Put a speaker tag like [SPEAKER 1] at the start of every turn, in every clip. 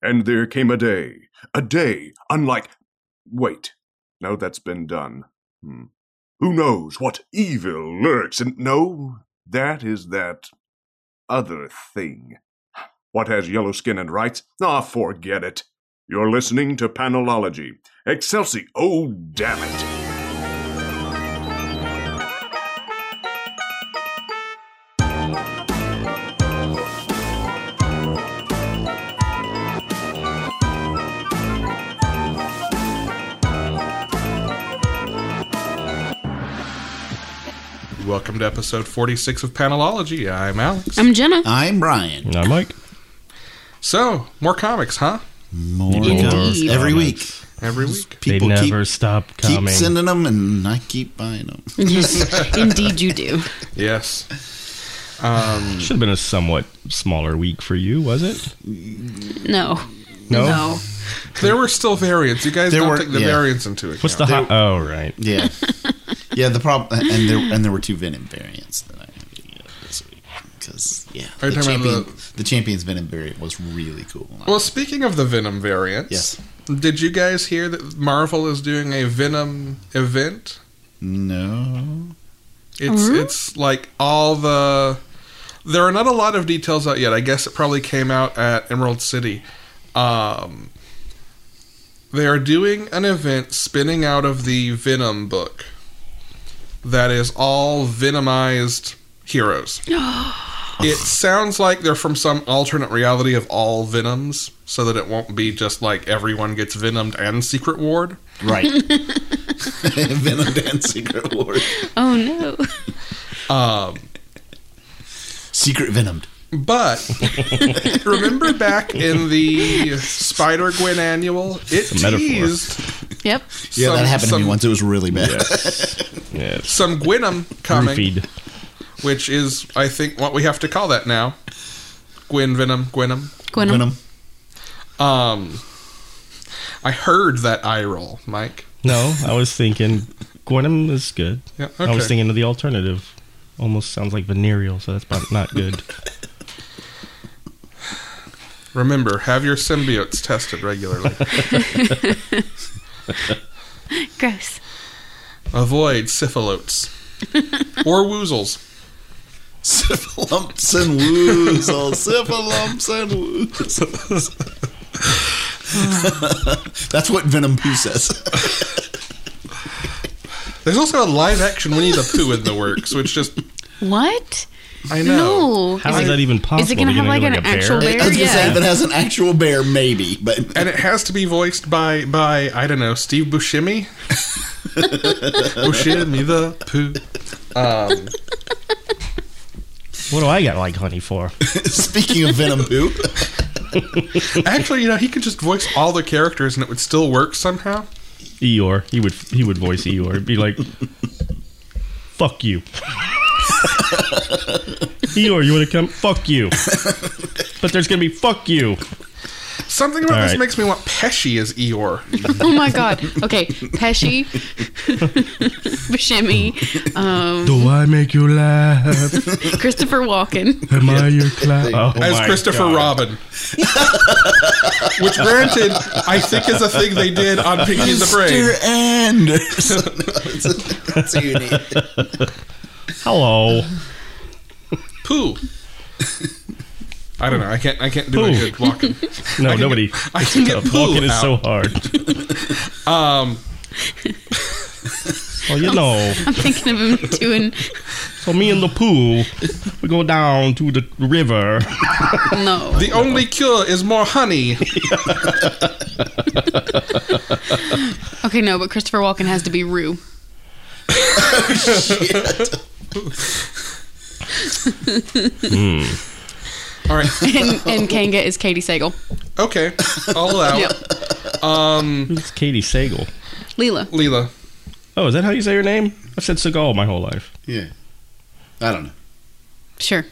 [SPEAKER 1] And there came a day, a day unlike. Wait, no, that's been done. Hmm. Who knows what evil lurks in. No, that is that other thing. What has yellow skin and rights? Ah, forget it. You're listening to Panelology. Excelsi, oh, damn it.
[SPEAKER 2] Welcome to episode 46 of Panelology. I'm Alex.
[SPEAKER 3] I'm Jenna.
[SPEAKER 4] I'm Brian.
[SPEAKER 5] No, Mike.
[SPEAKER 2] so, more comics, huh?
[SPEAKER 4] More
[SPEAKER 5] Indeed.
[SPEAKER 4] comments every week.
[SPEAKER 2] Every week.
[SPEAKER 4] People
[SPEAKER 5] they
[SPEAKER 4] keep,
[SPEAKER 5] never stop
[SPEAKER 4] keep
[SPEAKER 5] coming.
[SPEAKER 4] sending them, and I keep buying them.
[SPEAKER 3] Yes, indeed you do.
[SPEAKER 2] Yes.
[SPEAKER 5] Should have been a somewhat smaller week for you, was it?
[SPEAKER 3] No.
[SPEAKER 5] No?
[SPEAKER 2] There were still variants. You guys
[SPEAKER 4] There
[SPEAKER 2] don't
[SPEAKER 4] were-
[SPEAKER 2] take the
[SPEAKER 4] yeah.
[SPEAKER 2] variants into account.
[SPEAKER 5] What's the hot? Oh, right.
[SPEAKER 4] Yeah, yeah. The problem, and there and there were two Venom variants that I have to get this week because yeah,
[SPEAKER 2] Are you talking
[SPEAKER 4] the,
[SPEAKER 2] about
[SPEAKER 4] champion, the-, champion's Venom variant was really cool.
[SPEAKER 2] Well, speaking of the Venom variants,
[SPEAKER 4] Yes.
[SPEAKER 2] did you guys hear that Marvel is doing a Venom event?
[SPEAKER 4] no,
[SPEAKER 2] It's it's like all the there are not a lot of details out yet. I guess it probably came out at Emerald City. Um, they are doing an event spinning out of the Venom book that is all Venomized heroes. it sounds like they're from some alternate reality of all Venoms, so that it won't be just like everyone gets Venomed and Secret Ward.
[SPEAKER 4] right? Venom and Secret Ward,
[SPEAKER 3] Oh no.
[SPEAKER 2] Um,
[SPEAKER 4] Secret Venomed.
[SPEAKER 2] But remember back in the Spider Gwen annual, it
[SPEAKER 5] a metaphor.
[SPEAKER 2] teased
[SPEAKER 3] Yep.
[SPEAKER 4] Yeah,
[SPEAKER 2] some,
[SPEAKER 4] that happened
[SPEAKER 2] some,
[SPEAKER 4] to me once. It was really bad.
[SPEAKER 5] Yeah. it's
[SPEAKER 2] Some Gwenum comic,
[SPEAKER 5] Roofied.
[SPEAKER 2] which is I think what we have to call that now. Gwen Venom, Gwenum.
[SPEAKER 3] Gwen,
[SPEAKER 4] Venom.
[SPEAKER 2] Um, I heard that eye roll, Mike.
[SPEAKER 5] No, I was thinking Gwenum is good.
[SPEAKER 2] Yeah,
[SPEAKER 5] I was
[SPEAKER 2] okay.
[SPEAKER 5] thinking of the alternative. Almost sounds like venereal, so that's probably not good.
[SPEAKER 2] Remember, have your symbiotes tested regularly.
[SPEAKER 3] gross.
[SPEAKER 2] Avoid syphilites or woozles.
[SPEAKER 4] Syphilumps and woozles. Syphilumps and woozles. That's what Venom Pooh says.
[SPEAKER 2] There's also a live action Winnie the Pooh in the works, which just
[SPEAKER 3] What?
[SPEAKER 2] I know.
[SPEAKER 3] No.
[SPEAKER 5] How
[SPEAKER 3] Is
[SPEAKER 5] is
[SPEAKER 3] it-
[SPEAKER 5] that even possible?
[SPEAKER 3] Is it going to
[SPEAKER 5] You're
[SPEAKER 3] have like,
[SPEAKER 5] get,
[SPEAKER 3] an actual
[SPEAKER 5] bear?
[SPEAKER 3] bear?
[SPEAKER 4] I was gonna say,
[SPEAKER 3] Yeah.
[SPEAKER 4] if it has an actual bear, maybe, but
[SPEAKER 2] And it has to be voiced by by I don't know Steve Buscemi. Buscemi the poo. Um,
[SPEAKER 5] What do I got like honey for?
[SPEAKER 4] speaking of Venom Pooh,
[SPEAKER 2] actually, you know, he could just voice all the characters and it would still work somehow.
[SPEAKER 5] Eeyore. He would he would voice Eeyore. It'd be like, "Fuck you, Eeyore. You want to come? Fuck you." But there's gonna be "fuck you."
[SPEAKER 2] Something about
[SPEAKER 5] All
[SPEAKER 2] this
[SPEAKER 5] right.
[SPEAKER 2] makes me want Pesci as Eeyore.
[SPEAKER 3] Oh my god. Okay. Pesci, Buscemi, um,
[SPEAKER 5] Do I make you laugh?
[SPEAKER 3] Christopher Walken.
[SPEAKER 5] Am I your clown?
[SPEAKER 2] As Christopher Robin. Which, granted, I think is a thing they did on Pinky and the Brain.
[SPEAKER 4] Mr. Anderson. That's that's who you need.
[SPEAKER 5] Hello.
[SPEAKER 2] Pooh. I don't know. I can't. I can't do a
[SPEAKER 5] Pooh.
[SPEAKER 2] good walking.
[SPEAKER 5] No, nobody. Uh,
[SPEAKER 2] I can get Pooh
[SPEAKER 5] Walking is
[SPEAKER 2] out.
[SPEAKER 5] so hard.
[SPEAKER 2] Um,
[SPEAKER 5] Well, you know.
[SPEAKER 3] I'm thinking of him doing.
[SPEAKER 5] So me and the pool, we go down to the river.
[SPEAKER 3] No.
[SPEAKER 2] the only cure is more honey.
[SPEAKER 3] Okay, no, but Christopher Walken has to be Rue.
[SPEAKER 2] All right.
[SPEAKER 3] And, and Kanga is Katie Sagal.
[SPEAKER 2] Okay, I'll
[SPEAKER 4] Oh.
[SPEAKER 2] allow
[SPEAKER 3] Yep.
[SPEAKER 2] it. Um,
[SPEAKER 5] It's Katie Sagal.
[SPEAKER 3] Leela.
[SPEAKER 2] Leela,
[SPEAKER 5] Oh, is that how you say your name? I've said Seagal my whole life.
[SPEAKER 4] Yeah, I don't know.
[SPEAKER 3] Sure.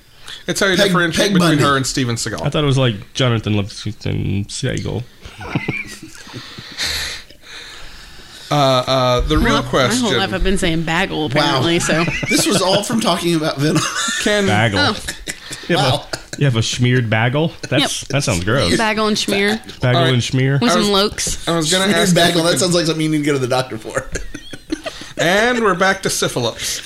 [SPEAKER 2] it's how you
[SPEAKER 4] Peg-
[SPEAKER 2] differentiate
[SPEAKER 4] Peg
[SPEAKER 2] between
[SPEAKER 4] Bundy.
[SPEAKER 2] her and Steven
[SPEAKER 5] I
[SPEAKER 2] Seagal.
[SPEAKER 5] thought it was like Jonathan Livingston Sagal.
[SPEAKER 2] Uh, uh, the real
[SPEAKER 3] Well, My whole life I've
[SPEAKER 2] question:
[SPEAKER 3] been saying bagel apparently, so
[SPEAKER 4] This was all from talking about Venom.
[SPEAKER 2] Can
[SPEAKER 5] Bagel.
[SPEAKER 3] Oh.
[SPEAKER 5] Yeah,
[SPEAKER 4] Wow.
[SPEAKER 5] but You have a schmeared bagel. That's
[SPEAKER 3] Yep.
[SPEAKER 5] that sounds gross.
[SPEAKER 3] Bagel and schmear
[SPEAKER 5] Bagel
[SPEAKER 2] Alright.
[SPEAKER 5] and schmear.
[SPEAKER 3] with
[SPEAKER 2] I
[SPEAKER 3] some
[SPEAKER 2] was-
[SPEAKER 3] lokes.
[SPEAKER 2] I was gonna ask.
[SPEAKER 4] Schmeared
[SPEAKER 2] if
[SPEAKER 4] bagel.
[SPEAKER 2] we
[SPEAKER 4] That
[SPEAKER 2] could-
[SPEAKER 4] sounds like something you need to go to the doctor for.
[SPEAKER 2] and we're back to syphilis.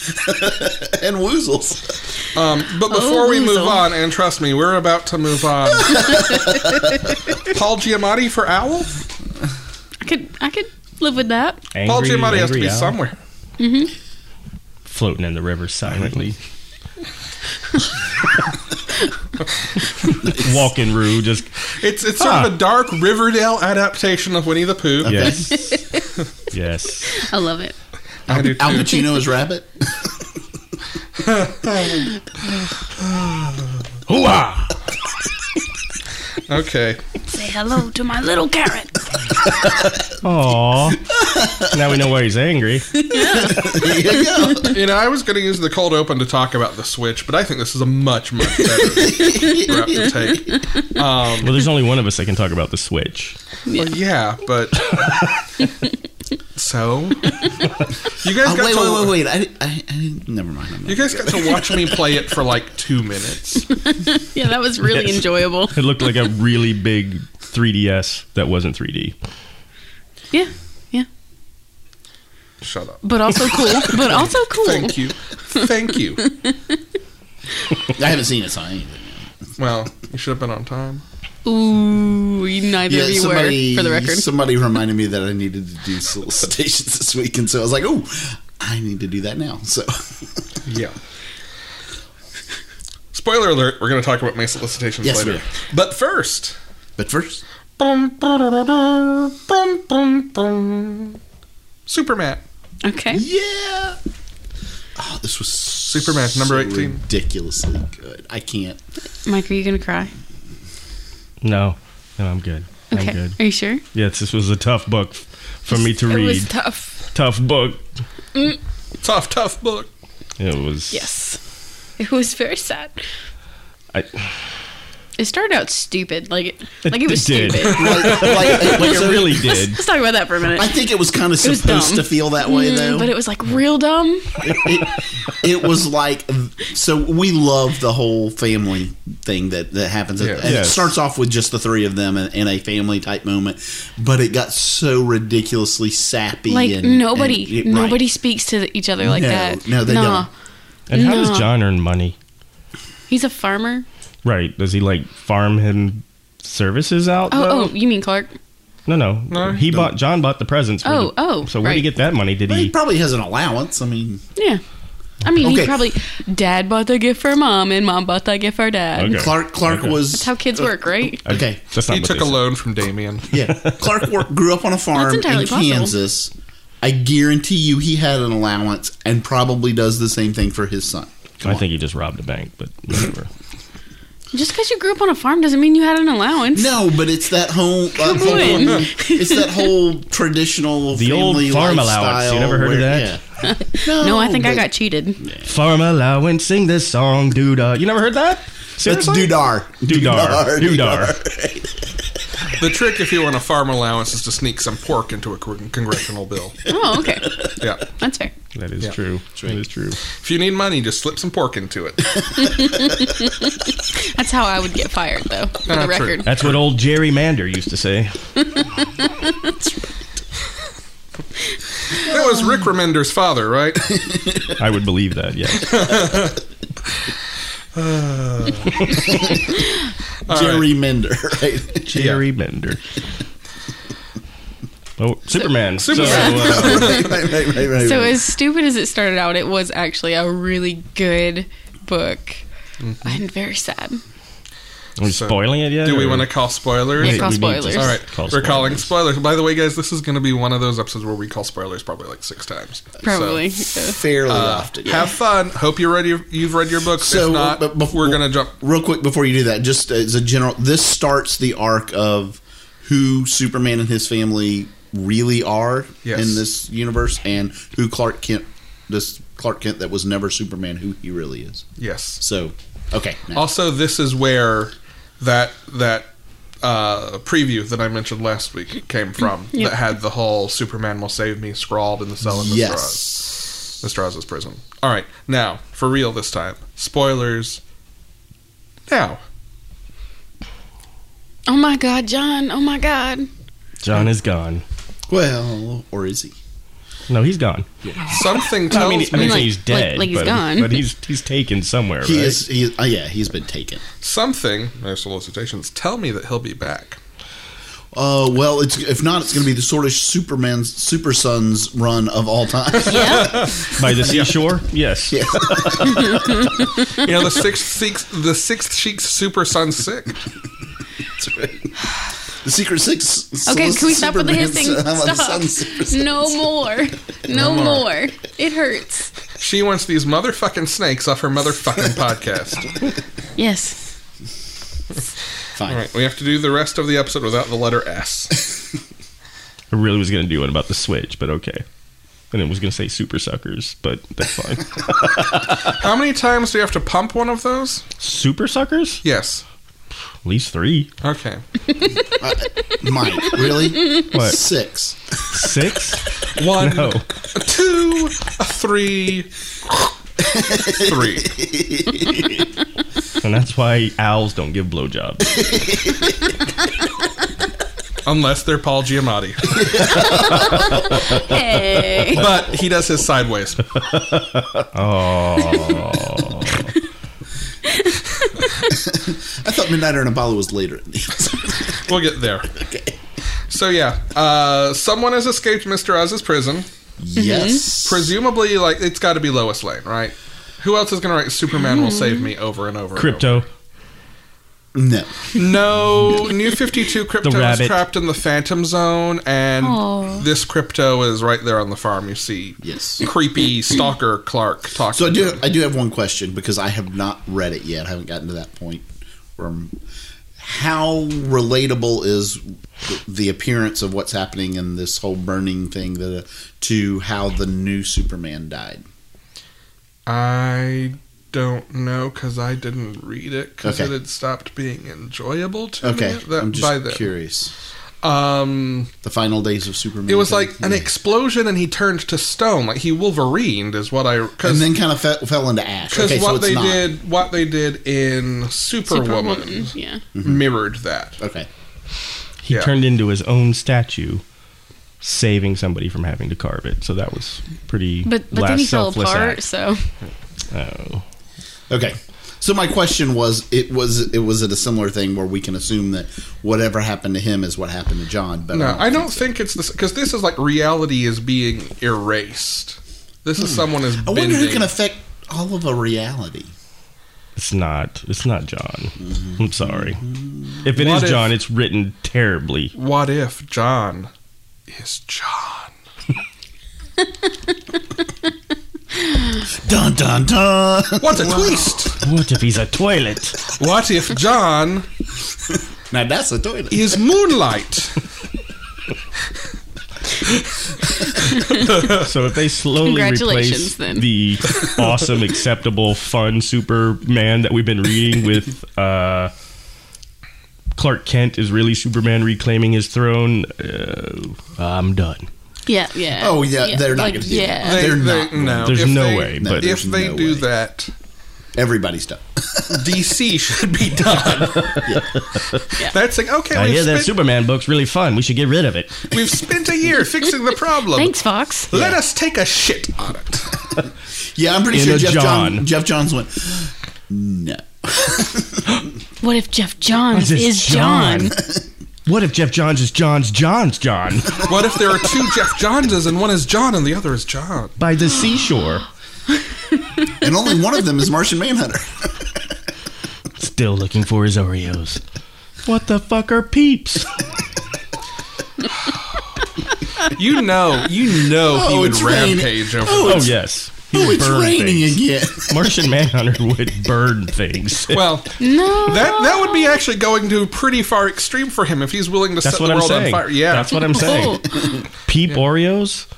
[SPEAKER 4] and woozles.
[SPEAKER 2] Um, but before we move
[SPEAKER 3] Oh, weasel.
[SPEAKER 2] on, and trust me, we're about to move on. Paul Giamatti for Owl.
[SPEAKER 3] I could I could live with that.
[SPEAKER 5] Angry,
[SPEAKER 2] Paul Giamatti has to
[SPEAKER 5] angry
[SPEAKER 2] be
[SPEAKER 5] owl
[SPEAKER 2] somewhere.
[SPEAKER 5] floating in the river silently. Walking Roo, just
[SPEAKER 2] It's it's sort of
[SPEAKER 5] Huh.
[SPEAKER 2] a dark Riverdale adaptation of Winnie the Pooh.
[SPEAKER 5] yes, yes.
[SPEAKER 3] I love it.
[SPEAKER 2] I do too.
[SPEAKER 4] Al Pacino is rabbit.
[SPEAKER 5] Hooah!
[SPEAKER 2] Okay.
[SPEAKER 3] Say hello to my little carrot.
[SPEAKER 5] Aww. now we know why he's angry.
[SPEAKER 4] There you go.
[SPEAKER 2] You know, I was going to use the cold open to talk about the Switch, but I think this is a much, much better route to take.
[SPEAKER 5] Well, there's only one of us that can talk about the Switch.
[SPEAKER 2] Well, yeah, but. so? You guys,
[SPEAKER 4] Oh,
[SPEAKER 2] got
[SPEAKER 4] wait,
[SPEAKER 2] to,
[SPEAKER 4] wait, wait, wait. I, I, I, didn't- never mind. I'm
[SPEAKER 2] you
[SPEAKER 4] not.
[SPEAKER 2] guys got to watch me play it for like two minutes.
[SPEAKER 3] Yeah, that was really
[SPEAKER 5] Yes.
[SPEAKER 3] enjoyable.
[SPEAKER 5] It looked like a really big 3DS that wasn't 3D.
[SPEAKER 3] Yeah, yeah.
[SPEAKER 2] Shut up.
[SPEAKER 3] But also cool. But also cool.
[SPEAKER 2] Thank you. Thank you.
[SPEAKER 4] I haven't seen it, so I ain't.
[SPEAKER 2] Well, you should have been on time.
[SPEAKER 3] Ooh, you- neither of you
[SPEAKER 4] somebody,
[SPEAKER 3] were, for the record.
[SPEAKER 4] somebody reminded me that I needed to do solicitations this week, and so I was like, "Oh, I need to do that now." So,
[SPEAKER 2] Yeah. Spoiler alert, we're going to talk about my solicitations
[SPEAKER 4] Yes, we
[SPEAKER 2] later.
[SPEAKER 4] are.
[SPEAKER 2] But first.
[SPEAKER 4] but first,
[SPEAKER 2] Superman.
[SPEAKER 3] okay.
[SPEAKER 4] yeah. Oh, this was
[SPEAKER 2] Superman, number 18.
[SPEAKER 4] ridiculously good. I can't.
[SPEAKER 3] Mike, are you going to cry?
[SPEAKER 5] No, no, I'm good.
[SPEAKER 3] Okay.
[SPEAKER 5] I'm good.
[SPEAKER 3] Are you sure?
[SPEAKER 5] Yes, this was a tough book f- for me to
[SPEAKER 3] It
[SPEAKER 5] read.
[SPEAKER 3] was tough.
[SPEAKER 5] tough book.
[SPEAKER 2] Tough, tough book.
[SPEAKER 5] It was.
[SPEAKER 3] Yes. It was very sad.
[SPEAKER 5] I,
[SPEAKER 3] It started out stupid. Like it,
[SPEAKER 5] It-
[SPEAKER 3] like it was
[SPEAKER 5] it did.
[SPEAKER 3] stupid.
[SPEAKER 4] Like, like,
[SPEAKER 5] like,
[SPEAKER 4] so-
[SPEAKER 5] it really did.
[SPEAKER 3] Let's talk about that for a minute.
[SPEAKER 4] I think it was kind of
[SPEAKER 3] was
[SPEAKER 4] supposed
[SPEAKER 3] dumb. Mm-hmm.
[SPEAKER 4] to feel that way, though.
[SPEAKER 3] Mm, but it was like real dumb.
[SPEAKER 4] it was like so we love the whole family thing that that happens
[SPEAKER 2] Yeah.
[SPEAKER 4] and it
[SPEAKER 5] Yes.
[SPEAKER 4] starts off with just the three of them in, in a family type moment but it got so ridiculously sappy
[SPEAKER 3] Like
[SPEAKER 4] and-
[SPEAKER 3] nobody,
[SPEAKER 4] and it- right.
[SPEAKER 3] nobody speaks to the- each other like
[SPEAKER 4] No,
[SPEAKER 3] that.
[SPEAKER 4] no, they
[SPEAKER 3] Nah.
[SPEAKER 5] And how
[SPEAKER 3] No.
[SPEAKER 5] does John earn money?
[SPEAKER 3] He's a farmer.
[SPEAKER 5] Right? Does he like farm him services out?
[SPEAKER 3] Oh,
[SPEAKER 5] though?
[SPEAKER 3] oh, you mean Clark?
[SPEAKER 5] No, no.
[SPEAKER 2] No.
[SPEAKER 5] he bought John bought the presents. For
[SPEAKER 3] Oh,
[SPEAKER 5] the,
[SPEAKER 3] oh,
[SPEAKER 5] So where would he
[SPEAKER 3] right.
[SPEAKER 5] get that money? Did
[SPEAKER 4] But he
[SPEAKER 5] he?
[SPEAKER 4] probably has an allowance i mean
[SPEAKER 3] Yeah. I mean,
[SPEAKER 4] Okay.
[SPEAKER 3] he probably dad bought the gift for mom, and mom bought the gift for dad.
[SPEAKER 5] Okay.
[SPEAKER 4] clark clark
[SPEAKER 5] Okay.
[SPEAKER 4] was
[SPEAKER 3] That's how kids work, right?
[SPEAKER 4] okay
[SPEAKER 5] That's not
[SPEAKER 2] He
[SPEAKER 5] what
[SPEAKER 2] took
[SPEAKER 5] they
[SPEAKER 2] a
[SPEAKER 5] said.
[SPEAKER 2] loan from Damien.
[SPEAKER 4] yeah clark wor grew up on a farm
[SPEAKER 3] That's
[SPEAKER 4] in
[SPEAKER 3] entirely possible.
[SPEAKER 4] kansas i guarantee you he had an allowance and probably does the same thing for his son
[SPEAKER 5] I think he just robbed a bank, but whatever.
[SPEAKER 3] Just because you grew up on a farm doesn't mean you had an allowance.
[SPEAKER 4] No, but it's that whole, that whole-
[SPEAKER 3] on.
[SPEAKER 4] it's that whole traditional
[SPEAKER 5] The old
[SPEAKER 4] family
[SPEAKER 5] farm
[SPEAKER 4] lifestyle
[SPEAKER 5] allowance. You never heard of
[SPEAKER 4] where-
[SPEAKER 5] that?
[SPEAKER 4] yeah. no,
[SPEAKER 3] No, I think I
[SPEAKER 4] but
[SPEAKER 3] got cheated.
[SPEAKER 5] Farm allowance, sing this song, doodah. You never heard that?
[SPEAKER 4] That's
[SPEAKER 5] Seriously?
[SPEAKER 4] Dudar.
[SPEAKER 5] Doodar. Doodar.
[SPEAKER 2] The trick, if you want a farm allowance, is to sneak some pork into a con- congressional bill.
[SPEAKER 3] Oh, okay.
[SPEAKER 2] Yeah.
[SPEAKER 3] That's fair.
[SPEAKER 5] That is
[SPEAKER 2] Yeah.
[SPEAKER 5] true. That is true.
[SPEAKER 2] If you need money, just slip some pork into it.
[SPEAKER 3] That's how I would get fired, though, for
[SPEAKER 2] Ah,
[SPEAKER 3] the
[SPEAKER 2] true.
[SPEAKER 3] record.
[SPEAKER 5] That's what old Jerry Mander used to say.
[SPEAKER 2] That was Rick Remender's father, right?
[SPEAKER 5] I would believe that, yes.
[SPEAKER 4] Jerry Mender, right?
[SPEAKER 5] Jerry Mander. Oh,
[SPEAKER 2] Superman.
[SPEAKER 5] Superman. So, uh,
[SPEAKER 4] right, right, right, right, right.
[SPEAKER 3] So, as stupid as it started out, it was actually a really good book
[SPEAKER 4] Mm-hmm.
[SPEAKER 3] and very sad.
[SPEAKER 5] are we spoiling it yet?
[SPEAKER 2] Do we
[SPEAKER 5] or-
[SPEAKER 2] want to call spoilers?
[SPEAKER 3] Yeah, call
[SPEAKER 5] we need to-
[SPEAKER 3] spoilers.
[SPEAKER 2] All right,
[SPEAKER 5] Call
[SPEAKER 2] we're calling
[SPEAKER 5] spoilers.
[SPEAKER 2] spoilers. By the way, guys, this is going to be one of those episodes where we call spoilers probably like six times. So,
[SPEAKER 3] Probably.
[SPEAKER 4] fairly
[SPEAKER 5] Uh,
[SPEAKER 4] often.
[SPEAKER 2] have fun. Hope you read your, you've read your books.
[SPEAKER 4] So,
[SPEAKER 2] if not,
[SPEAKER 4] but before-
[SPEAKER 2] we're going to jump.
[SPEAKER 4] Real quick before you do that, just as a general, this starts the arc of who Superman and his family really are
[SPEAKER 2] Yes.
[SPEAKER 4] in this universe, and who Clark Kent, this Clark Kent that was never Superman, who he really is.
[SPEAKER 2] Yes.
[SPEAKER 4] So, okay. now.
[SPEAKER 2] Also, this is where that that uh, preview that I mentioned last week came from.
[SPEAKER 3] Mm, Yeah.
[SPEAKER 2] That had the whole "Superman will save me" scrawled in the cell in Mistraz-
[SPEAKER 4] Yes.
[SPEAKER 2] Mistraz's prison. All right, now for real this time. Spoilers. Now,
[SPEAKER 3] Oh my God, John. Oh my God.
[SPEAKER 5] John is gone.
[SPEAKER 4] Well, or is he?
[SPEAKER 5] No, he's gone.
[SPEAKER 2] Something
[SPEAKER 5] I
[SPEAKER 2] tells
[SPEAKER 5] mean,
[SPEAKER 2] me.
[SPEAKER 5] I mean
[SPEAKER 3] like-
[SPEAKER 5] he's
[SPEAKER 3] like-
[SPEAKER 5] dead.
[SPEAKER 3] like he's
[SPEAKER 5] but,
[SPEAKER 3] gone.
[SPEAKER 5] But he's he's taken somewhere,
[SPEAKER 4] He
[SPEAKER 5] right?
[SPEAKER 4] is. He is. Oh, yeah, he's been taken.
[SPEAKER 2] something. My solicitations tell me that he'll be back.
[SPEAKER 4] Uh, well, it's if not, it's going to be the sort of Superman's Super Sons run of all time.
[SPEAKER 3] Yeah.
[SPEAKER 5] By the seashore? Yes.
[SPEAKER 2] You know, the sixth six, the sixth sheik's super son sick.
[SPEAKER 4] That's right. The Secret Six.
[SPEAKER 3] Okay,
[SPEAKER 4] solic-
[SPEAKER 3] can we stop with the
[SPEAKER 4] Superman
[SPEAKER 3] hissing?
[SPEAKER 4] son- I'm a
[SPEAKER 3] Stop.
[SPEAKER 4] son Super Son.
[SPEAKER 3] No more. No more. It hurts.
[SPEAKER 2] She wants these motherfucking snakes off her motherfucking podcast.
[SPEAKER 3] Yes.
[SPEAKER 4] Fine.
[SPEAKER 2] All right, we have to do the rest of the episode without the letter S.
[SPEAKER 5] I really was gonna do one about the Switch, but okay. And it was gonna say super suckers, but that's fine.
[SPEAKER 2] How many times do you have to pump one of those?
[SPEAKER 5] super suckers?
[SPEAKER 2] Yes.
[SPEAKER 5] At least three.
[SPEAKER 2] Okay.
[SPEAKER 4] Mike, really?
[SPEAKER 5] What?
[SPEAKER 4] Six.
[SPEAKER 5] Six?
[SPEAKER 2] One,
[SPEAKER 5] No.
[SPEAKER 2] a two, a three, three.
[SPEAKER 5] And that's why owls don't give blowjobs.
[SPEAKER 2] Unless they're Paul Giamatti.
[SPEAKER 3] Hey.
[SPEAKER 2] But he does his sideways.
[SPEAKER 4] I thought Midnighter and Apollo was later.
[SPEAKER 2] We'll get there. So yeah, uh, someone has escaped Mr. Oz's prison.
[SPEAKER 4] yes.
[SPEAKER 2] Presumably, like it's got to be Lois Lane, right? Who else is going to write "Superman will save me" over and over? and
[SPEAKER 5] Mm-hmm. Crypto.
[SPEAKER 4] no.
[SPEAKER 2] No, New 52 Crypto
[SPEAKER 5] The
[SPEAKER 2] is
[SPEAKER 5] rabbit.
[SPEAKER 2] trapped in the Phantom Zone, and
[SPEAKER 3] Aw.
[SPEAKER 2] this Crypto is right there on the farm. You see
[SPEAKER 4] Yes.
[SPEAKER 2] creepy stalker Clark talking.
[SPEAKER 4] So I
[SPEAKER 2] to
[SPEAKER 4] do.
[SPEAKER 2] him.
[SPEAKER 4] I do have one question because I have not read it yet. I haven't gotten to that point. Where I'm, how relatable is the appearance of what's happening in this whole burning thing that, uh, to how the new Superman died?
[SPEAKER 2] I don't know because I didn't read it because
[SPEAKER 4] Okay.
[SPEAKER 2] it had stopped being enjoyable to
[SPEAKER 4] Okay,
[SPEAKER 2] me. Mm-hmm. That,
[SPEAKER 4] I'm
[SPEAKER 2] by
[SPEAKER 4] just
[SPEAKER 2] then.
[SPEAKER 4] curious.
[SPEAKER 2] Um,
[SPEAKER 4] The final days of Superman.
[SPEAKER 2] it was
[SPEAKER 4] thing?
[SPEAKER 2] like an explosion, and he turned to stone, like he Wolverined, is what I.
[SPEAKER 4] and
[SPEAKER 2] Cause,
[SPEAKER 4] then kind of fe- fell into ash.
[SPEAKER 2] Because
[SPEAKER 4] Okay,
[SPEAKER 2] what
[SPEAKER 4] so it's
[SPEAKER 2] they
[SPEAKER 4] not.
[SPEAKER 2] did, what they did in Superwoman,
[SPEAKER 3] Superwoman. Yeah.
[SPEAKER 4] Mm-hmm.
[SPEAKER 2] mirrored that.
[SPEAKER 4] Okay,
[SPEAKER 5] He
[SPEAKER 2] Yeah.
[SPEAKER 5] turned into his own statue, saving somebody from having to carve it. So that was pretty
[SPEAKER 3] But but then
[SPEAKER 5] last
[SPEAKER 3] he fell
[SPEAKER 5] selfless
[SPEAKER 3] apart.
[SPEAKER 5] act.
[SPEAKER 3] So
[SPEAKER 5] Oh.
[SPEAKER 4] okay. So my question was: It was it was it a similar thing where we can assume that whatever happened to him is what happened to John? But
[SPEAKER 2] No, I don't think it's this because this is like reality is being erased. This is someone is
[SPEAKER 4] Hmm. I
[SPEAKER 2] bending.
[SPEAKER 4] wonder who can affect all of a reality.
[SPEAKER 5] It's not. It's not John. I'm sorry. Mm-hmm. If it is
[SPEAKER 2] What if-
[SPEAKER 5] John, it's written terribly.
[SPEAKER 2] what if John is John?
[SPEAKER 4] Dun dun dun.
[SPEAKER 2] What a twist!
[SPEAKER 5] What if he's a toilet?
[SPEAKER 2] What if John
[SPEAKER 4] now that's a toilet.
[SPEAKER 2] is Moonlight?
[SPEAKER 5] So if they slowly replace
[SPEAKER 3] Congratulations, then.
[SPEAKER 5] the awesome, acceptable, fun Superman that we've been reading with uh, Clark Kent is really Superman reclaiming his throne, uh, I'm done.
[SPEAKER 3] yeah, yeah.
[SPEAKER 4] Oh yeah, they're not
[SPEAKER 3] like,
[SPEAKER 4] going to do
[SPEAKER 3] yeah.
[SPEAKER 4] that. They're not. going
[SPEAKER 2] no,
[SPEAKER 5] There's
[SPEAKER 2] if
[SPEAKER 5] no
[SPEAKER 2] they-
[SPEAKER 5] way, but-
[SPEAKER 2] if
[SPEAKER 4] There's
[SPEAKER 2] they
[SPEAKER 4] no
[SPEAKER 2] do
[SPEAKER 4] way.
[SPEAKER 2] that,
[SPEAKER 4] Everybody's done.
[SPEAKER 2] DC should be done. That's like okay.
[SPEAKER 5] I
[SPEAKER 2] We've
[SPEAKER 5] hear that
[SPEAKER 2] spent,
[SPEAKER 5] Superman book's really fun. We should get rid of it.
[SPEAKER 2] we've spent a year fixing the problem.
[SPEAKER 3] Thanks, Fox.
[SPEAKER 2] Let us take a shit on it.
[SPEAKER 4] Yeah, I'm pretty
[SPEAKER 5] In
[SPEAKER 4] sure
[SPEAKER 5] a
[SPEAKER 4] Jeff John.
[SPEAKER 5] John.
[SPEAKER 4] Jeff Johns went. No.
[SPEAKER 3] What if Jeff Johns is John?
[SPEAKER 5] What if Jeff Johns is John's John's John
[SPEAKER 2] What if there are two Jeff Johnses and one is John and the other is John?
[SPEAKER 5] by the seashore?
[SPEAKER 4] And only one of them is Martian Manhunter.
[SPEAKER 5] Still looking for his Oreos. What the fuck are peeps?
[SPEAKER 2] You know, you know he
[SPEAKER 4] Oh,
[SPEAKER 2] would
[SPEAKER 4] it's raining.
[SPEAKER 2] rampage over.
[SPEAKER 5] Oh yes.
[SPEAKER 4] Oh, it's
[SPEAKER 5] Burn
[SPEAKER 4] raining
[SPEAKER 5] things.
[SPEAKER 4] again.
[SPEAKER 5] Martian Manhunter would burn things.
[SPEAKER 2] Well,
[SPEAKER 3] No.
[SPEAKER 2] that that would be actually going to a pretty far extreme for him if he's willing to
[SPEAKER 5] That's
[SPEAKER 2] set
[SPEAKER 5] what
[SPEAKER 2] the
[SPEAKER 5] I'm
[SPEAKER 2] world
[SPEAKER 5] saying.
[SPEAKER 2] on fire. Yeah,
[SPEAKER 5] That's what I'm saying.
[SPEAKER 3] Oh.
[SPEAKER 5] Peep Oreos?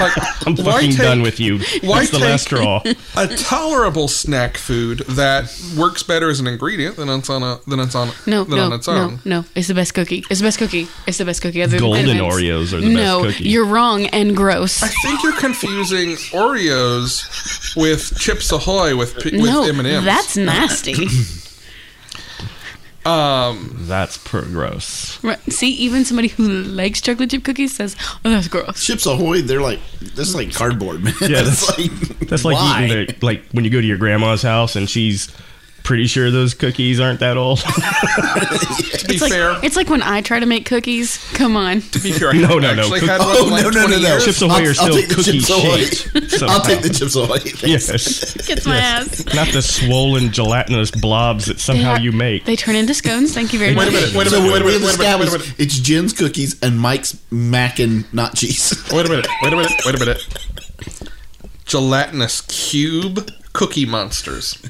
[SPEAKER 2] like,
[SPEAKER 5] I'm
[SPEAKER 2] why
[SPEAKER 5] fucking
[SPEAKER 2] take
[SPEAKER 5] done with you.
[SPEAKER 2] why
[SPEAKER 5] That's the last
[SPEAKER 2] take-
[SPEAKER 5] straw.
[SPEAKER 2] a tolerable snack food that works better as an ingredient than it's on a than it's on
[SPEAKER 3] No,
[SPEAKER 2] than
[SPEAKER 3] no,
[SPEAKER 2] on its own.
[SPEAKER 3] no, no. It's the best cookie. It's the best cookie. It's the best cookie. Other
[SPEAKER 5] Golden
[SPEAKER 3] than M&Ms.
[SPEAKER 5] Oreos are the best
[SPEAKER 3] no,
[SPEAKER 5] cookie.
[SPEAKER 3] you're wrong and gross.
[SPEAKER 2] I think you're confusing Oreos with Chips Ahoy with p-
[SPEAKER 3] no,
[SPEAKER 2] with M and M's.
[SPEAKER 3] that's nasty.
[SPEAKER 2] Um,
[SPEAKER 5] That's per gross.
[SPEAKER 3] Right. See, even somebody who likes chocolate chip cookies says, "Oh, that's gross."
[SPEAKER 4] Chips Ahoy, they're like that's like cardboard, man.
[SPEAKER 5] Yeah,
[SPEAKER 4] that's,
[SPEAKER 5] that's-
[SPEAKER 4] like
[SPEAKER 5] That's like
[SPEAKER 4] why?
[SPEAKER 5] eating the, like when you go to your grandma's house and she's pretty sure those cookies aren't that old.
[SPEAKER 2] to be
[SPEAKER 3] It's like
[SPEAKER 2] fair,
[SPEAKER 3] it's like when I try to make cookies. Come on,
[SPEAKER 2] to be fair, I
[SPEAKER 5] No,
[SPEAKER 2] haven't
[SPEAKER 5] no, no.
[SPEAKER 2] actually
[SPEAKER 5] Cook-
[SPEAKER 2] had one
[SPEAKER 4] Oh
[SPEAKER 2] in like
[SPEAKER 4] no no no
[SPEAKER 2] 20
[SPEAKER 4] no!
[SPEAKER 2] years.
[SPEAKER 5] Chips Ahoy are still cookie shaped
[SPEAKER 4] Ahoy. I'll
[SPEAKER 5] somehow.
[SPEAKER 4] take the chips Ahoy. Thanks.
[SPEAKER 5] yes.
[SPEAKER 3] gets my ass.
[SPEAKER 5] Not the swollen gelatinous blobs that
[SPEAKER 3] They
[SPEAKER 5] somehow
[SPEAKER 3] are-
[SPEAKER 5] you make.
[SPEAKER 3] They turn into scones. Thank you very
[SPEAKER 2] Wait a
[SPEAKER 3] much.
[SPEAKER 2] minute, wait a
[SPEAKER 4] So
[SPEAKER 2] minute, wait a
[SPEAKER 4] we
[SPEAKER 2] minute, wait a minute, wait a
[SPEAKER 4] established
[SPEAKER 2] minute.
[SPEAKER 4] it's Jen's cookies and Mike's mac and not cheese. Oh,
[SPEAKER 2] Wait a minute, wait a minute, wait a minute. Gelatinous cube cookie monsters.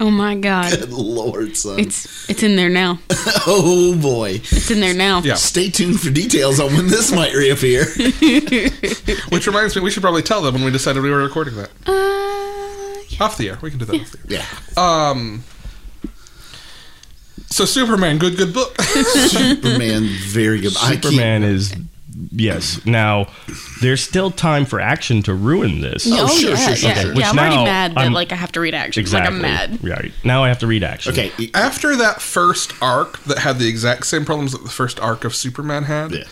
[SPEAKER 3] Oh my god,
[SPEAKER 4] Good Lord, son.
[SPEAKER 3] it's it's in there now.
[SPEAKER 4] oh boy.
[SPEAKER 3] It's in there now.
[SPEAKER 2] Yeah.
[SPEAKER 4] Stay tuned for details on when this might reappear.
[SPEAKER 2] Which reminds me, we should probably tell them when we decided we were recording that.
[SPEAKER 3] Uh,
[SPEAKER 2] Off the air. We can do that off the air.
[SPEAKER 4] yeah.
[SPEAKER 2] Um. So Superman, good, good book.
[SPEAKER 4] Superman, very good. I can't.
[SPEAKER 5] Superman is yes. Now there's still time for action to ruin this.
[SPEAKER 3] oh,
[SPEAKER 4] sure,
[SPEAKER 3] yeah,
[SPEAKER 4] sure, sure,
[SPEAKER 3] yeah,
[SPEAKER 4] sure.
[SPEAKER 3] yeah.
[SPEAKER 5] Which
[SPEAKER 3] I'm
[SPEAKER 5] now
[SPEAKER 3] already mad that
[SPEAKER 5] I'm-
[SPEAKER 3] like I have to read action.
[SPEAKER 5] Exactly.
[SPEAKER 3] Like I'm mad.
[SPEAKER 5] Right. Now I have to read action.
[SPEAKER 4] Okay. e-
[SPEAKER 2] After that first arc that had the exact same problems that the first arc of Superman had,
[SPEAKER 4] Yeah.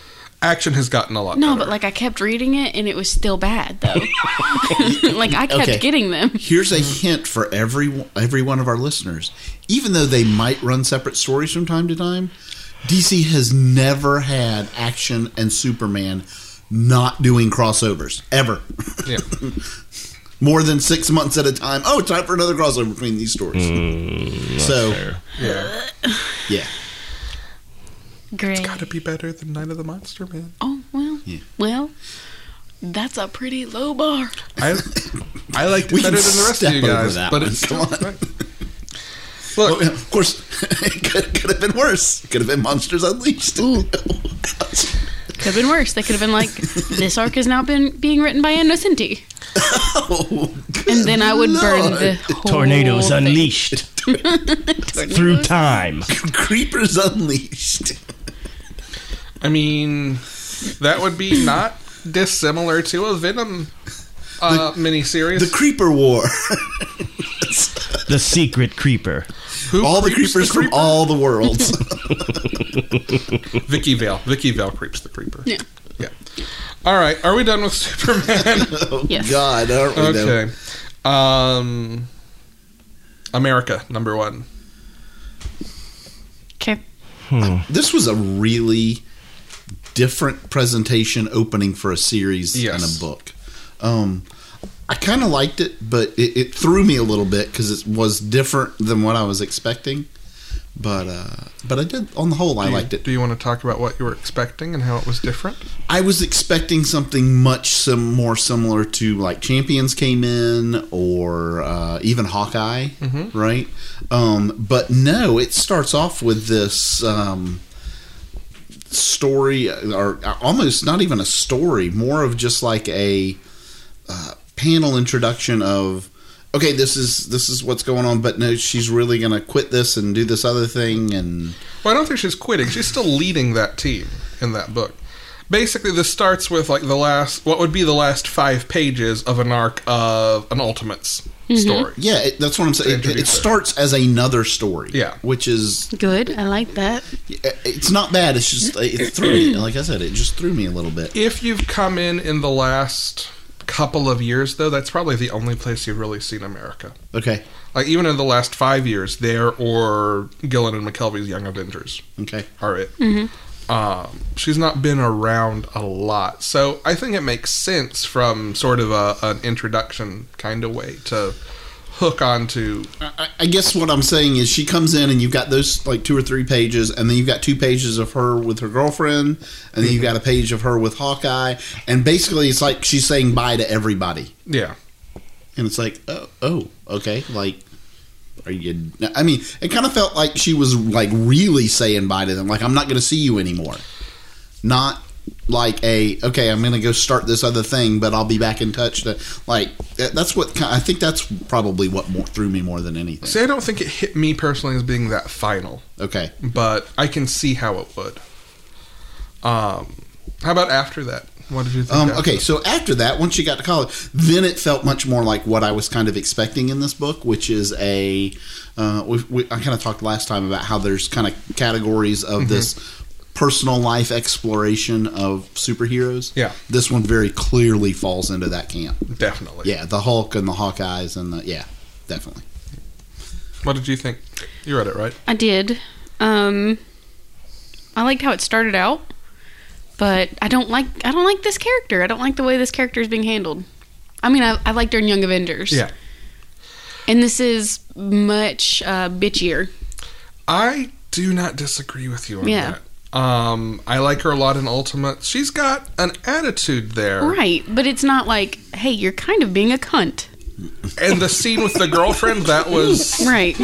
[SPEAKER 2] action has gotten a lot.
[SPEAKER 3] No,
[SPEAKER 2] better.
[SPEAKER 3] but like I kept reading it and it was still bad though. like I kept
[SPEAKER 4] Okay.
[SPEAKER 3] getting them.
[SPEAKER 4] Here's a hint for every every one of our listeners. Even though they might run separate stories from time to time, DC has never had action and Superman not doing crossovers ever.
[SPEAKER 2] Yeah.
[SPEAKER 4] More than six months at a time. Oh, time for another crossover between these stories. so,
[SPEAKER 5] Hmm, Fair.
[SPEAKER 2] yeah,
[SPEAKER 4] yeah,
[SPEAKER 3] Great.
[SPEAKER 2] gotta be better than Night of the Monster Man.
[SPEAKER 3] Oh well. Well, that's a pretty low bar.
[SPEAKER 2] I I liked
[SPEAKER 4] We
[SPEAKER 2] it better
[SPEAKER 4] can
[SPEAKER 2] than the rest
[SPEAKER 4] step
[SPEAKER 2] of you
[SPEAKER 4] over
[SPEAKER 2] guys,
[SPEAKER 4] that
[SPEAKER 2] but
[SPEAKER 4] one,
[SPEAKER 2] it's
[SPEAKER 4] come
[SPEAKER 2] still-
[SPEAKER 4] on.
[SPEAKER 2] Look,
[SPEAKER 4] Well, of course, it could, could have been worse. Could have been Monsters Unleashed.
[SPEAKER 3] Could have been worse. They could have been like, this arc has now been being written by Innocenti,
[SPEAKER 4] Oh,
[SPEAKER 3] and then I would burn the whole
[SPEAKER 5] Tornadoes
[SPEAKER 3] thing.
[SPEAKER 5] unleashed through time.
[SPEAKER 4] Creepers Unleashed.
[SPEAKER 2] I mean, that would be not dissimilar to a Venom uh, miniseries.
[SPEAKER 4] The Creeper War.
[SPEAKER 5] The secret creeper.
[SPEAKER 2] Who
[SPEAKER 4] all the
[SPEAKER 2] creeps
[SPEAKER 4] creepers from
[SPEAKER 2] creeper?
[SPEAKER 4] all the worlds.
[SPEAKER 2] Vicky Vale. Vicky Vale creeps the creeper.
[SPEAKER 3] Yeah.
[SPEAKER 2] Yeah. All right. Are we done with Superman?
[SPEAKER 4] oh,
[SPEAKER 3] Yes.
[SPEAKER 4] God, aren't we though?
[SPEAKER 2] okay. Um, America number one.
[SPEAKER 3] Okay.
[SPEAKER 4] This was a really different presentation opening for a series
[SPEAKER 2] Yes.
[SPEAKER 4] and a book. Um, I kind of liked it, but it, it threw me a little bit because it was different than what I was expecting. But uh, but I did on the whole I
[SPEAKER 2] Do you-
[SPEAKER 4] liked it.
[SPEAKER 2] Do you want to talk about what you were expecting and how it was different?
[SPEAKER 4] I was expecting something much some more similar to like Champions came in or uh, even Hawkeye,
[SPEAKER 2] Mm-hmm.
[SPEAKER 4] right? Um, but no, it starts off with this um, story, uh, or almost not even a story, more of just like a uh, panel introduction of okay, this is this is what's going on, but no, she's really going to quit this and do this other thing, and
[SPEAKER 2] Well, I don't think she's quitting. She's still leading that team in that book. Basically, this starts with like the last, what would be the last five pages of an arc of an Ultimates story.
[SPEAKER 4] yeah, it, that's what I'm saying. It, it
[SPEAKER 2] introduce her.
[SPEAKER 4] starts as another story,
[SPEAKER 2] Yeah.
[SPEAKER 4] which is
[SPEAKER 3] Good. I like that.
[SPEAKER 4] it's not bad. It's just it threw me. Like I said, it just threw me a little bit.
[SPEAKER 2] If you've come in in the last couple of years, though, that's probably the only place you've really seen America.
[SPEAKER 4] Okay,
[SPEAKER 2] Like even in the last five years, there or Gillen and McKelvey's Young Avengers
[SPEAKER 4] okay,
[SPEAKER 2] are it.
[SPEAKER 3] Mm-hmm.
[SPEAKER 2] Um, she's not been around a lot, so I think it makes sense from sort of a, an introduction kind of way to hook onto.
[SPEAKER 4] I, I- I guess what I'm saying is she comes in and you've got those like two or three pages, and then you've got two pages of her with her girlfriend, and then you've got a page of her with Hawkeye, and basically it's like she's saying bye to everybody,
[SPEAKER 2] Yeah,
[SPEAKER 4] and it's like oh oh okay like. Are you? I mean, it kind of felt like she was like really saying bye to them. Like, I'm not going to see you anymore. not like a okay i'm gonna go start this other thing but i'll be back in touch to like that- that's what ki- i think that's probably what more threw me more than anything
[SPEAKER 2] see, I don't think it hit me personally as being that final,
[SPEAKER 4] okay
[SPEAKER 2] but I can see how it would. Um, how about after that? What did you think?
[SPEAKER 4] Um,
[SPEAKER 2] after
[SPEAKER 4] okay,
[SPEAKER 2] that?
[SPEAKER 4] so after that, once you got to college, then it felt much more like what I was kind of expecting in this book, which is a. Uh, we, we, I kind of talked last time about how there's kind of categories of
[SPEAKER 2] Mm-hmm.
[SPEAKER 4] this personal life exploration of superheroes.
[SPEAKER 2] Yeah.
[SPEAKER 4] This one very clearly falls into that camp.
[SPEAKER 2] definitely.
[SPEAKER 4] Yeah, the Hulk and the Hawkeyes and the. Yeah, definitely.
[SPEAKER 2] What did you think? You read it, right?
[SPEAKER 3] I did. Um, I liked how it started out, but I don't like I don't like this character. I don't like the way this character is being handled. I mean, I, I liked her in Young Avengers. And this is much uh, bitchier.
[SPEAKER 2] I do not disagree with you on
[SPEAKER 3] Yeah.
[SPEAKER 2] that. Um, I like her a lot in Ultimate. She's got an attitude there.
[SPEAKER 3] Right. But it's not like, hey, you're kind of being a cunt.
[SPEAKER 2] And the scene with the girlfriend, that was
[SPEAKER 3] Right.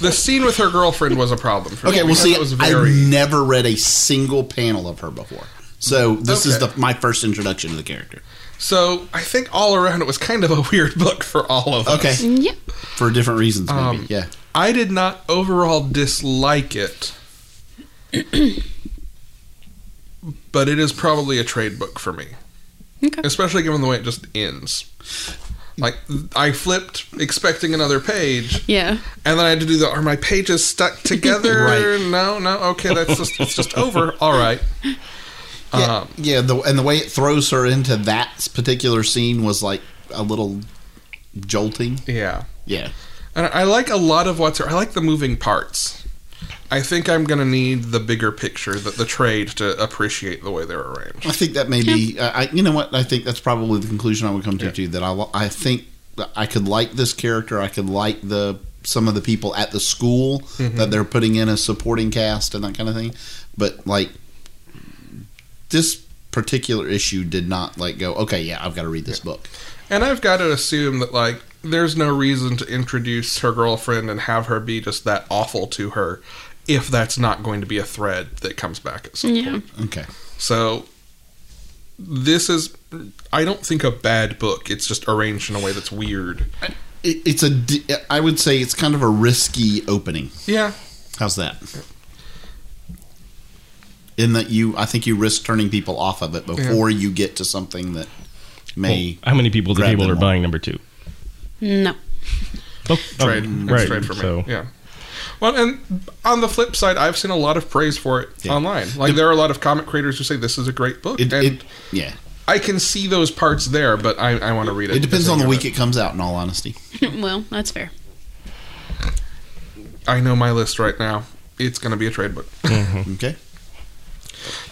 [SPEAKER 2] the scene with her girlfriend was a problem for me.
[SPEAKER 4] Okay, well,
[SPEAKER 2] because
[SPEAKER 4] see,
[SPEAKER 2] it was very
[SPEAKER 4] I've never read a single panel of her before. So this is
[SPEAKER 2] Okay.
[SPEAKER 4] the, my first introduction to the character.
[SPEAKER 2] so. I think all around it was kind of a weird book for all of us.
[SPEAKER 4] Okay,
[SPEAKER 3] yep.
[SPEAKER 4] for different reasons, maybe.
[SPEAKER 2] Um,
[SPEAKER 4] yeah.
[SPEAKER 2] I did not overall dislike it, but it is probably a trade book for me,
[SPEAKER 3] Okay.
[SPEAKER 2] especially given the way it just ends. Like I flipped expecting another page,
[SPEAKER 3] Yeah.
[SPEAKER 2] and then I had to do the are my pages stuck together?
[SPEAKER 4] Right.
[SPEAKER 2] No, no. Okay, that's just it's just over. All right.
[SPEAKER 4] Yeah,
[SPEAKER 2] Um,
[SPEAKER 4] yeah the, and the way it throws her into that particular scene was like a little jolting.
[SPEAKER 2] Yeah.
[SPEAKER 4] Yeah.
[SPEAKER 2] And I like a lot of what's I like the moving parts. I think I'm gonna need the bigger picture, the, the trade, to appreciate the way they're arranged.
[SPEAKER 4] I think that may be, I, I- you know what? I think that's probably the conclusion I would come to too. That I, li- I think that I could like this character. I could like the some of the people at the school that they're putting in as supporting cast and that kind of thing. But like this particular issue did not like go. Okay, yeah, I've got to read this book.
[SPEAKER 2] And I've got to assume that like there's no reason to introduce her girlfriend and have her be just that awful to her if that's not going to be a thread that comes back at some
[SPEAKER 3] Yeah.
[SPEAKER 2] point.
[SPEAKER 4] Okay.
[SPEAKER 2] So this is I don't think a bad book. It's just arranged in a way that's weird.
[SPEAKER 4] It, it's a. d- I would say it's kind of a risky opening.
[SPEAKER 2] Yeah.
[SPEAKER 4] How's that? In that you, I think you risk turning people off of it before you get to something that may.
[SPEAKER 5] How many people at the
[SPEAKER 4] Grab
[SPEAKER 5] table
[SPEAKER 4] them
[SPEAKER 5] are
[SPEAKER 4] all.
[SPEAKER 5] buying number two?
[SPEAKER 3] No.
[SPEAKER 5] Oh, oh,
[SPEAKER 2] trade. It's
[SPEAKER 5] right.
[SPEAKER 2] trade for me.
[SPEAKER 5] So
[SPEAKER 2] Yeah. Well, and on the flip side, I've seen a lot of praise for it online. Like there are a lot of comic creators who say this is a great book,
[SPEAKER 4] It,
[SPEAKER 2] and
[SPEAKER 4] it, yeah,
[SPEAKER 2] I can see those parts there, but I, I want to read it.
[SPEAKER 4] it depends
[SPEAKER 2] because I
[SPEAKER 4] on the
[SPEAKER 2] know
[SPEAKER 4] week
[SPEAKER 2] that-
[SPEAKER 4] it comes out. In all honesty,
[SPEAKER 3] well, that's fair.
[SPEAKER 2] I know my list right now. It's going to be a trade book. Hmm.
[SPEAKER 4] okay.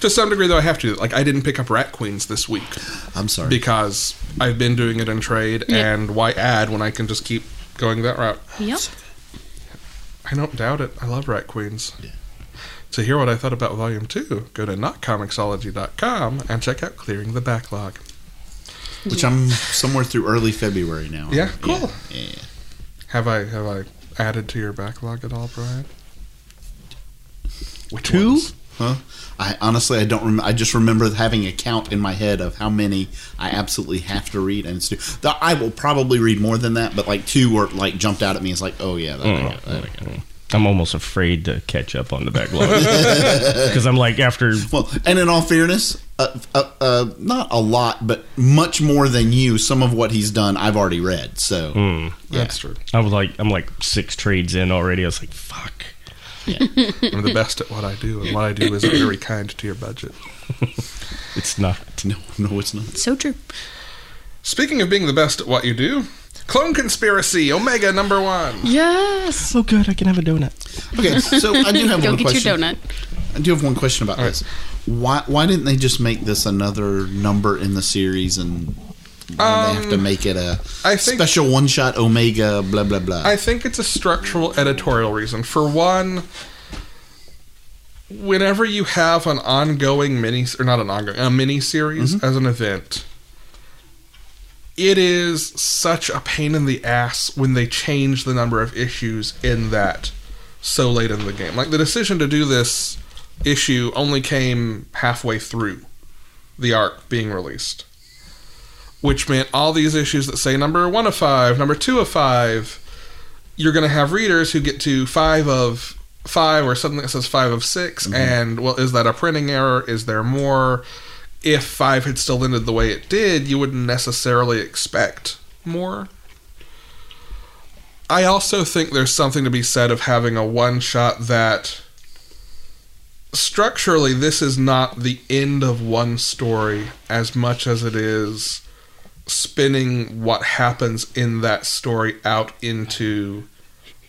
[SPEAKER 2] to some degree, though, I have to. Like I didn't pick up Rat Queens this week
[SPEAKER 4] I'm sorry.
[SPEAKER 2] because I've been doing it in trade,
[SPEAKER 3] Yeah.
[SPEAKER 2] and why add when I can just keep going that route?
[SPEAKER 3] Yep.
[SPEAKER 2] I don't doubt it. I love Rat Queens.
[SPEAKER 4] Yeah.
[SPEAKER 2] To hear what I thought about Volume 2, go to notcomicsology.com and check out Clearing the Backlog.
[SPEAKER 4] Which I'm somewhere through early February now.
[SPEAKER 2] Yeah, cool.
[SPEAKER 4] Yeah, yeah.
[SPEAKER 2] Have I have I added to your backlog at all, Brian? Which
[SPEAKER 5] Two?
[SPEAKER 2] ones?
[SPEAKER 4] Huh? I honestly, I don't. Rem- I just remember having a count in my head of how many I absolutely have to read, and it's two. The, I will probably read more than that, but like two were like jumped out at me. It's like, oh yeah, that
[SPEAKER 2] Hmm.
[SPEAKER 4] I got, that I got.
[SPEAKER 5] I'm almost afraid to catch up on the backlog because I'm like after
[SPEAKER 4] Well, and in all fairness, uh, uh, uh, not a lot, but much more than you. Some of what he's done, I've already read. So
[SPEAKER 2] That's true.
[SPEAKER 5] I was like I'm like six trades in already. I was like fuck.
[SPEAKER 2] I'm the best at what I do, and what I do is very kind to your budget.
[SPEAKER 5] It's not.
[SPEAKER 4] no, no, it's not.
[SPEAKER 3] So true.
[SPEAKER 2] Speaking of being the best at what you do, Clone Conspiracy, Omega number one.
[SPEAKER 3] Yes.
[SPEAKER 5] So good. I can have a donut.
[SPEAKER 4] Okay, so I do have
[SPEAKER 3] Go
[SPEAKER 4] one
[SPEAKER 3] get
[SPEAKER 4] question.
[SPEAKER 3] your donut.
[SPEAKER 4] I do have one question about this. Why why didn't they just make this another number in the series and why they have to make it a
[SPEAKER 2] Um, I think-
[SPEAKER 4] special one shot Omega blah blah blah?
[SPEAKER 2] I think it's a structural editorial reason. For one, whenever you have an ongoing mini or not an ongoing a mini series as an event, it is such a pain in the ass when they change the number of issues in that so late in the game. Like the decision to do this issue only came halfway through the arc being released. Which meant all these issues that say number one of five, number two of five, you're going to have readers who get to five of five or something that says five of 6 and well is that a printing error is there more if five had still ended the way it did, you wouldn't necessarily expect more. I also think there's something to be said of having a one shot that structurally this is not the end of one story as much as it is spinning what happens in that story out into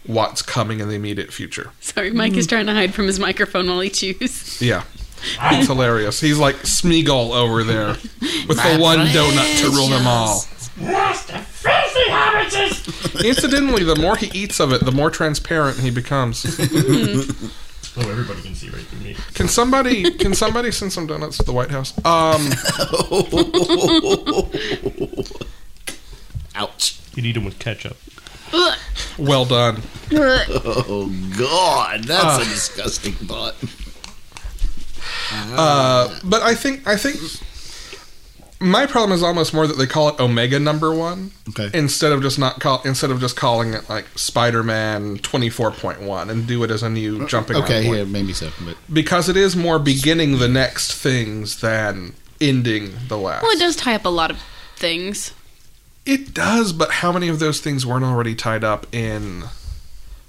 [SPEAKER 2] what's coming in the immediate future.
[SPEAKER 3] Sorry, Mike is trying to hide from his microphone while he chews.
[SPEAKER 2] Yeah. It's hilarious. He's like Smeagol over there with the one donut to rule them all. Incidentally, the more he eats of it, the more transparent he becomes.
[SPEAKER 5] Oh, everybody can see right through me.
[SPEAKER 2] Can somebody can somebody send some donuts to the White House? Um
[SPEAKER 4] Ouch.
[SPEAKER 5] You need them with ketchup.
[SPEAKER 3] Ugh.
[SPEAKER 2] well done.
[SPEAKER 3] Ugh.
[SPEAKER 4] Oh, God. That's
[SPEAKER 2] Ah.
[SPEAKER 4] a disgusting thought.
[SPEAKER 2] Uh, but I think I think my problem is almost more that they call it Omega Number One
[SPEAKER 4] Okay.
[SPEAKER 2] instead of just not call instead of just calling it like Spider Man twenty four point one and do it as a new jumping on
[SPEAKER 4] Uh, okay,
[SPEAKER 2] point.
[SPEAKER 4] yeah, maybe so. But
[SPEAKER 2] because it is more beginning the next things than ending the last.
[SPEAKER 3] Well, it does tie up a lot of things.
[SPEAKER 2] It does, but how many of those things weren't already tied up in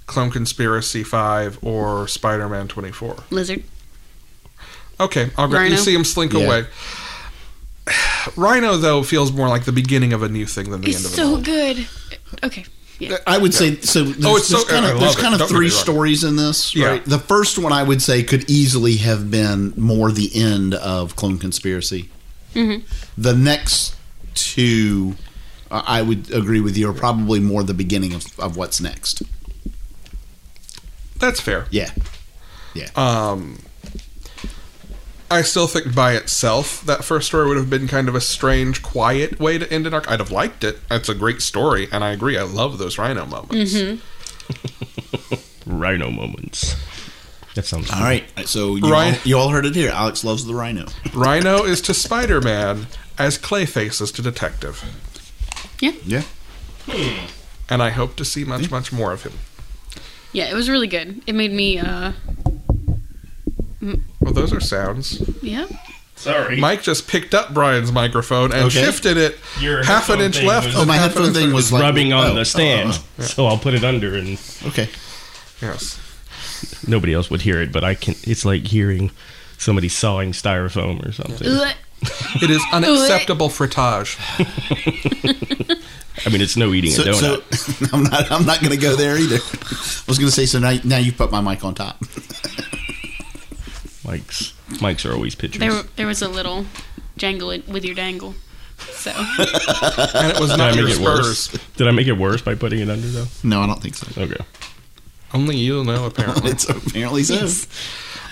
[SPEAKER 2] Clone Conspiracy five or Spider Man twenty four?
[SPEAKER 3] Lizard.
[SPEAKER 2] Okay, I'll grant you
[SPEAKER 3] Rhino?
[SPEAKER 2] see him slink
[SPEAKER 4] Yeah.
[SPEAKER 2] away. Rhino though feels more like the beginning of a new thing than the
[SPEAKER 3] It's
[SPEAKER 2] end of an
[SPEAKER 3] so
[SPEAKER 2] old.
[SPEAKER 3] good. Okay. Yeah.
[SPEAKER 4] I would say so. There's,
[SPEAKER 2] Oh, it's so-
[SPEAKER 4] there's kind
[SPEAKER 2] I
[SPEAKER 4] of
[SPEAKER 2] love
[SPEAKER 4] there's
[SPEAKER 2] it.
[SPEAKER 4] kind
[SPEAKER 2] Don't
[SPEAKER 4] of
[SPEAKER 2] get me
[SPEAKER 4] three
[SPEAKER 2] wrong.
[SPEAKER 4] stories in this.
[SPEAKER 2] Yeah.
[SPEAKER 4] Right. The first one I would say could easily have been more the end of Clone Conspiracy. The next two, uh, I would agree with you, are probably more the beginning of, of what's next.
[SPEAKER 2] That's fair.
[SPEAKER 4] Yeah.
[SPEAKER 2] Um, I still think by itself that first story would have been kind of a strange, quiet way to end an arc. I'd have liked it. It's a great story, and I agree. I love those Rhino
[SPEAKER 3] Mm-hmm.
[SPEAKER 2] moments.
[SPEAKER 5] Rhino moments. That sounds
[SPEAKER 4] All right. So you,
[SPEAKER 2] Ryan-
[SPEAKER 4] all, you all heard it here. Alex loves the rhino.
[SPEAKER 2] Rhino is to Spider-Man as Clayface is to Detective,
[SPEAKER 4] Yeah.
[SPEAKER 2] and I hope to see much, much more of him.
[SPEAKER 3] Yeah, it was really good. It made me, uh,
[SPEAKER 2] Well, those are sounds.
[SPEAKER 3] yeah.
[SPEAKER 5] Sorry.
[SPEAKER 2] Mike just picked up Brian's microphone and
[SPEAKER 4] Okay.
[SPEAKER 2] shifted it
[SPEAKER 5] Your
[SPEAKER 2] half an
[SPEAKER 5] headphone
[SPEAKER 2] inch
[SPEAKER 5] thing
[SPEAKER 2] left.
[SPEAKER 5] was-
[SPEAKER 4] Oh,
[SPEAKER 2] and
[SPEAKER 4] my
[SPEAKER 2] half an
[SPEAKER 4] headphone
[SPEAKER 2] inch
[SPEAKER 4] thing
[SPEAKER 2] right.
[SPEAKER 4] was like,
[SPEAKER 5] rubbing on
[SPEAKER 4] oh,
[SPEAKER 5] the stand, so I'll put it under, and
[SPEAKER 4] oh, okay.
[SPEAKER 2] Yes.
[SPEAKER 5] nobody else would hear it. But I can. It's like hearing somebody sawing styrofoam or something.
[SPEAKER 3] Ugh.
[SPEAKER 2] It is unacceptable frittage.
[SPEAKER 5] I mean, it's no eating a
[SPEAKER 4] So,
[SPEAKER 5] donut.
[SPEAKER 4] so I'm not. I'm not going to go there either. I was going to say. So now, now you put my mic on top.
[SPEAKER 5] Mike's mics are always pictures.
[SPEAKER 3] There, there was a little jangle in- with your dangle. So,
[SPEAKER 2] And it was
[SPEAKER 5] Did I
[SPEAKER 2] not your
[SPEAKER 5] make it
[SPEAKER 2] Spurs.
[SPEAKER 5] worse? Did I make it worse by putting it under though?
[SPEAKER 4] No, I don't think so.
[SPEAKER 5] Okay.
[SPEAKER 2] Only you know, apparently.
[SPEAKER 4] It's apparently so.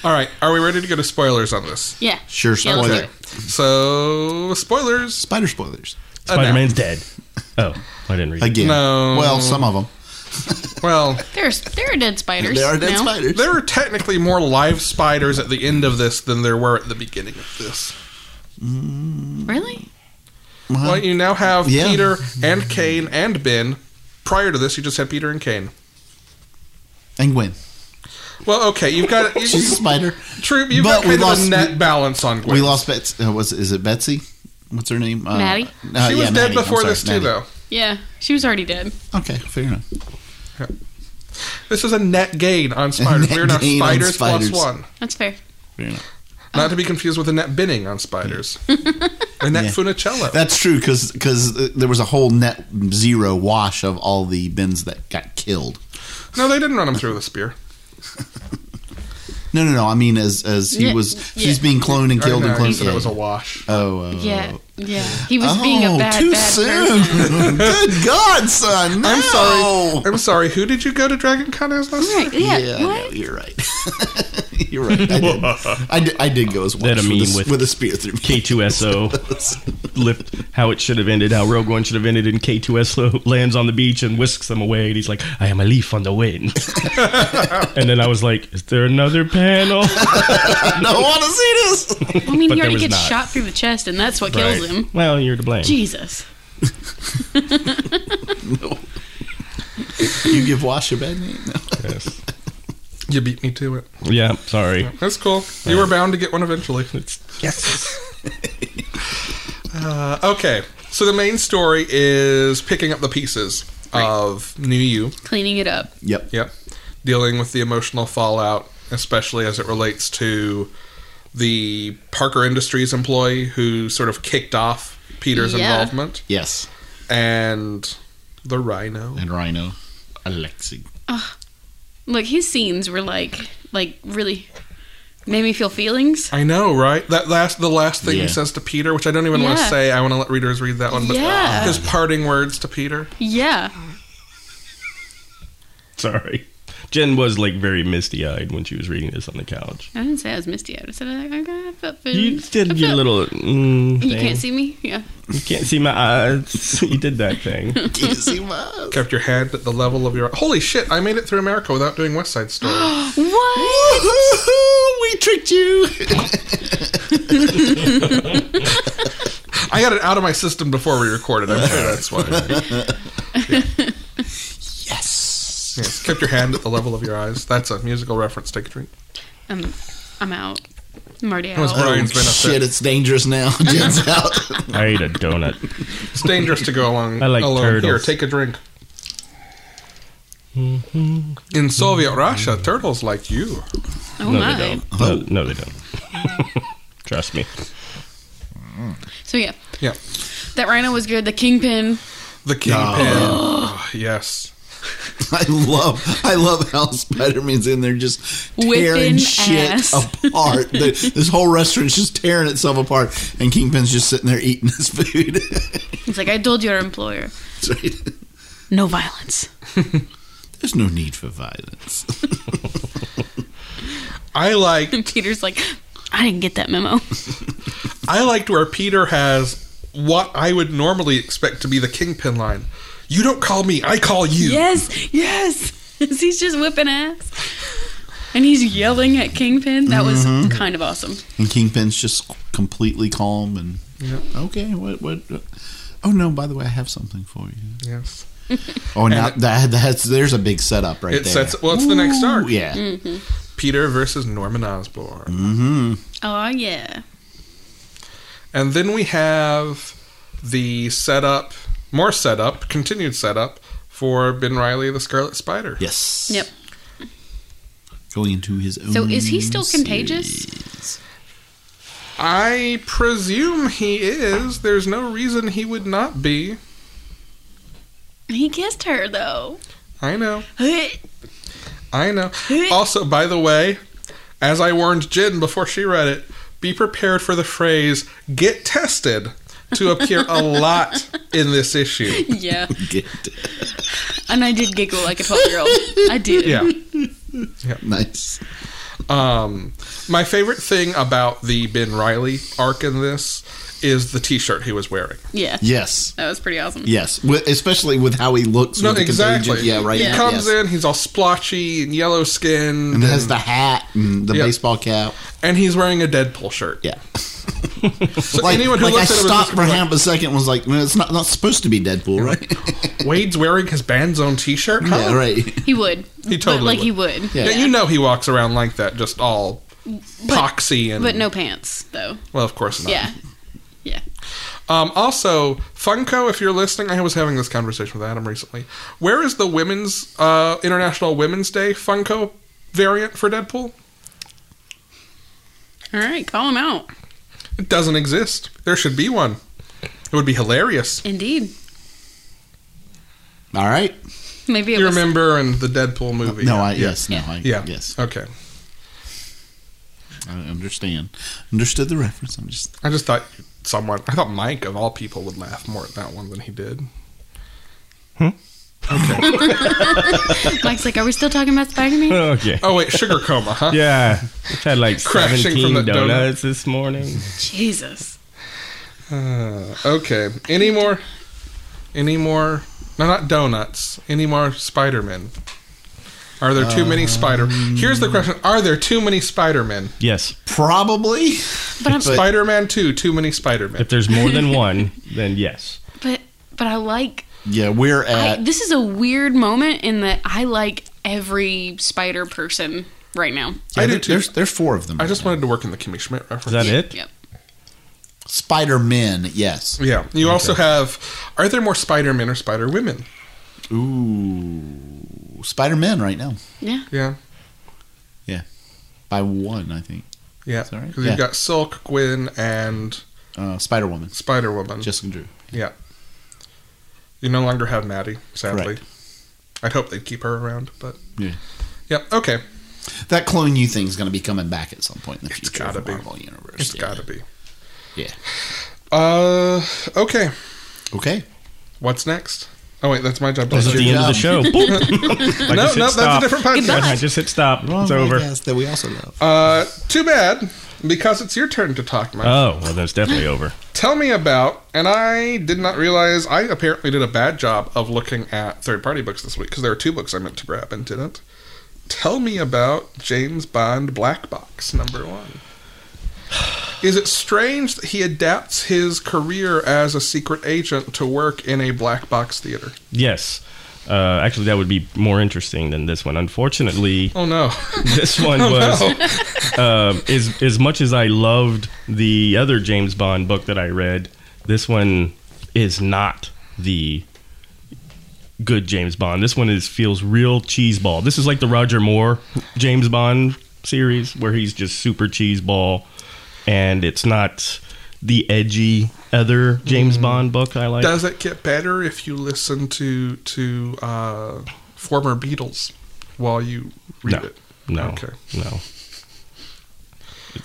[SPEAKER 2] All right, are we ready to go to spoilers on this?
[SPEAKER 3] yeah.
[SPEAKER 4] Sure,
[SPEAKER 3] Yeah, let's do
[SPEAKER 4] spoiler.
[SPEAKER 3] it.
[SPEAKER 2] So, spoilers.
[SPEAKER 4] Spider spoilers
[SPEAKER 5] Spider Man's dead. Oh, I didn't read. it.
[SPEAKER 4] again.
[SPEAKER 2] No.
[SPEAKER 4] Well, some of them.
[SPEAKER 2] Well,
[SPEAKER 3] There's, there are dead spiders.
[SPEAKER 4] There are dead
[SPEAKER 3] now.
[SPEAKER 4] spiders.
[SPEAKER 2] there are technically more live spiders at the end of this than there were at the beginning of this.
[SPEAKER 3] Really?
[SPEAKER 2] Well, you now have
[SPEAKER 4] Yeah.
[SPEAKER 2] Peter and Kane and Ben. Prior to this, you just had Peter and Kane.
[SPEAKER 4] and Gwen.
[SPEAKER 2] Well, okay, you've got you,
[SPEAKER 4] She's a spider.
[SPEAKER 2] true. You've
[SPEAKER 4] But
[SPEAKER 2] got kind
[SPEAKER 4] we
[SPEAKER 2] of a
[SPEAKER 4] lost-
[SPEAKER 2] net balance on Gwen.
[SPEAKER 4] We lost Betsy. Uh, was is it Betsy? What's her name? Uh,
[SPEAKER 3] Maddie.
[SPEAKER 4] uh,
[SPEAKER 2] she was
[SPEAKER 4] yeah,
[SPEAKER 2] dead
[SPEAKER 4] Maddie. I'm
[SPEAKER 2] before
[SPEAKER 4] sorry,
[SPEAKER 2] this too,
[SPEAKER 4] Maddie.
[SPEAKER 2] though.
[SPEAKER 3] Yeah. She was already dead.
[SPEAKER 4] Okay, fair enough.
[SPEAKER 2] This is a net gain on spiders.
[SPEAKER 4] net
[SPEAKER 2] We're now
[SPEAKER 4] gain on
[SPEAKER 2] spiders, plus
[SPEAKER 4] spiders.
[SPEAKER 2] one,
[SPEAKER 3] That's fair.
[SPEAKER 4] Fair enough.
[SPEAKER 2] not to be confused with a net binning on spiders. a net
[SPEAKER 4] Yeah.
[SPEAKER 2] funicello.
[SPEAKER 4] That's true because there was a whole net zero wash of all the bins that got killed.
[SPEAKER 2] no, they didn't run him through with a spear.
[SPEAKER 4] No, no, no. I mean, as as he
[SPEAKER 3] Yeah,
[SPEAKER 4] was,
[SPEAKER 3] yeah.
[SPEAKER 4] he's being cloned and
[SPEAKER 2] I
[SPEAKER 4] killed
[SPEAKER 2] know,
[SPEAKER 4] and
[SPEAKER 2] you
[SPEAKER 4] cloned.
[SPEAKER 2] said it was a wash.
[SPEAKER 4] oh, uh,
[SPEAKER 3] Yeah. Yeah. He was
[SPEAKER 4] oh,
[SPEAKER 3] being a bad,
[SPEAKER 4] too
[SPEAKER 3] bad person.
[SPEAKER 4] soon. Good God, son!
[SPEAKER 2] I'm
[SPEAKER 4] no.
[SPEAKER 2] sorry. I'm sorry. Who did you go to Dragon Con as last?
[SPEAKER 3] Right. Yeah.
[SPEAKER 4] Yeah, I know,
[SPEAKER 3] what?
[SPEAKER 4] you're right. you're right. I did, I did, I did go as well.
[SPEAKER 5] That a
[SPEAKER 4] with,
[SPEAKER 5] meme
[SPEAKER 4] a s-
[SPEAKER 5] with-
[SPEAKER 4] with a spear through me.
[SPEAKER 5] K2SO lift how it should have ended, how Rogue One should have ended, and K2SO lands on the beach and whisks them away, and he's like, "I am a leaf on the wind." and then I was like, "Is there another panel?"
[SPEAKER 4] I don't want to see this.
[SPEAKER 3] I mean, he
[SPEAKER 5] But there
[SPEAKER 3] already
[SPEAKER 5] was
[SPEAKER 3] gets
[SPEAKER 5] not.
[SPEAKER 3] shot through the chest, and that's what kills him.
[SPEAKER 5] Well, you're to blame.
[SPEAKER 3] Jesus.
[SPEAKER 4] you give Wash a bad name. No.
[SPEAKER 5] Yes.
[SPEAKER 2] You beat me to it.
[SPEAKER 5] Yeah, sorry.
[SPEAKER 2] That's cool. You were bound to get one eventually.
[SPEAKER 5] It's, yes.
[SPEAKER 2] Uh, okay, so the main story is picking up the pieces of New You.
[SPEAKER 3] Cleaning it up.
[SPEAKER 4] Yep.
[SPEAKER 2] Yep. Dealing with the emotional fallout, especially as it relates to the Parker Industries employee who sort of kicked off Peter's
[SPEAKER 3] Yeah.
[SPEAKER 2] involvement
[SPEAKER 4] Yes.
[SPEAKER 2] and the rhino.
[SPEAKER 4] And Rhino, Alexi.
[SPEAKER 3] Look, his scenes were like, like really made me feel feelings.
[SPEAKER 2] I know, right? That last the last thing
[SPEAKER 4] Yeah.
[SPEAKER 2] he says to Peter, which I don't even want to
[SPEAKER 3] Yeah.
[SPEAKER 2] say. I want to let readers read that one, but
[SPEAKER 3] Yeah.
[SPEAKER 2] his parting words to Peter.
[SPEAKER 3] Yeah.
[SPEAKER 5] Sorry. Jen was like very misty eyed when she was reading this on the couch.
[SPEAKER 3] I didn't say I was misty eyed. I said, I, I got- I felt
[SPEAKER 5] You
[SPEAKER 3] feelings. Mm, I
[SPEAKER 5] did your
[SPEAKER 3] felt-
[SPEAKER 5] little. Mm,
[SPEAKER 3] You
[SPEAKER 5] thing.
[SPEAKER 3] can't see me? Yeah.
[SPEAKER 5] You can't see my eyes. you did that thing.
[SPEAKER 4] Easy was.
[SPEAKER 2] Kept your hand at the level of your. Holy shit! I made it through America without doing West Side Story.
[SPEAKER 3] What?
[SPEAKER 4] Woohoo! We tricked you.
[SPEAKER 2] I got it out of my system before we recorded. I'm sure that's why.
[SPEAKER 4] yes.
[SPEAKER 2] Yes, kept your hand at the level of your eyes. That's a musical reference. Take a drink.
[SPEAKER 3] I'm, I'm out. I'm already
[SPEAKER 2] was
[SPEAKER 3] out.
[SPEAKER 2] right. Brian's been upset.
[SPEAKER 4] Shit, it's dangerous now. Jen's out.
[SPEAKER 5] I ate a donut.
[SPEAKER 2] It's dangerous to go along
[SPEAKER 5] I like
[SPEAKER 2] alone. Here,
[SPEAKER 5] turtles.
[SPEAKER 2] take a drink.
[SPEAKER 5] Mm-hmm.
[SPEAKER 2] In Soviet Russia, turtles like you.
[SPEAKER 3] Oh
[SPEAKER 5] No,
[SPEAKER 3] my.
[SPEAKER 5] they don't. No, no, they don't. Trust me.
[SPEAKER 3] So yeah,
[SPEAKER 2] Yeah,
[SPEAKER 3] that rhino was good. The kingpin.
[SPEAKER 2] the kingpin. Oh, yes,
[SPEAKER 4] I love, I love how Spider Man's in there just tearing
[SPEAKER 3] Whipping
[SPEAKER 4] shit
[SPEAKER 3] ass.
[SPEAKER 4] apart. The- this whole restaurant's just tearing itself apart, and Kingpin's just sitting there eating his food.
[SPEAKER 3] He's like, I told your employer,
[SPEAKER 4] That's right.
[SPEAKER 3] no violence.
[SPEAKER 4] There's no need for violence.
[SPEAKER 2] I like.
[SPEAKER 3] And Peter's like, I didn't get that memo.
[SPEAKER 2] I liked where Peter has what I would normally expect to be the kingpin line. You don't call me. I call you.
[SPEAKER 3] yes, yes. he's just whipping ass, and he's yelling at Kingpin. That was
[SPEAKER 2] Mm-hmm.
[SPEAKER 3] kind of awesome.
[SPEAKER 4] And Kingpin's just completely calm and okay. What? What? Oh no! By the way, I have something for you.
[SPEAKER 2] Yes.
[SPEAKER 4] Oh, now that that's there's a big setup right
[SPEAKER 2] It
[SPEAKER 4] there.
[SPEAKER 2] sets. Well, it's the next
[SPEAKER 4] Ooh,
[SPEAKER 2] arc.
[SPEAKER 4] yeah.
[SPEAKER 3] Mm.
[SPEAKER 2] Peter versus Norman Osborn.
[SPEAKER 4] Mm. Mm-hmm.
[SPEAKER 3] Oh yeah.
[SPEAKER 2] And then we have the setup, more setup, continued setup for Ben Riley the Scarlet Spider.
[SPEAKER 4] Yes.
[SPEAKER 3] Yep.
[SPEAKER 4] Going into his own.
[SPEAKER 3] So is he
[SPEAKER 2] Mm,
[SPEAKER 3] still contagious?
[SPEAKER 4] series.
[SPEAKER 2] I presume he is. There's no reason he would not be.
[SPEAKER 3] He kissed her though.
[SPEAKER 2] I know.
[SPEAKER 3] That's
[SPEAKER 2] I know. Also, by the way, as I warned Jen before she read it, be prepared for the phrase get tested to appear a lot in this issue.
[SPEAKER 3] yeah.
[SPEAKER 4] Good.
[SPEAKER 3] And I did giggle like a twelve year old. I did.
[SPEAKER 2] Yeah.
[SPEAKER 4] Nice.
[SPEAKER 2] Um, my favorite thing about the Ben Riley arc in this is the t shirt he was wearing.
[SPEAKER 3] Yeah.
[SPEAKER 4] Yes.
[SPEAKER 3] That was pretty awesome.
[SPEAKER 4] Yes. Wi- especially with how he looks.
[SPEAKER 2] No,
[SPEAKER 4] with the
[SPEAKER 2] exactly.
[SPEAKER 4] contagion. Yeah. Right.
[SPEAKER 2] He
[SPEAKER 4] Yeah.
[SPEAKER 2] comes
[SPEAKER 4] yes.
[SPEAKER 2] in, he's all splotchy and yellow skinned,
[SPEAKER 4] And
[SPEAKER 2] and,
[SPEAKER 4] has the hat and the
[SPEAKER 2] Yeah.
[SPEAKER 4] baseball cap.
[SPEAKER 2] and he's wearing a Deadpool shirt.
[SPEAKER 4] Yeah.
[SPEAKER 2] So
[SPEAKER 4] Like,
[SPEAKER 2] anyone who
[SPEAKER 4] like I
[SPEAKER 2] looks at him is
[SPEAKER 4] stopped
[SPEAKER 2] just
[SPEAKER 4] for
[SPEAKER 2] gonna be
[SPEAKER 4] half a second and was like, well, it's not, not supposed to be Deadpool, right?
[SPEAKER 2] like, Wade's wearing his band's own T-shirt. Huh?
[SPEAKER 4] yeah, right.
[SPEAKER 3] He would.
[SPEAKER 2] He totally
[SPEAKER 3] But, like
[SPEAKER 2] would.
[SPEAKER 3] he would.
[SPEAKER 4] Yeah.
[SPEAKER 2] Yeah, you know he walks around like that, just all poxy and
[SPEAKER 3] But no pants though.
[SPEAKER 2] Well, of course not.
[SPEAKER 3] Yeah. Yeah.
[SPEAKER 2] Um, also, Funko, if you're listening, I was having this conversation with Adam recently. Where is the women's uh, International Women's Day Funko variant for Deadpool?
[SPEAKER 3] All right, call him out.
[SPEAKER 2] It doesn't exist. There should be one. It would be hilarious.
[SPEAKER 3] Indeed.
[SPEAKER 4] All right.
[SPEAKER 3] Maybe it
[SPEAKER 2] You
[SPEAKER 3] was
[SPEAKER 2] remember in the Deadpool movie?
[SPEAKER 4] No, I, yes, no, I,
[SPEAKER 2] Yeah.
[SPEAKER 4] yes,
[SPEAKER 2] Okay.
[SPEAKER 4] I understand. Understood the reference. I'm just,
[SPEAKER 2] I just thought someone. I thought Mike of all people would laugh more at that one than he did.
[SPEAKER 3] Mike's like, are we still talking about Spider Man?
[SPEAKER 5] Okay.
[SPEAKER 2] Oh wait, sugar coma, huh?
[SPEAKER 5] Yeah. I've had like
[SPEAKER 2] Crashing from
[SPEAKER 5] 17
[SPEAKER 2] that donut.
[SPEAKER 5] donuts this morning.
[SPEAKER 3] Jesus.
[SPEAKER 2] Uh, okay. Any more? Any more? No, not donuts. Any more Spider Men? Are there too many Spider?
[SPEAKER 4] Um,
[SPEAKER 2] Here's the question: Are there too many Spider Men?
[SPEAKER 5] Yes.
[SPEAKER 4] probably.
[SPEAKER 3] But I'm but,
[SPEAKER 2] Spider Man Two. Too many Spider Men.
[SPEAKER 5] If there's more than one, then yes.
[SPEAKER 3] but I like
[SPEAKER 4] Yeah, we're
[SPEAKER 3] I,
[SPEAKER 4] at,
[SPEAKER 3] this is a weird moment in that I like every spider person right now.
[SPEAKER 2] I do
[SPEAKER 4] Yeah, there-
[SPEAKER 2] too.
[SPEAKER 4] there's, there's four of them.
[SPEAKER 2] I
[SPEAKER 4] right
[SPEAKER 2] just
[SPEAKER 4] now.
[SPEAKER 2] wanted to work in the Kimmy Schmidt reference.
[SPEAKER 5] Is that it?
[SPEAKER 3] Yep.
[SPEAKER 4] Spider Men, yes.
[SPEAKER 2] Yeah. You also have. Are there more Spider Men or Spider Women?
[SPEAKER 4] Ooh, Spider Men right now
[SPEAKER 3] Yeah.
[SPEAKER 2] Yeah.
[SPEAKER 4] by one, I think.
[SPEAKER 2] Yeah.
[SPEAKER 4] that right?
[SPEAKER 2] Because
[SPEAKER 4] Yeah.
[SPEAKER 2] you've got Silk, Gwen, and
[SPEAKER 4] Uh, Spider Woman,
[SPEAKER 2] Spider Woman.
[SPEAKER 4] Jessica Drew.
[SPEAKER 2] Yeah. You no longer have Maddie, sadly.
[SPEAKER 4] Correct.
[SPEAKER 2] I'd hope they'd keep her around, but.
[SPEAKER 4] Yeah.
[SPEAKER 2] Yep. Okay.
[SPEAKER 4] That clone you thing's going to be coming back at some point in the
[SPEAKER 2] It's
[SPEAKER 4] future.
[SPEAKER 2] gotta
[SPEAKER 4] of the
[SPEAKER 2] be.
[SPEAKER 4] Marvel universe.
[SPEAKER 2] it's
[SPEAKER 4] yeah.
[SPEAKER 2] gotta be.
[SPEAKER 4] Yeah.
[SPEAKER 2] Uh. Okay.
[SPEAKER 4] Okay.
[SPEAKER 2] What's next? Oh wait, that's my job.
[SPEAKER 5] That was at
[SPEAKER 4] That's
[SPEAKER 5] the
[SPEAKER 4] your
[SPEAKER 5] end of the
[SPEAKER 4] job.
[SPEAKER 5] show. Boop. I
[SPEAKER 2] no,
[SPEAKER 5] just
[SPEAKER 2] no, that's
[SPEAKER 5] hit
[SPEAKER 2] a
[SPEAKER 5] stop.
[SPEAKER 2] different podcast.
[SPEAKER 5] I just hit stop.
[SPEAKER 4] Wrong
[SPEAKER 5] It's over.
[SPEAKER 4] podcast that we also love.
[SPEAKER 2] Uh, too bad, because it's your turn to talk, Mike.
[SPEAKER 5] Oh, well, that's definitely over.
[SPEAKER 2] Tell me about, and I did not realize I apparently did a bad job of looking at third party books this week because there were two books I meant to grab and didn't. Tell me about James Bond Black Box number one. Is it strange that he adapts his career as a secret agent to work in a black box theater?
[SPEAKER 5] Yes. Uh, actually, that would be more interesting than this one. Unfortunately,
[SPEAKER 2] Oh no.
[SPEAKER 5] this one
[SPEAKER 2] Oh,
[SPEAKER 5] was
[SPEAKER 2] no.
[SPEAKER 5] um, as as much as I loved the other James Bond book that I read, this one is not the good James Bond. This one is feels real cheeseball. This is like the Roger Moore James Bond series where he's just super cheeseball, and it's not the edgy other James Bond book I like.
[SPEAKER 2] Does it get better if you listen to to uh, former Beatles while you read
[SPEAKER 5] No.
[SPEAKER 2] it?
[SPEAKER 5] No.
[SPEAKER 2] Okay.
[SPEAKER 5] No.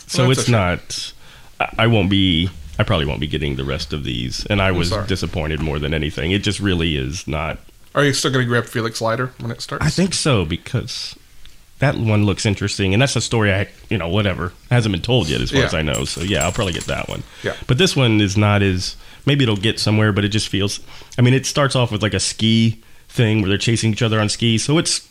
[SPEAKER 5] So
[SPEAKER 2] Well, that's
[SPEAKER 5] it's
[SPEAKER 2] okay.
[SPEAKER 5] not. I I won't be. I probably won't be getting the rest of these, and I was
[SPEAKER 2] sorry.
[SPEAKER 5] disappointed more than anything. It just really is not.
[SPEAKER 2] Are you still going to grab Felix Leiter when it starts?
[SPEAKER 5] I think so because that one looks interesting, and that's a story I, you know, whatever hasn't been told yet, as far
[SPEAKER 2] Yeah.
[SPEAKER 5] as I know. So yeah, I'll probably get that one.
[SPEAKER 2] Yeah.
[SPEAKER 5] But this one is not as. Maybe it'll get somewhere, but it just feels. I mean, it starts off with like a ski thing where they're chasing each other on skis, so it's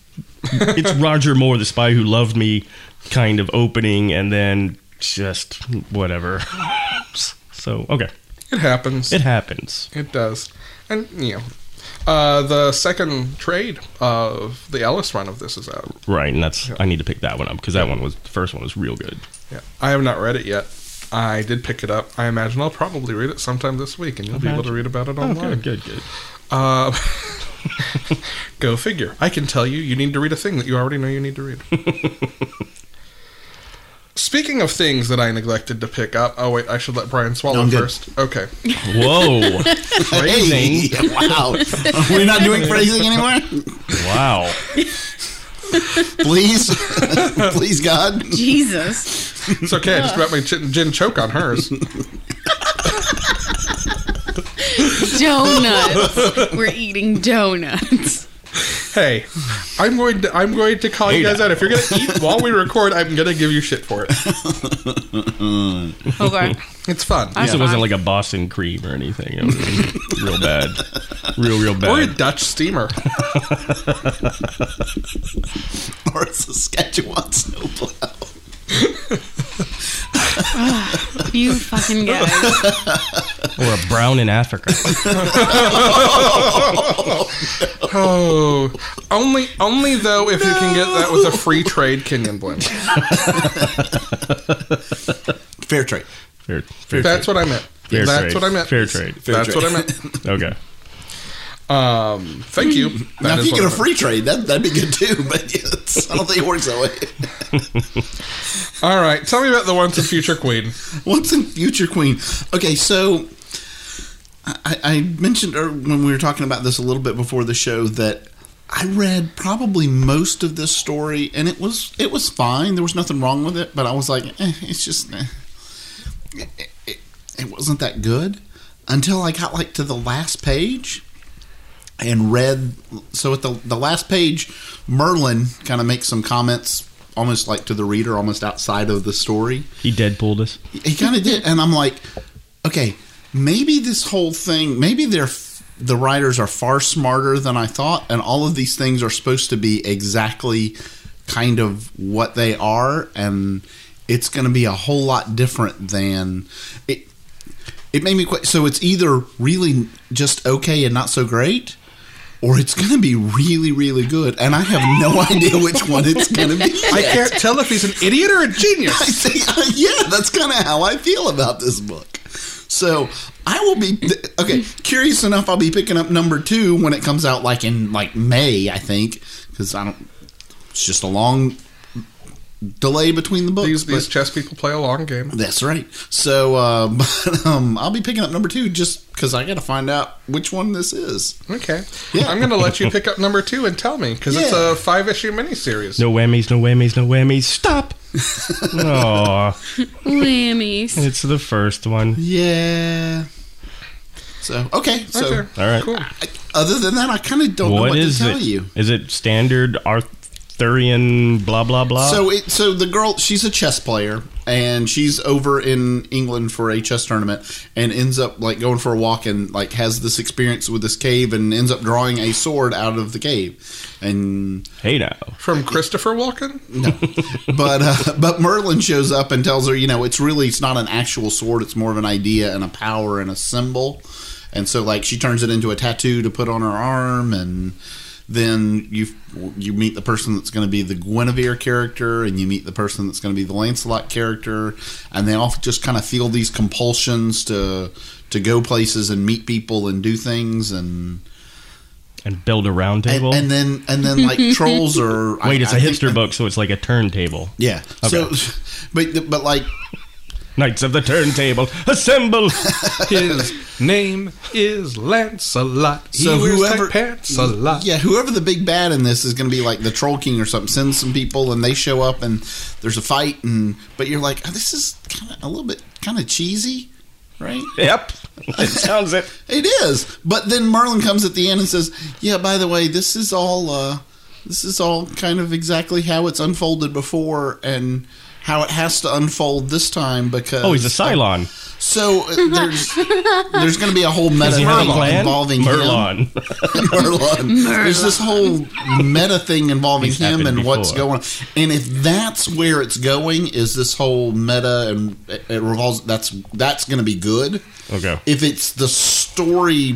[SPEAKER 5] it's Roger Moore, the spy who loved me, kind of opening, and then just whatever. so okay,
[SPEAKER 2] it happens. It,
[SPEAKER 5] it happens.
[SPEAKER 2] does. And you know, uh, the second trade of the Ellis run of this is out.
[SPEAKER 5] Right, and that's I need to pick that one up because that one was the first one was real good.
[SPEAKER 2] Yeah, I have not read it yet. I did pick it up. I imagine I'll probably read it sometime this week, and you'll be able to
[SPEAKER 5] Imagine.
[SPEAKER 2] read about it
[SPEAKER 5] Oh,
[SPEAKER 2] online.
[SPEAKER 5] good, good, good.
[SPEAKER 2] Uh, go figure. I can tell you, you need to read a thing that you already know you need to read. Speaking of things that I neglected to pick up, oh wait, I should let Brian swallow
[SPEAKER 4] I'm good.
[SPEAKER 2] first. Okay,
[SPEAKER 5] Whoa,
[SPEAKER 4] Hey,
[SPEAKER 5] phrasing!
[SPEAKER 4] wow. We're not doing phrasing anymore?
[SPEAKER 5] Wow.
[SPEAKER 4] Please. Please, God.
[SPEAKER 3] Jesus.
[SPEAKER 2] it's okay. I just about my gin, gin choke on hers.
[SPEAKER 3] Donuts. We're eating donuts.
[SPEAKER 2] hey, I'm going to I'm going to call you guys out. If you're gonna eat while we record, I'm gonna give you shit for it.
[SPEAKER 3] Okay.
[SPEAKER 2] It's fun.
[SPEAKER 3] I'm
[SPEAKER 5] So it
[SPEAKER 3] fine.
[SPEAKER 5] wasn't like a Boston cream or anything. It was real bad, real, real
[SPEAKER 2] Or a
[SPEAKER 5] bad.
[SPEAKER 2] Dutch steamer.
[SPEAKER 4] Or a Saskatchewan snowplow.
[SPEAKER 3] You fucking guys.
[SPEAKER 5] Or a brown in Africa.
[SPEAKER 2] Oh, only only though if you can get that with a free trade Kenyan blend.
[SPEAKER 4] Fair trade.
[SPEAKER 5] Fair, fair
[SPEAKER 2] That's
[SPEAKER 5] trade.
[SPEAKER 2] what I meant.
[SPEAKER 5] Fair
[SPEAKER 2] That's
[SPEAKER 5] trade.
[SPEAKER 2] what I meant.
[SPEAKER 5] Fair trade.
[SPEAKER 2] That's
[SPEAKER 4] trade.
[SPEAKER 2] what I meant.
[SPEAKER 5] Okay.
[SPEAKER 2] Um, thank you.
[SPEAKER 4] Now,
[SPEAKER 2] That is
[SPEAKER 4] if you
[SPEAKER 2] what
[SPEAKER 4] get
[SPEAKER 2] I
[SPEAKER 4] a
[SPEAKER 2] meant.
[SPEAKER 4] free trade, that, that'd be good too, but yes, I don't think it works that way.
[SPEAKER 2] All right, tell me about the once and future queen.
[SPEAKER 4] What's in Future Queen? Okay, so I, I mentioned er, when we were talking about this a little bit before the show that I read probably most of this story, and it was it was fine. There was nothing wrong with it, but I was like, eh, it's just eh. it, it, it wasn't that good until I got like to the last page and read. So at the the last page, Merlin kind of makes some comments. Almost like to the reader, almost outside of the story
[SPEAKER 5] He Deadpooled us.
[SPEAKER 4] he kind of did and i'm like okay maybe this whole thing maybe they're f- the writers are far smarter than i thought and all of these things are supposed to be exactly kind of what they are and it's going to be a whole lot different than it it made me quite so it's either really just okay and not so great or it's going to be really really good and i have no idea which one it's going to be
[SPEAKER 2] I can't tell if he's an idiot or a genius.
[SPEAKER 4] uh, I say, yeah, that's kind of how I feel about this book. So I will be okay. Curious enough, I'll be picking up number two when it comes out, like in like May, I think, because I don't. It's just a long delay between the books.
[SPEAKER 2] These, these
[SPEAKER 4] but-
[SPEAKER 2] chess people play a long game.
[SPEAKER 4] that's right. So, uh, but, um, I'll be picking up number two just because I got to find out which one this is.
[SPEAKER 2] Okay.
[SPEAKER 4] Yeah.
[SPEAKER 2] I'm going to let you pick up number two and tell me because it's
[SPEAKER 4] Yeah.
[SPEAKER 2] a five issue miniseries.
[SPEAKER 5] No whammies, no whammies, no whammies. Stop. Oh,
[SPEAKER 3] Whammies.
[SPEAKER 5] it's the first one.
[SPEAKER 4] Yeah. So okay. So
[SPEAKER 2] Okay.
[SPEAKER 5] All right.
[SPEAKER 2] Cool.
[SPEAKER 4] I, other than that, I kind of don't know
[SPEAKER 5] What
[SPEAKER 4] what
[SPEAKER 5] is
[SPEAKER 4] to tell
[SPEAKER 5] it?
[SPEAKER 4] you.
[SPEAKER 5] Is it standard Arthurian blah blah blah?
[SPEAKER 4] So it so the girl she's a chess player and she's over in England for a chess tournament and ends up like going for a walk and like has this experience with this cave and ends up drawing a sword out of the cave and
[SPEAKER 5] hey now.
[SPEAKER 2] From Christopher Walken?
[SPEAKER 4] but uh, but Merlin shows up and tells her you know it's really it's not an actual sword it's more of an idea and a power and a symbol and so like she turns it into a tattoo to put on her arm and then you you meet the person that's going to be the Guinevere character, and you meet the person that's going to be the Lancelot character, and they all just kind of feel these compulsions to to go places and meet people and do things, and
[SPEAKER 5] And build a round
[SPEAKER 4] and,
[SPEAKER 5] table.
[SPEAKER 4] and then and then like trolls are
[SPEAKER 5] Wait, it's
[SPEAKER 4] a
[SPEAKER 5] a hipster book, so it's like a turntable.
[SPEAKER 4] yeah. So, but but like
[SPEAKER 5] Knights of the Turntable, assemble!
[SPEAKER 2] His name is Lancelot. He
[SPEAKER 4] So
[SPEAKER 2] wears
[SPEAKER 4] whoever-
[SPEAKER 2] tight pants a lot.
[SPEAKER 4] Yeah, whoever the big bad in this is going to be like the troll king or something. Sends some people and they show up and there's a fight and but you're like, oh, this is kind of a little bit kind of cheesy, right?
[SPEAKER 5] yep, it sounds it.
[SPEAKER 4] It is. But then Merlin comes at the end and says, "Yeah, by the way, this is all uh this is all kind of exactly how it's unfolded before and how it has to unfold this time because
[SPEAKER 5] Oh, he's a Cylon.
[SPEAKER 4] So uh, there's there's going to be a whole meta
[SPEAKER 5] Does he have a
[SPEAKER 4] thing
[SPEAKER 5] plan?
[SPEAKER 4] involving him.
[SPEAKER 5] Merlon.
[SPEAKER 4] Merlin. There's this whole meta thing involving
[SPEAKER 5] These
[SPEAKER 4] him
[SPEAKER 5] happened
[SPEAKER 4] and what's
[SPEAKER 5] before.
[SPEAKER 4] going on. And if that's where it's going, is this whole meta and it it revolves that's that's going to be good.
[SPEAKER 5] Okay.
[SPEAKER 4] If it's the story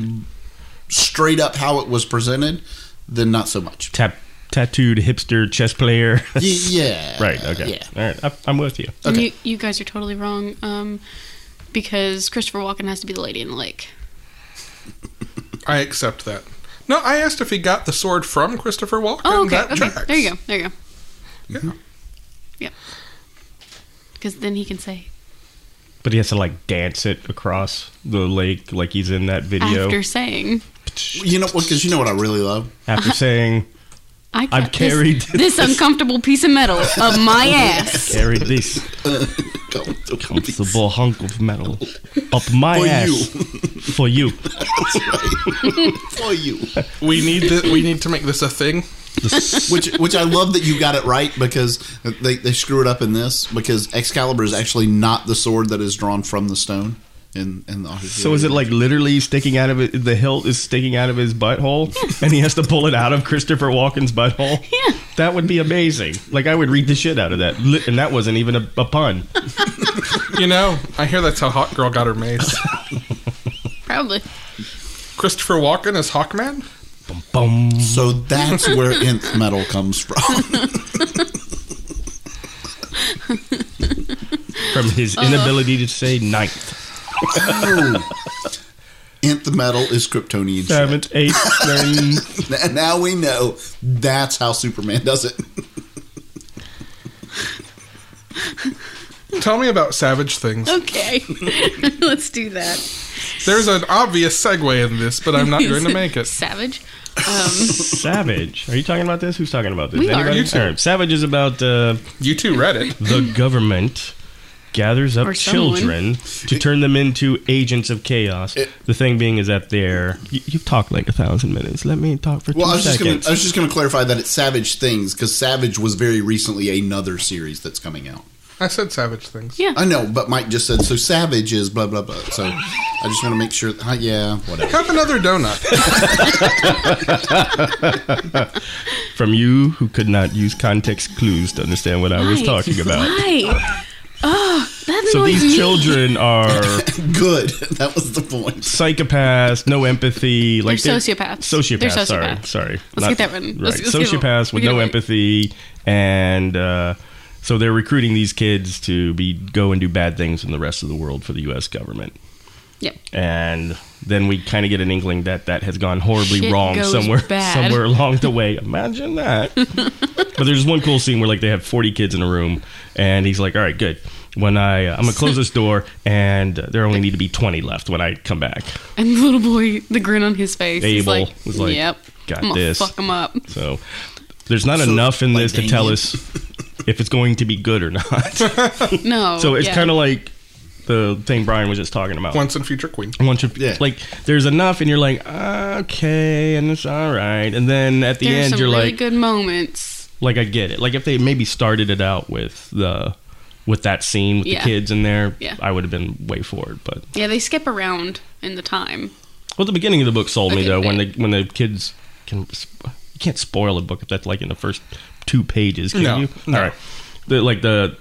[SPEAKER 4] straight up how it was presented, then not so much.
[SPEAKER 5] Tap, tattooed hipster chess player.
[SPEAKER 4] Y- yeah.
[SPEAKER 5] right, okay.
[SPEAKER 4] Yeah.
[SPEAKER 5] All right, I, I'm with you.
[SPEAKER 4] Okay.
[SPEAKER 3] You, you guys are totally wrong. Um, because Christopher Walken has to be the lady in the lake.
[SPEAKER 2] I accept that. No, I asked if he got the sword from Christopher Walken.
[SPEAKER 3] Oh, okay.
[SPEAKER 2] That
[SPEAKER 3] Okay.
[SPEAKER 2] tracks.
[SPEAKER 3] There you go. There you go.
[SPEAKER 2] Yeah.
[SPEAKER 3] Yep. Because then he can say
[SPEAKER 5] But he has to like dance it across the lake like he's in that video.
[SPEAKER 3] after saying,
[SPEAKER 4] You know what? Because you know what I really love.
[SPEAKER 5] After saying,
[SPEAKER 3] "I
[SPEAKER 5] I've
[SPEAKER 3] got this-
[SPEAKER 5] carried
[SPEAKER 3] this, uncomfortable piece of metal up my ass."
[SPEAKER 5] carry this comfortable hunk of metal up my
[SPEAKER 4] For
[SPEAKER 5] ass
[SPEAKER 4] you.
[SPEAKER 5] for you.
[SPEAKER 4] for you.
[SPEAKER 2] We need to, we need to make this a thing.
[SPEAKER 4] which which I love that you got it right because they, they screw it up in this because Excalibur is actually not the sword that is drawn from the stone in in the
[SPEAKER 5] So is it like literally sticking out of it? The hilt is sticking out of his butthole, and he has to pull it out of Christopher Walken's butthole.
[SPEAKER 3] Yeah.
[SPEAKER 5] that would be amazing. Like I would read the shit out of that, Li- and that wasn't even a, a pun.
[SPEAKER 2] You know, I hear that's how Hawk Girl got her mace.
[SPEAKER 3] Probably.
[SPEAKER 2] Christopher Walken is Hawkman?
[SPEAKER 5] Boom.
[SPEAKER 4] So that's where nth metal comes from.
[SPEAKER 5] From his
[SPEAKER 3] Uh-huh.
[SPEAKER 5] inability to say ninth,
[SPEAKER 4] nth metal is Kryptonian. shit.
[SPEAKER 5] seventh, eighth, nine.
[SPEAKER 4] N- Now we know that's how Superman does it.
[SPEAKER 2] Tell me about savage things.
[SPEAKER 3] Okay. Let's do that.
[SPEAKER 2] There's an obvious segue in this, but I'm not going to make it.
[SPEAKER 3] Savage. Um,
[SPEAKER 5] Savage. Are you talking about this? Who's talking about this?
[SPEAKER 3] We are. You
[SPEAKER 2] too.
[SPEAKER 5] All right. Savage is about uh,
[SPEAKER 2] You two read it.
[SPEAKER 5] the government gathers up
[SPEAKER 3] Or someone.
[SPEAKER 5] children to turn them into agents of chaos. the thing being is that they're you, you've talked like a thousand minutes. Let me talk for two
[SPEAKER 4] Well, I was just gonna,
[SPEAKER 5] seconds.
[SPEAKER 4] I was just going to clarify that it's Savage Things because Savage was very recently another series that's coming out.
[SPEAKER 2] I said savage things.
[SPEAKER 3] yeah.
[SPEAKER 4] I know, but Mike just said so. Savage is blah blah blah. So I just want to make sure. Uh, yeah, whatever.
[SPEAKER 2] Have another donut.
[SPEAKER 5] From you who could not use context clues to understand what I was
[SPEAKER 3] Why?
[SPEAKER 5] talking about.
[SPEAKER 3] Why? Oh, that annoys
[SPEAKER 5] So
[SPEAKER 3] me.
[SPEAKER 5] these children are
[SPEAKER 4] Good. That was the point.
[SPEAKER 5] psychopaths, no empathy, like
[SPEAKER 3] They're sociopaths.
[SPEAKER 5] Sociopaths,
[SPEAKER 3] They're
[SPEAKER 5] sorry,
[SPEAKER 3] sociopaths.
[SPEAKER 5] sorry.
[SPEAKER 3] Let's get that written.
[SPEAKER 5] Right.
[SPEAKER 3] Let's- let's get it-
[SPEAKER 5] sociopaths
[SPEAKER 3] we
[SPEAKER 5] with
[SPEAKER 3] get it
[SPEAKER 5] no
[SPEAKER 3] right.
[SPEAKER 5] empathy and uh, so they're recruiting these kids to be go and do bad things in the rest of the world for the US government.
[SPEAKER 3] Yep.
[SPEAKER 5] and then we kind of get an inkling that that has gone horribly
[SPEAKER 3] Shit
[SPEAKER 5] wrong
[SPEAKER 3] goes
[SPEAKER 5] somewhere
[SPEAKER 3] bad.
[SPEAKER 5] somewhere along the way. Imagine that. but there's one cool scene where like they have 40 kids in a room, and he's like, "All right, good. When I uh, I'm gonna close this door, and there only need to be 20 left when I come back."
[SPEAKER 3] And the little boy, the grin on his face, he's
[SPEAKER 5] Abel
[SPEAKER 3] like,
[SPEAKER 5] was like,
[SPEAKER 3] "Yep,
[SPEAKER 5] "Got
[SPEAKER 3] I'm gonna
[SPEAKER 5] this."
[SPEAKER 3] Fuck him up."
[SPEAKER 5] So there's not
[SPEAKER 4] So,
[SPEAKER 5] enough in
[SPEAKER 4] like,
[SPEAKER 5] this to
[SPEAKER 4] dang
[SPEAKER 5] tell
[SPEAKER 4] it.
[SPEAKER 5] us if it's going to be good or not.
[SPEAKER 4] Oh,
[SPEAKER 3] No.
[SPEAKER 5] so it's
[SPEAKER 3] yeah.
[SPEAKER 5] kind of like the thing Brian was just talking about.
[SPEAKER 2] Once and Future Queen.
[SPEAKER 5] once you
[SPEAKER 4] Yeah.
[SPEAKER 5] like there's enough and you're like okay and it's all right and then at the
[SPEAKER 3] There's
[SPEAKER 5] end
[SPEAKER 3] some
[SPEAKER 5] you're
[SPEAKER 3] really
[SPEAKER 5] like
[SPEAKER 3] good moments.
[SPEAKER 5] like i get it like if they maybe started it out with the with that scene with
[SPEAKER 3] Yeah.
[SPEAKER 5] the kids in there
[SPEAKER 3] Yeah.
[SPEAKER 5] i would have been way forward but
[SPEAKER 3] Yeah, they skip around in the time.
[SPEAKER 5] well the beginning of the book sold me
[SPEAKER 3] Okay,
[SPEAKER 5] though when
[SPEAKER 3] fair.
[SPEAKER 5] the when the kids can you can't spoil a book if that's like in the first two pages can
[SPEAKER 2] No,
[SPEAKER 5] you
[SPEAKER 2] no.
[SPEAKER 5] all right the, like the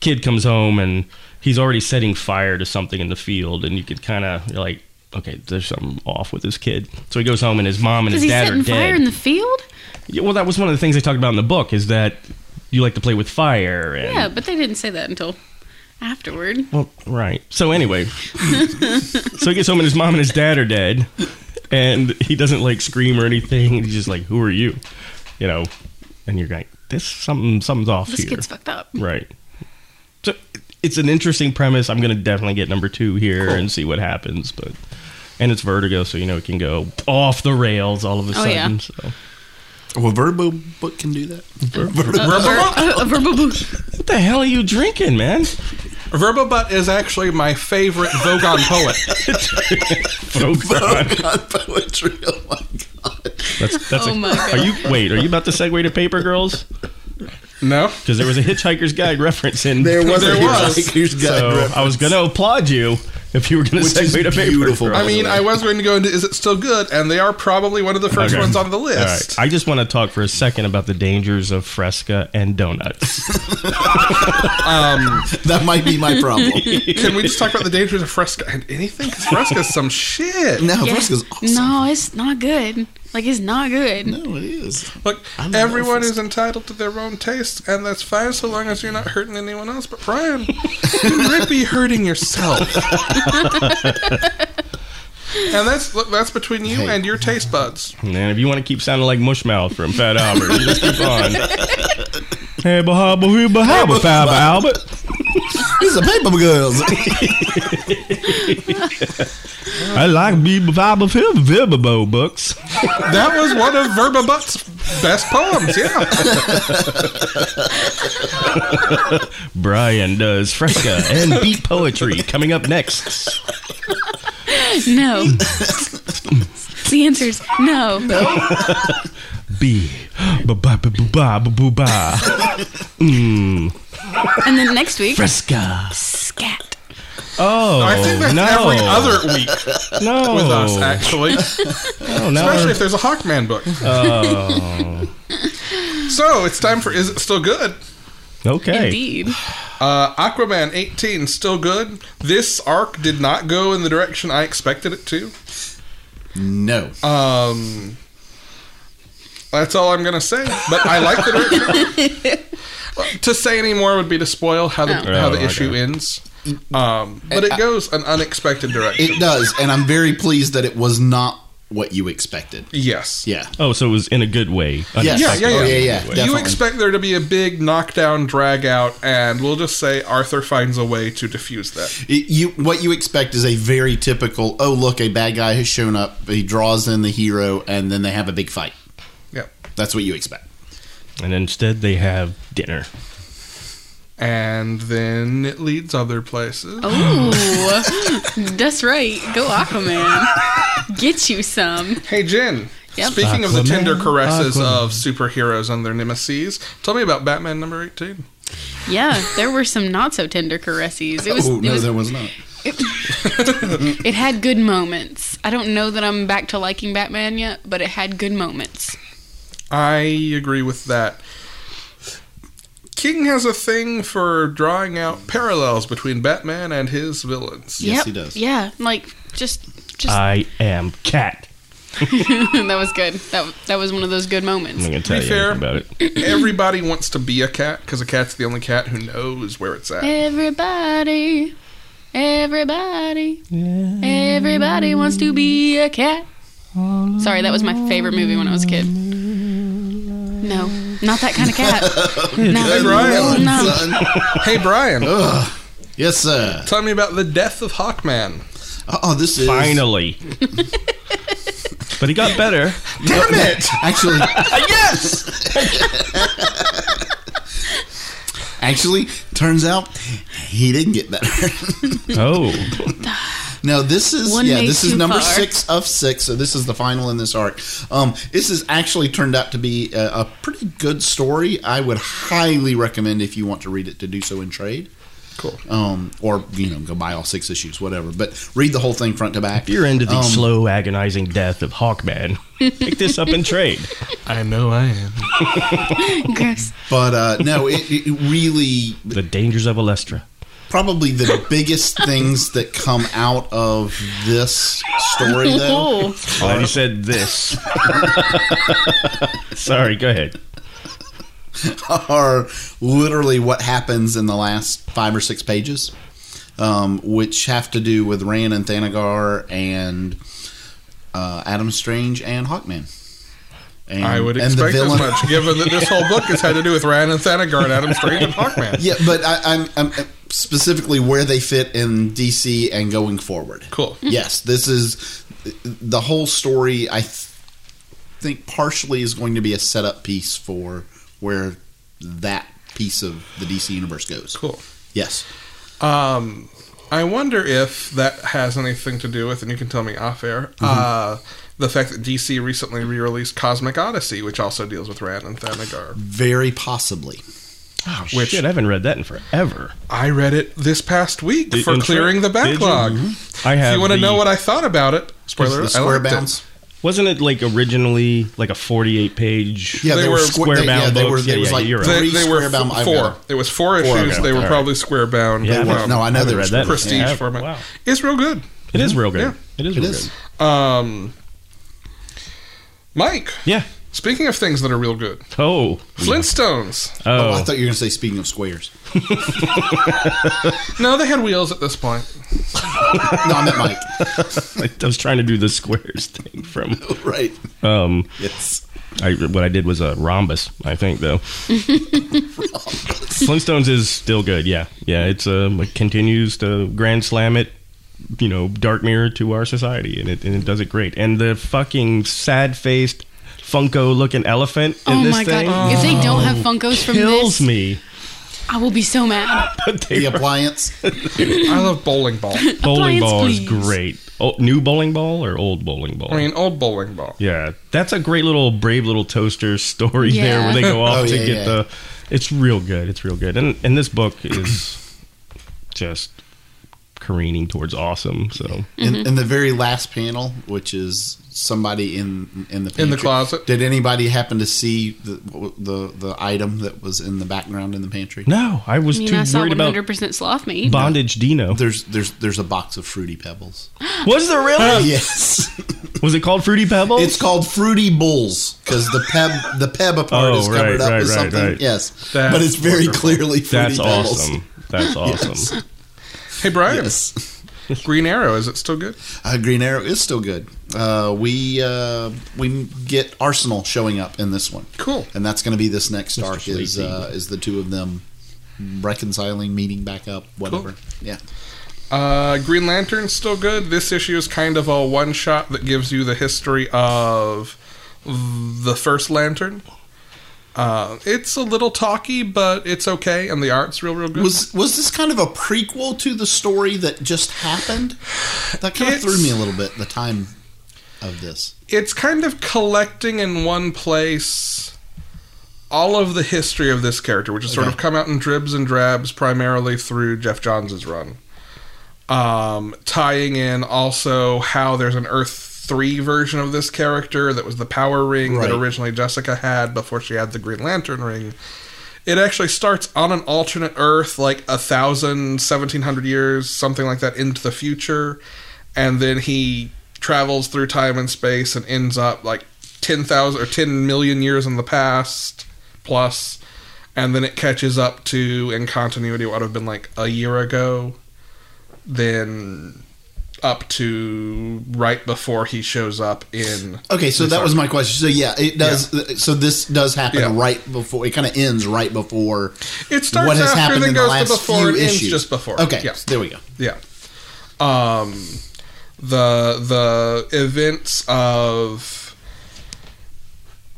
[SPEAKER 5] kid comes home and he's already setting fire to something in the field and you could kind of you're like okay there's something off with this kid so he goes home and his mom and
[SPEAKER 3] Because
[SPEAKER 5] his
[SPEAKER 3] he's
[SPEAKER 5] dad are
[SPEAKER 3] setting
[SPEAKER 5] dead
[SPEAKER 3] fire in the field?
[SPEAKER 5] Yeah, well, that was one of the things they talked about in the book is that you like to play with fire. And,
[SPEAKER 3] Yeah, but they didn't say that until afterward.
[SPEAKER 5] Well, right. So anyway, so he gets home and his mom and his dad are dead, and he doesn't like scream or anything. He's just like, "Who are you?" You know, and you're like, "This something something's off
[SPEAKER 3] This
[SPEAKER 5] here."
[SPEAKER 3] kid's fucked up.
[SPEAKER 5] Right. So it's an interesting premise. I'm going to definitely get number two here and see what happens. But and it's Vertigo, so you know it can go off the rails all of a
[SPEAKER 3] Oh,
[SPEAKER 5] sudden.
[SPEAKER 3] yeah.
[SPEAKER 5] So
[SPEAKER 4] Well, Verbo book can do that.
[SPEAKER 3] Uh, uh, verbal boo-
[SPEAKER 5] what the hell are you drinking, man?
[SPEAKER 2] Verbobutt is actually my favorite Vogon poet.
[SPEAKER 5] Oh, God.
[SPEAKER 4] God, poetry. Oh my god.
[SPEAKER 5] That's, that's
[SPEAKER 3] Oh
[SPEAKER 5] a,
[SPEAKER 3] my
[SPEAKER 5] Are
[SPEAKER 3] God.
[SPEAKER 5] you wait? Are you about to segue to Paper Girls?
[SPEAKER 2] No?
[SPEAKER 5] Because there was a Hitchhiker's Guide reference in.
[SPEAKER 4] There was
[SPEAKER 2] There
[SPEAKER 4] a
[SPEAKER 2] was.
[SPEAKER 4] Hitchhiker's Guide
[SPEAKER 5] So
[SPEAKER 4] reference.
[SPEAKER 5] I was going to applaud you if you were going to
[SPEAKER 4] Which is
[SPEAKER 5] segue to Paper
[SPEAKER 4] beautiful,
[SPEAKER 5] Girls.
[SPEAKER 2] I mean, I was going to go into Is It Still Good? And they are probably one of the first
[SPEAKER 5] Okay.
[SPEAKER 2] ones on the
[SPEAKER 5] All
[SPEAKER 2] list.
[SPEAKER 5] right. I just want to talk for a second about the dangers of Fresca and donuts.
[SPEAKER 4] that might be my problem.
[SPEAKER 2] Can we just talk about the dangers of Fresca and anything? Because Fresca's some shit.
[SPEAKER 4] now,
[SPEAKER 3] Yeah.
[SPEAKER 4] Fresca's awesome.
[SPEAKER 3] No, it's not good. Like, it's not good.
[SPEAKER 4] No, it is.
[SPEAKER 2] Look,
[SPEAKER 4] I love
[SPEAKER 2] everyone
[SPEAKER 4] Fresca.
[SPEAKER 2] is entitled to their own taste, and that's fine so long as you're not hurting anyone else. But Brian, you might be hurting yourself. and that's look, that's between you and your taste buds.
[SPEAKER 5] Man, if you want to keep sounding like Mushmouth from Fat Albert, you just keep on. Hey, bahaba, hoo, bahaba, Fat Albert.
[SPEAKER 4] These are paper girls.
[SPEAKER 5] I like me bahaba, fib- fibabo books.
[SPEAKER 2] That was one of Verba Butt's best poems. Yeah,
[SPEAKER 5] Brian does Fresca and beat poetry coming up next.
[SPEAKER 3] No. the answer is no.
[SPEAKER 5] B. Ba ba ba boo ba ba boo ba.
[SPEAKER 3] And then next week,
[SPEAKER 5] Fresca.
[SPEAKER 3] scat.
[SPEAKER 5] Oh,
[SPEAKER 2] I think that's
[SPEAKER 5] no.
[SPEAKER 2] every other week
[SPEAKER 5] no.
[SPEAKER 2] with us, actually.
[SPEAKER 5] Oh, now
[SPEAKER 2] Especially
[SPEAKER 5] we're-
[SPEAKER 2] if there's a Hawkman book. so it's time for Is It Still Good?
[SPEAKER 5] okay.
[SPEAKER 3] Indeed.
[SPEAKER 2] Uh, Aquaman 18, still good. This arc did not go in the direction I expected it to.
[SPEAKER 4] no.
[SPEAKER 2] Um, that's all I'm going to say. But I like the direction. Well, to say any more would be to spoil how the,
[SPEAKER 5] Oh.
[SPEAKER 2] how the
[SPEAKER 5] Oh,
[SPEAKER 2] issue
[SPEAKER 5] okay.
[SPEAKER 2] ends. Um, but it goes an unexpected direction.
[SPEAKER 4] Mm-hmm. Uh, It does, and I'm very pleased that it was not what you expected.
[SPEAKER 2] yes.
[SPEAKER 4] Yeah.
[SPEAKER 5] Oh, so it was in a good way.
[SPEAKER 4] Yes.
[SPEAKER 2] Yeah, yeah, yeah.
[SPEAKER 4] Oh, yeah, yeah,
[SPEAKER 2] You
[SPEAKER 4] definitely.
[SPEAKER 2] expect there to be a big knockdown, drag out, and we'll just say Arthur finds a way to diffuse that.
[SPEAKER 4] It- you what you expect is a very typical. Oh, look, a bad guy has shown up. He draws in the hero, and then they have a big fight.
[SPEAKER 2] Yep.
[SPEAKER 4] That's what you expect.
[SPEAKER 5] And instead, they have dinner.
[SPEAKER 2] And then it leads other places.
[SPEAKER 4] Oh,
[SPEAKER 3] Ooh. That's right. Go Aquaman. Get you some.
[SPEAKER 2] Hey, Jen.
[SPEAKER 3] Yep.
[SPEAKER 2] Speaking of the
[SPEAKER 5] Aquaman,
[SPEAKER 2] tender caresses
[SPEAKER 5] Aquaman.
[SPEAKER 2] of superheroes and their nemesis, tell me about Batman number 18.
[SPEAKER 3] Yeah, there were some not so tender caresses. It was,
[SPEAKER 4] Oh
[SPEAKER 3] it,
[SPEAKER 4] no,
[SPEAKER 3] was
[SPEAKER 4] there was not.
[SPEAKER 3] it had good moments. I don't know that I'm back to liking Batman yet, but it had good moments.
[SPEAKER 2] I agree with that. King has a thing for drawing out parallels between Batman and his villains.
[SPEAKER 4] Yes,
[SPEAKER 3] yep.
[SPEAKER 4] he does.
[SPEAKER 3] Yeah, like just just
[SPEAKER 5] I am cat.
[SPEAKER 3] that was good. That that was one of those good
[SPEAKER 5] I'm
[SPEAKER 3] moments.
[SPEAKER 5] not gonna tell
[SPEAKER 2] be
[SPEAKER 5] you
[SPEAKER 2] fair-
[SPEAKER 5] anything about it.
[SPEAKER 2] Everybody wants to be a cat because a cat's the only cat who knows where it's at.
[SPEAKER 3] Everybody Everybody, everybody wants to be a cat. Sorry, that was my favorite movie when I was a kid. No, not that kind of cat.
[SPEAKER 2] Hey,
[SPEAKER 3] no,
[SPEAKER 2] Brian.
[SPEAKER 3] no.
[SPEAKER 2] Hey, Brian.
[SPEAKER 4] Yes, sir.
[SPEAKER 2] Tell me about the death of Hawkman.
[SPEAKER 4] Oh, this is
[SPEAKER 5] Finally. but he got better.
[SPEAKER 4] Damn it! Actually,
[SPEAKER 2] Yes!
[SPEAKER 4] actually, turns out he didn't get better.
[SPEAKER 5] Oh.
[SPEAKER 4] No, this is
[SPEAKER 3] One
[SPEAKER 4] yeah,
[SPEAKER 3] may
[SPEAKER 4] this is
[SPEAKER 3] too
[SPEAKER 4] number
[SPEAKER 3] far.
[SPEAKER 4] six of six. So this is the final in this arc. Um, this has actually turned out to be a, a pretty good story. I would highly recommend if you want to read it to do so in trade.
[SPEAKER 2] Cool.
[SPEAKER 4] Um, or you know, go buy all six issues, whatever. But read the whole thing front to back. Um,
[SPEAKER 5] If you're into
[SPEAKER 2] Um,
[SPEAKER 5] the slow, agonizing death of Hawkman, pick this up and trade.
[SPEAKER 2] I know I am.
[SPEAKER 3] Gross.
[SPEAKER 4] But uh, no, it, it really
[SPEAKER 5] The dangers of Alestra.
[SPEAKER 4] probably the biggest things that come out of this story though.
[SPEAKER 3] Oh,
[SPEAKER 5] Glad you said this. Sorry, go ahead.
[SPEAKER 4] are literally what happens in the last five or six pages, um, which have to do with Ran and Thanagar and uh, Adam Strange and Hawkman. And,
[SPEAKER 2] I would
[SPEAKER 4] and the
[SPEAKER 2] expect as
[SPEAKER 4] villain-
[SPEAKER 2] much, given that this whole book has had to do with Ryan and Thanagar and Adam Strange and Hawkman.
[SPEAKER 4] Yeah, but I, I'm, I'm specifically where they fit in DC and going forward.
[SPEAKER 2] Cool.
[SPEAKER 4] yes, this is the whole story. I th- think partially is going to be a setup piece for where that piece of the DC universe goes.
[SPEAKER 2] Cool.
[SPEAKER 4] Yes.
[SPEAKER 2] Um, I wonder if that has anything to do with, and you can tell me off air, uh, the fact that DC recently re released Cosmic Odyssey, which also deals with Rand and Thanagar.
[SPEAKER 4] Very possibly.
[SPEAKER 5] Oh,
[SPEAKER 2] Which-
[SPEAKER 5] shit, I haven't read that in forever.
[SPEAKER 2] I read it this past week
[SPEAKER 5] Did-
[SPEAKER 2] for
[SPEAKER 5] in-
[SPEAKER 2] clearing the
[SPEAKER 5] did you?
[SPEAKER 2] backlog.
[SPEAKER 5] I
[SPEAKER 2] If
[SPEAKER 5] have.
[SPEAKER 2] you want to
[SPEAKER 5] the-
[SPEAKER 2] know what I thought about it, spoiler,
[SPEAKER 4] the
[SPEAKER 2] I
[SPEAKER 4] square
[SPEAKER 2] liked it.
[SPEAKER 4] bounds.
[SPEAKER 5] Wasn't it like originally like a 48 page?
[SPEAKER 4] Yeah,
[SPEAKER 2] They
[SPEAKER 4] they,
[SPEAKER 2] were
[SPEAKER 4] were
[SPEAKER 5] square
[SPEAKER 4] square they,
[SPEAKER 5] bound
[SPEAKER 4] Yeah, they
[SPEAKER 5] books.
[SPEAKER 4] were.
[SPEAKER 5] Yeah,
[SPEAKER 4] It was
[SPEAKER 5] yeah,
[SPEAKER 4] like
[SPEAKER 5] you're right.
[SPEAKER 2] They,
[SPEAKER 4] three
[SPEAKER 2] they were
[SPEAKER 4] square bound. I've
[SPEAKER 2] four.
[SPEAKER 4] got
[SPEAKER 2] It was four
[SPEAKER 4] Four,
[SPEAKER 2] issues.
[SPEAKER 4] okay,
[SPEAKER 2] They were
[SPEAKER 5] alright.
[SPEAKER 2] probably square bound. um,
[SPEAKER 5] Yeah, I
[SPEAKER 4] were- no, I know
[SPEAKER 5] haven't
[SPEAKER 4] they were
[SPEAKER 5] read that in
[SPEAKER 2] prestige
[SPEAKER 5] forever.
[SPEAKER 2] format.
[SPEAKER 5] Wow.
[SPEAKER 2] It's real good.
[SPEAKER 5] It is real good.
[SPEAKER 2] Yeah.
[SPEAKER 5] It is
[SPEAKER 4] It
[SPEAKER 5] real
[SPEAKER 4] is.
[SPEAKER 5] good.
[SPEAKER 2] Um, Mike,
[SPEAKER 5] Yeah.
[SPEAKER 2] speaking of things that are real good,
[SPEAKER 5] Oh.
[SPEAKER 2] Flintstones.
[SPEAKER 4] Oh, I
[SPEAKER 5] Oh.
[SPEAKER 4] thought you were going to say speaking of squares.
[SPEAKER 2] No, they had wheels at this point.
[SPEAKER 4] No, I meant Mike.
[SPEAKER 5] I was trying to do the squares thing from
[SPEAKER 4] right.
[SPEAKER 5] um
[SPEAKER 4] Yes.
[SPEAKER 5] I, what I did was a rhombus, I think, though. Flintstones is still good, yeah, yeah. It's um, it continues to grand slam it, you know, dark mirror to our society, and it and it does it great. And the fucking sad faced, Funko looking elephant in
[SPEAKER 3] oh
[SPEAKER 5] this
[SPEAKER 3] my
[SPEAKER 5] thing oh,
[SPEAKER 3] god! If they don't have Funkos from
[SPEAKER 5] kills
[SPEAKER 3] this,
[SPEAKER 5] me.
[SPEAKER 3] I will be so mad.
[SPEAKER 5] But they
[SPEAKER 4] The
[SPEAKER 5] were-
[SPEAKER 4] appliance.
[SPEAKER 2] I love bowling ball.
[SPEAKER 5] bowling
[SPEAKER 3] Appliance,
[SPEAKER 5] ball is
[SPEAKER 3] please.
[SPEAKER 5] great. Oh, new bowling ball or old bowling ball?
[SPEAKER 2] I mean, old bowling ball.
[SPEAKER 5] Yeah, that's a great little brave little toaster story
[SPEAKER 3] Yeah.
[SPEAKER 5] there where they go off
[SPEAKER 4] Oh,
[SPEAKER 5] to
[SPEAKER 4] yeah,
[SPEAKER 5] get
[SPEAKER 4] yeah.
[SPEAKER 5] the. It's real good. It's real good, and and this book is just careening towards awesome. So
[SPEAKER 4] in, in the very last panel, which is somebody in in the
[SPEAKER 2] In the
[SPEAKER 4] pantry.
[SPEAKER 2] closet.
[SPEAKER 4] Did anybody happen to see the, what- the the item that was in the background in the pantry?
[SPEAKER 5] no, I
[SPEAKER 3] I
[SPEAKER 5] was
[SPEAKER 3] mean,
[SPEAKER 5] too
[SPEAKER 3] I saw
[SPEAKER 5] worried about
[SPEAKER 3] 100 percent sloth meat.
[SPEAKER 5] bondage. Dino
[SPEAKER 4] There's there's there's a box of fruity pebbles.
[SPEAKER 5] was there really?
[SPEAKER 4] yes,
[SPEAKER 5] Was it called Fruity Pebbles?
[SPEAKER 4] it's called fruity bulls because the peb the peb part
[SPEAKER 5] Oh,
[SPEAKER 4] is covered
[SPEAKER 5] right,
[SPEAKER 4] up
[SPEAKER 5] right,
[SPEAKER 4] with
[SPEAKER 5] right,
[SPEAKER 4] something.
[SPEAKER 5] right.
[SPEAKER 4] Yes,
[SPEAKER 2] That's
[SPEAKER 4] but it's very clearly fruity
[SPEAKER 5] that's
[SPEAKER 4] pebbles.
[SPEAKER 5] awesome. That's awesome.
[SPEAKER 2] Hey, Brian,
[SPEAKER 4] Yes,
[SPEAKER 2] Green Arrow, is it still good?
[SPEAKER 4] uh, Green Arrow is still good. Uh, we uh, we get Arsenal showing up in this one.
[SPEAKER 2] Cool.
[SPEAKER 4] and that's going to be this next arc is
[SPEAKER 5] Sleazy.
[SPEAKER 4] uh, is the two of them reconciling, meeting back up, whatever. Yeah,
[SPEAKER 2] Uh, Green Lantern's still good. This issue is kind of a one shot that gives you the history of the first Lantern. Uh, it's a little talky, but it's okay, and the art's real, real good.
[SPEAKER 4] was was this kind of a prequel to the story that just happened? That kind of
[SPEAKER 2] It's-
[SPEAKER 4] threw me a little bit. The time of this,
[SPEAKER 2] it's kind of collecting in one place all of the history of this character, which has sort of
[SPEAKER 4] Okay.
[SPEAKER 2] come out in dribs and drabs primarily through Jeff Johns' run. Um, tying in also how there's an Earth 3 version of this character that was the power ring
[SPEAKER 4] Right.
[SPEAKER 2] that originally Jessica had before she had the Green Lantern ring. It actually starts on an alternate Earth, like a thousand, seventeen hundred years, something like that, into the future. And then he travels through time and space and ends up like 10,000 or 10 million years in the past plus and then it catches up to in continuity what would have been like a year ago than up to right before he shows up in
[SPEAKER 4] Okay, so that was my question. So yeah, it does. uh, So this does happen
[SPEAKER 2] Yeah.
[SPEAKER 4] right before. It kind of ends right before.
[SPEAKER 2] It starts after, then goes to before, and ends just before.
[SPEAKER 4] Okay,
[SPEAKER 2] Yeah.
[SPEAKER 4] there we go.
[SPEAKER 2] yeah um the the events of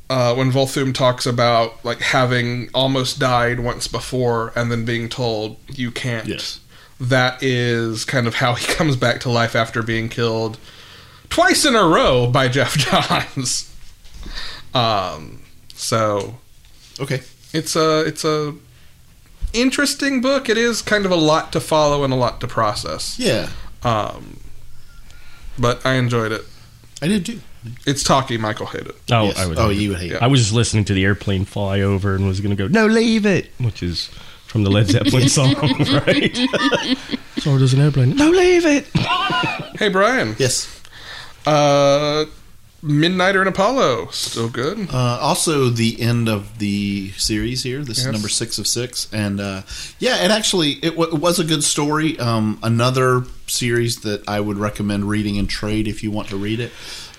[SPEAKER 2] uh, when Volthoom talks about like having almost died once before and then being told you can't,
[SPEAKER 5] Yes.
[SPEAKER 2] that is kind of how he comes back to life after being killed twice in a row by Jeff Johns. um, so
[SPEAKER 4] Okay,
[SPEAKER 2] it's a it's a interesting book. It is kind of a lot to follow and a lot to process.
[SPEAKER 4] yeah,
[SPEAKER 2] Um, but I enjoyed it.
[SPEAKER 4] I did too.
[SPEAKER 2] It's talky. Michael hated. it.
[SPEAKER 5] Oh,
[SPEAKER 4] Yes.
[SPEAKER 5] I would.
[SPEAKER 4] oh, you would hate.
[SPEAKER 5] I was just listening to the airplane fly over and was going to go, no, leave it, which is from the Led Zeppelin song, right? so does an airplane. No, leave it.
[SPEAKER 2] Hey Brian,
[SPEAKER 4] Yes.
[SPEAKER 2] uh, Midnighter and Apollo still good.
[SPEAKER 4] Uh, also, the end of the series here. This
[SPEAKER 2] Yes.
[SPEAKER 4] is number six of six, and uh, yeah, it actually it, w- it was a good story. Um, another series that I would recommend reading in trade if you want to read it.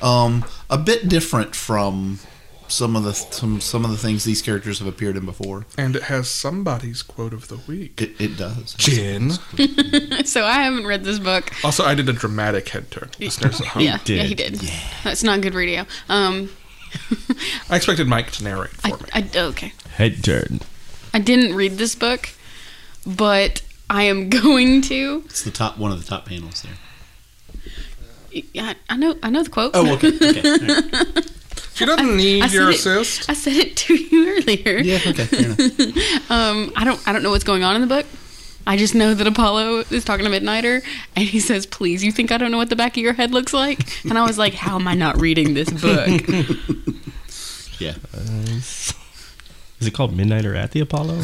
[SPEAKER 4] Um, a bit different from some of the some some of the things these characters have appeared in before.
[SPEAKER 2] And it has somebody's quote of the week.
[SPEAKER 4] It, it does.
[SPEAKER 2] Jin.
[SPEAKER 3] so I haven't read this book.
[SPEAKER 2] Also, I did a dramatic head turn. Listeners at home.
[SPEAKER 3] yeah, yeah,
[SPEAKER 5] did.
[SPEAKER 3] he did. That's not good radio. Um,
[SPEAKER 2] I expected Mike to narrate for
[SPEAKER 3] I,
[SPEAKER 2] me.
[SPEAKER 3] I okay.
[SPEAKER 5] Head turn.
[SPEAKER 3] I didn't read this book, but I am going to.
[SPEAKER 4] It's the top one of the top panels there.
[SPEAKER 3] I, I know. I know the quote.
[SPEAKER 4] Oh, okay. okay.
[SPEAKER 2] She doesn't need
[SPEAKER 3] I
[SPEAKER 2] your
[SPEAKER 3] said it-
[SPEAKER 2] assist.
[SPEAKER 3] I said it to you earlier.
[SPEAKER 4] Yeah. Okay. Fair enough.
[SPEAKER 3] Um, I don't. I don't know what's going on in the book. I just know that Apollo is talking to Midnighter, and he says, "Please, you think I don't know what the back of your head looks like?" And I was like, "How am I not reading this book?"
[SPEAKER 4] Yeah.
[SPEAKER 5] Is it called Midnighter at the Apollo?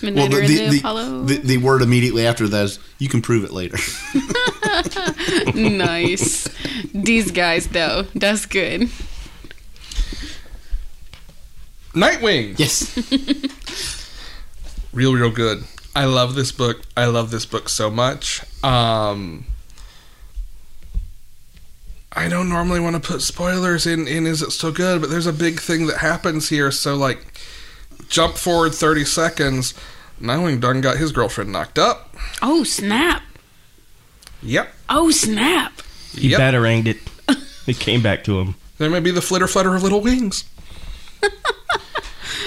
[SPEAKER 3] Midnighter
[SPEAKER 4] Well, the
[SPEAKER 3] and
[SPEAKER 4] the,
[SPEAKER 3] the,
[SPEAKER 4] the,
[SPEAKER 3] Apollo.
[SPEAKER 4] the the word immediately after that is you can prove it later.
[SPEAKER 3] nice. These guys, though, that's good.
[SPEAKER 2] Nightwing.
[SPEAKER 4] yes.
[SPEAKER 2] real real good i love this book i love this book so much um i don't normally want to put spoilers in in is it still good but there's a big thing that happens here so like jump forward 30 seconds nightwing done got his girlfriend knocked up
[SPEAKER 3] Oh snap!
[SPEAKER 2] yep
[SPEAKER 3] Oh snap!
[SPEAKER 5] He
[SPEAKER 2] Yep.
[SPEAKER 5] bataranged it. It came back to him.
[SPEAKER 2] there may be the flitter flutter of little wings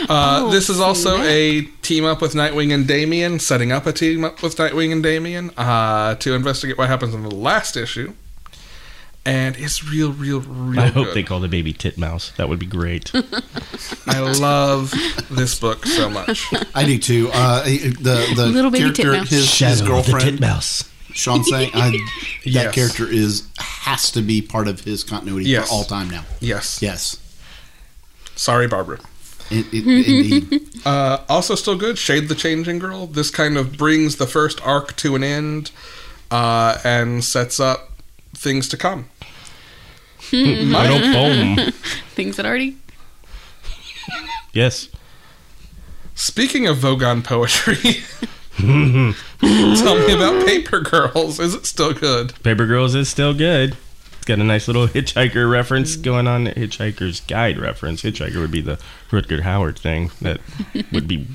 [SPEAKER 2] Uh, this is also a team up with Nightwing and Damien, setting up a team up with Nightwing and Damien uh, to investigate what happens in the last issue. And it's real, real, real.
[SPEAKER 5] I hope
[SPEAKER 2] good.
[SPEAKER 5] they call the baby Titmouse. That would be great.
[SPEAKER 2] I love this book so much.
[SPEAKER 4] I do too. Uh, the the
[SPEAKER 3] Little baby
[SPEAKER 4] character,
[SPEAKER 3] titmouse.
[SPEAKER 4] his, his girlfriend,
[SPEAKER 5] Titmouse.
[SPEAKER 4] Sean Sang, I, that
[SPEAKER 2] Yes.
[SPEAKER 4] character is has to be part of his continuity
[SPEAKER 2] Yes.
[SPEAKER 4] for all time now.
[SPEAKER 2] Yes.
[SPEAKER 4] Yes,
[SPEAKER 2] Sorry, Barbara.
[SPEAKER 4] it, it, indeed.
[SPEAKER 2] Uh, also, still good. Shade the Changing Girl. This kind of brings the first arc to an end uh, and sets up things to come.
[SPEAKER 5] I don't foam.
[SPEAKER 3] Things that already.
[SPEAKER 5] Yes.
[SPEAKER 2] Speaking of Vogon poetry, tell me about Paper Girls. Is it still good?
[SPEAKER 5] Paper Girls is still good. It's got a nice little hitchhiker reference going on. Hitchhiker's Guide reference. Hitchhiker would be the Rutger Howard thing that would be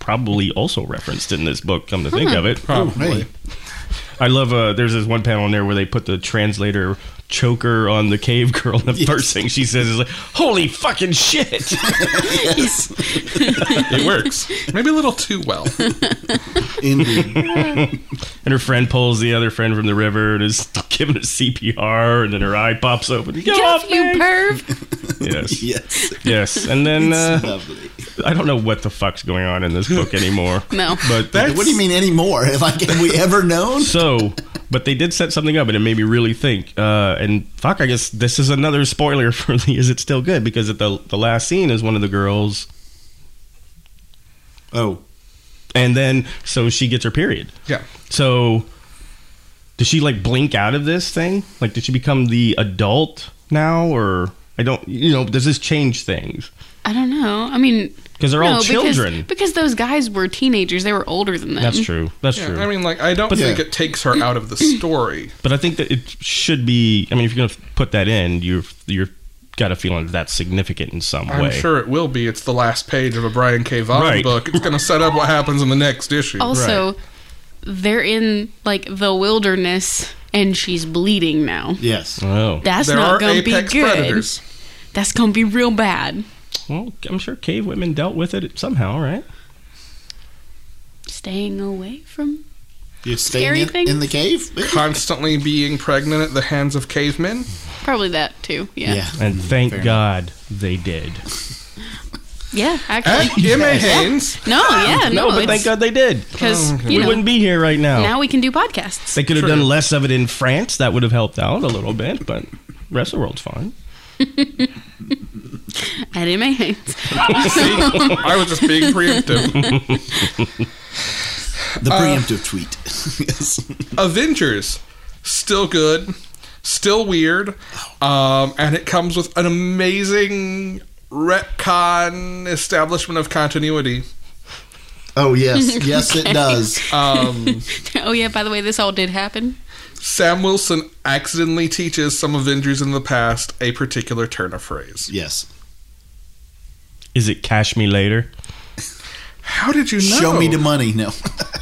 [SPEAKER 5] probably also referenced in this book. Come to think of it,
[SPEAKER 4] Hey,
[SPEAKER 5] I love. Uh, there's this one panel in there where they put the translator choker on the cave girl. The first thing she says is like, "Holy fucking shit!"
[SPEAKER 3] Yes.
[SPEAKER 2] It works. Maybe a little too well.
[SPEAKER 4] indeed.
[SPEAKER 5] and her friend pulls the other friend from the river and is giving her CPR, and then her eye pops open. Get,
[SPEAKER 3] Get
[SPEAKER 5] off
[SPEAKER 3] off you,
[SPEAKER 5] me!
[SPEAKER 3] perv!
[SPEAKER 5] Yes,
[SPEAKER 4] yes,
[SPEAKER 5] yes. And then
[SPEAKER 4] It's
[SPEAKER 5] uh,
[SPEAKER 4] lovely.
[SPEAKER 5] I don't know what the fuck's going on in this book anymore.
[SPEAKER 3] No.
[SPEAKER 5] But
[SPEAKER 4] What do you mean anymore? Like have we ever known?
[SPEAKER 5] so but they did set something up and it made me really think uh, and fuck i guess this is another spoiler for the is it still good because at the, the last scene is one of the girls
[SPEAKER 4] Oh,
[SPEAKER 5] and then so she gets her period
[SPEAKER 2] Yeah.
[SPEAKER 5] so does she like blink out of this thing like did she become the adult now or i don't you know does this change things
[SPEAKER 3] I don't know. I mean,
[SPEAKER 5] because they're all children.
[SPEAKER 3] Because, because those guys were teenagers. They were older than them.
[SPEAKER 5] That's true. That's true.
[SPEAKER 2] I mean, like, I don't
[SPEAKER 5] But-
[SPEAKER 2] think
[SPEAKER 4] Yeah.
[SPEAKER 2] it takes her out of the story.
[SPEAKER 5] But I think that it should be. I mean, if you're going to put that in, you're you're got a feeling that that's significant in some
[SPEAKER 2] I'm
[SPEAKER 5] way.
[SPEAKER 2] sure it will be. It's the last page of a Brian K. Vaughan
[SPEAKER 5] Right.
[SPEAKER 2] book. It's going to set up what happens in the next issue.
[SPEAKER 3] Also, they're in like the wilderness and she's bleeding now.
[SPEAKER 4] Yes.
[SPEAKER 5] Oh,
[SPEAKER 3] That's
[SPEAKER 2] there
[SPEAKER 3] not
[SPEAKER 2] are
[SPEAKER 3] going to be
[SPEAKER 2] apex
[SPEAKER 3] good.
[SPEAKER 2] predators.
[SPEAKER 3] That's going to be real bad.
[SPEAKER 5] well, I'm sure cave women dealt with it somehow, right?
[SPEAKER 3] Staying away from
[SPEAKER 4] You
[SPEAKER 3] Scary
[SPEAKER 4] staying in,
[SPEAKER 3] things?
[SPEAKER 4] in the cave?
[SPEAKER 2] Constantly being pregnant at the hands of cavemen.
[SPEAKER 3] probably that too. Yeah. Yeah,
[SPEAKER 5] And thank
[SPEAKER 4] Mm, Fair
[SPEAKER 5] God they did.
[SPEAKER 3] actually.
[SPEAKER 2] At Emma Haynes.
[SPEAKER 3] no, yeah, no,
[SPEAKER 5] but thank
[SPEAKER 3] it's
[SPEAKER 5] God they did.
[SPEAKER 4] Oh,
[SPEAKER 3] because you
[SPEAKER 5] we
[SPEAKER 3] know
[SPEAKER 5] wouldn't be here right now.
[SPEAKER 3] now we can do podcasts.
[SPEAKER 5] they could have
[SPEAKER 2] True.
[SPEAKER 5] done less of it in France. That would have helped out a little bit, but rest of the world's fine.
[SPEAKER 3] At Emma Haynes.
[SPEAKER 2] See, I was just being preemptive.
[SPEAKER 4] The preemptive tweet. yes.
[SPEAKER 2] Avengers, still good, still weird, um, and it comes with an amazing retcon establishment of continuity.
[SPEAKER 4] Oh yes, yes it does.
[SPEAKER 2] Um,
[SPEAKER 3] oh yeah, by the way, this all did happen.
[SPEAKER 2] Sam Wilson accidentally teaches some Avengers in the past a particular turn of phrase.
[SPEAKER 4] Yes.
[SPEAKER 5] Is it cash me later?
[SPEAKER 2] How did you know?
[SPEAKER 4] Show me the money. No.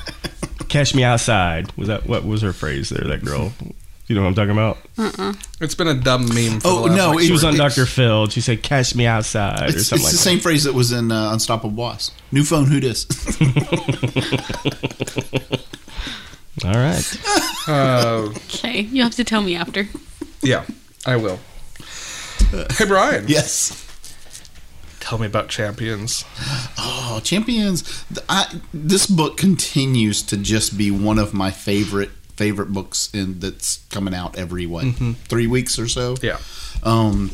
[SPEAKER 5] Cash me outside. Was that what was her phrase there? That girl. You know what I'm talking about?
[SPEAKER 2] It's been a dumb meme. For
[SPEAKER 4] Oh,
[SPEAKER 2] the last
[SPEAKER 4] no,
[SPEAKER 2] like,
[SPEAKER 4] it-
[SPEAKER 5] She was on
[SPEAKER 4] It's-
[SPEAKER 5] Dr. Phil. and She said, "Cash me outside" or
[SPEAKER 4] It's,
[SPEAKER 5] something
[SPEAKER 4] it's the
[SPEAKER 5] like
[SPEAKER 4] same phrase that was in uh, Unstoppable Boss. New phone, who dis?
[SPEAKER 5] that. All right.
[SPEAKER 2] uh,
[SPEAKER 3] Okay, you have to tell me after.
[SPEAKER 2] yeah, I will.
[SPEAKER 4] Uh,
[SPEAKER 2] Hey Brian,
[SPEAKER 4] yes.
[SPEAKER 2] tell me about champions.
[SPEAKER 4] Oh, Champions. Th- I, this book continues to just be one of my favorite favorite books in that's coming out every what three weeks or so.
[SPEAKER 2] Yeah.
[SPEAKER 4] Um,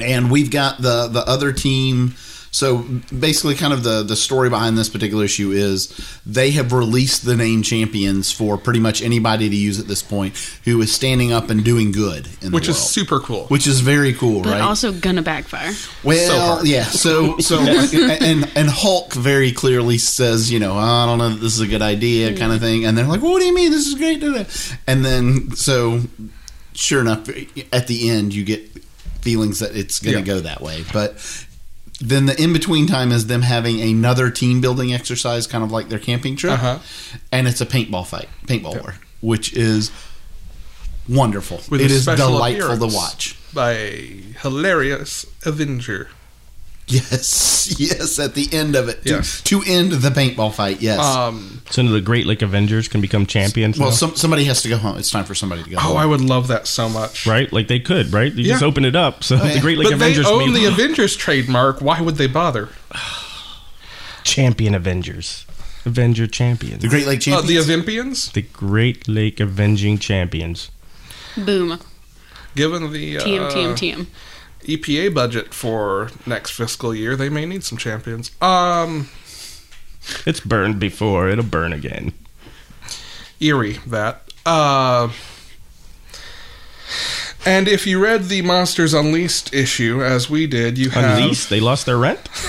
[SPEAKER 4] and we've got the the other team. So basically, kind of the the story behind this particular issue is they have released the name champions for pretty much anybody to use at this point who is standing up and doing good in
[SPEAKER 2] Which
[SPEAKER 4] the
[SPEAKER 2] is
[SPEAKER 4] world.
[SPEAKER 2] super cool.
[SPEAKER 4] Which is very cool,
[SPEAKER 3] But
[SPEAKER 4] right?
[SPEAKER 3] also gonna backfire.
[SPEAKER 2] So
[SPEAKER 4] Well,
[SPEAKER 2] hard.
[SPEAKER 4] yeah. So, so, and and Hulk very clearly says, you know, I don't know that this is a good idea, kind of thing. And they're like, what do you mean? This is great. da, da." And then, so, sure enough, at the end, you get feelings that it's going to
[SPEAKER 2] Yeah.
[SPEAKER 4] go that way. But then the in between time is them having another team building exercise, kind of like their camping trip,
[SPEAKER 2] Uh-huh.
[SPEAKER 4] and it's a paintball fight, paintball war, which is wonderful.
[SPEAKER 2] With
[SPEAKER 4] it
[SPEAKER 2] a
[SPEAKER 4] is
[SPEAKER 2] special
[SPEAKER 4] delightful
[SPEAKER 2] appearance.
[SPEAKER 4] to watch.
[SPEAKER 2] by a hilarious Avenger.
[SPEAKER 4] Yes, yes, at the end of it. To,
[SPEAKER 2] Yes.
[SPEAKER 4] to end the paintball fight, yes.
[SPEAKER 2] Um,
[SPEAKER 5] So now the Great Lake Avengers can become champions.
[SPEAKER 4] well,
[SPEAKER 5] now?
[SPEAKER 4] some, somebody has to go home. It's time for somebody to go
[SPEAKER 2] oh,
[SPEAKER 4] home.
[SPEAKER 2] I would love that so much.
[SPEAKER 5] right? Like they could, right? You just
[SPEAKER 2] Yeah.
[SPEAKER 5] open it up. So the Great Lake
[SPEAKER 2] But
[SPEAKER 5] Avengers
[SPEAKER 2] they
[SPEAKER 5] can
[SPEAKER 2] own
[SPEAKER 5] be
[SPEAKER 2] the Avengers trademark. Why would they bother?
[SPEAKER 5] champion Avengers, Avenger champions,
[SPEAKER 4] the
[SPEAKER 5] the,
[SPEAKER 4] Great Lake
[SPEAKER 2] Uh, the
[SPEAKER 4] Champions.
[SPEAKER 2] Olympians,
[SPEAKER 5] Great Lake Avenging champions.
[SPEAKER 3] Boom.
[SPEAKER 2] given the uh,
[SPEAKER 3] TM TM TM.
[SPEAKER 2] EPA budget for next fiscal year, they may need some champions. Um,
[SPEAKER 5] It's burned before; it'll burn again.
[SPEAKER 2] eerie that. Uh, and if you read the Monsters Unleashed issue as we did, you have
[SPEAKER 5] Unleashed, they lost their rent.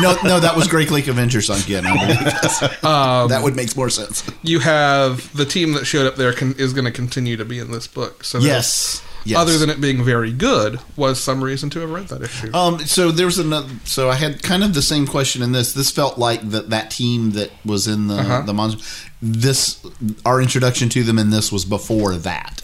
[SPEAKER 4] no, no, that was Great Lake Avengers on Gin. I believe.
[SPEAKER 2] Um,
[SPEAKER 4] that would make more sense.
[SPEAKER 2] you have the team that showed up there con- is going to continue to be in this book. So there's-
[SPEAKER 4] Yes. Yes.
[SPEAKER 2] other than it being very good, was some reason to have read that issue.
[SPEAKER 4] Um, so there was another. So I had kind of the same question in this. This felt like that that team that was in the
[SPEAKER 2] Uh-huh.
[SPEAKER 4] the monster. This our introduction to them in this was before that.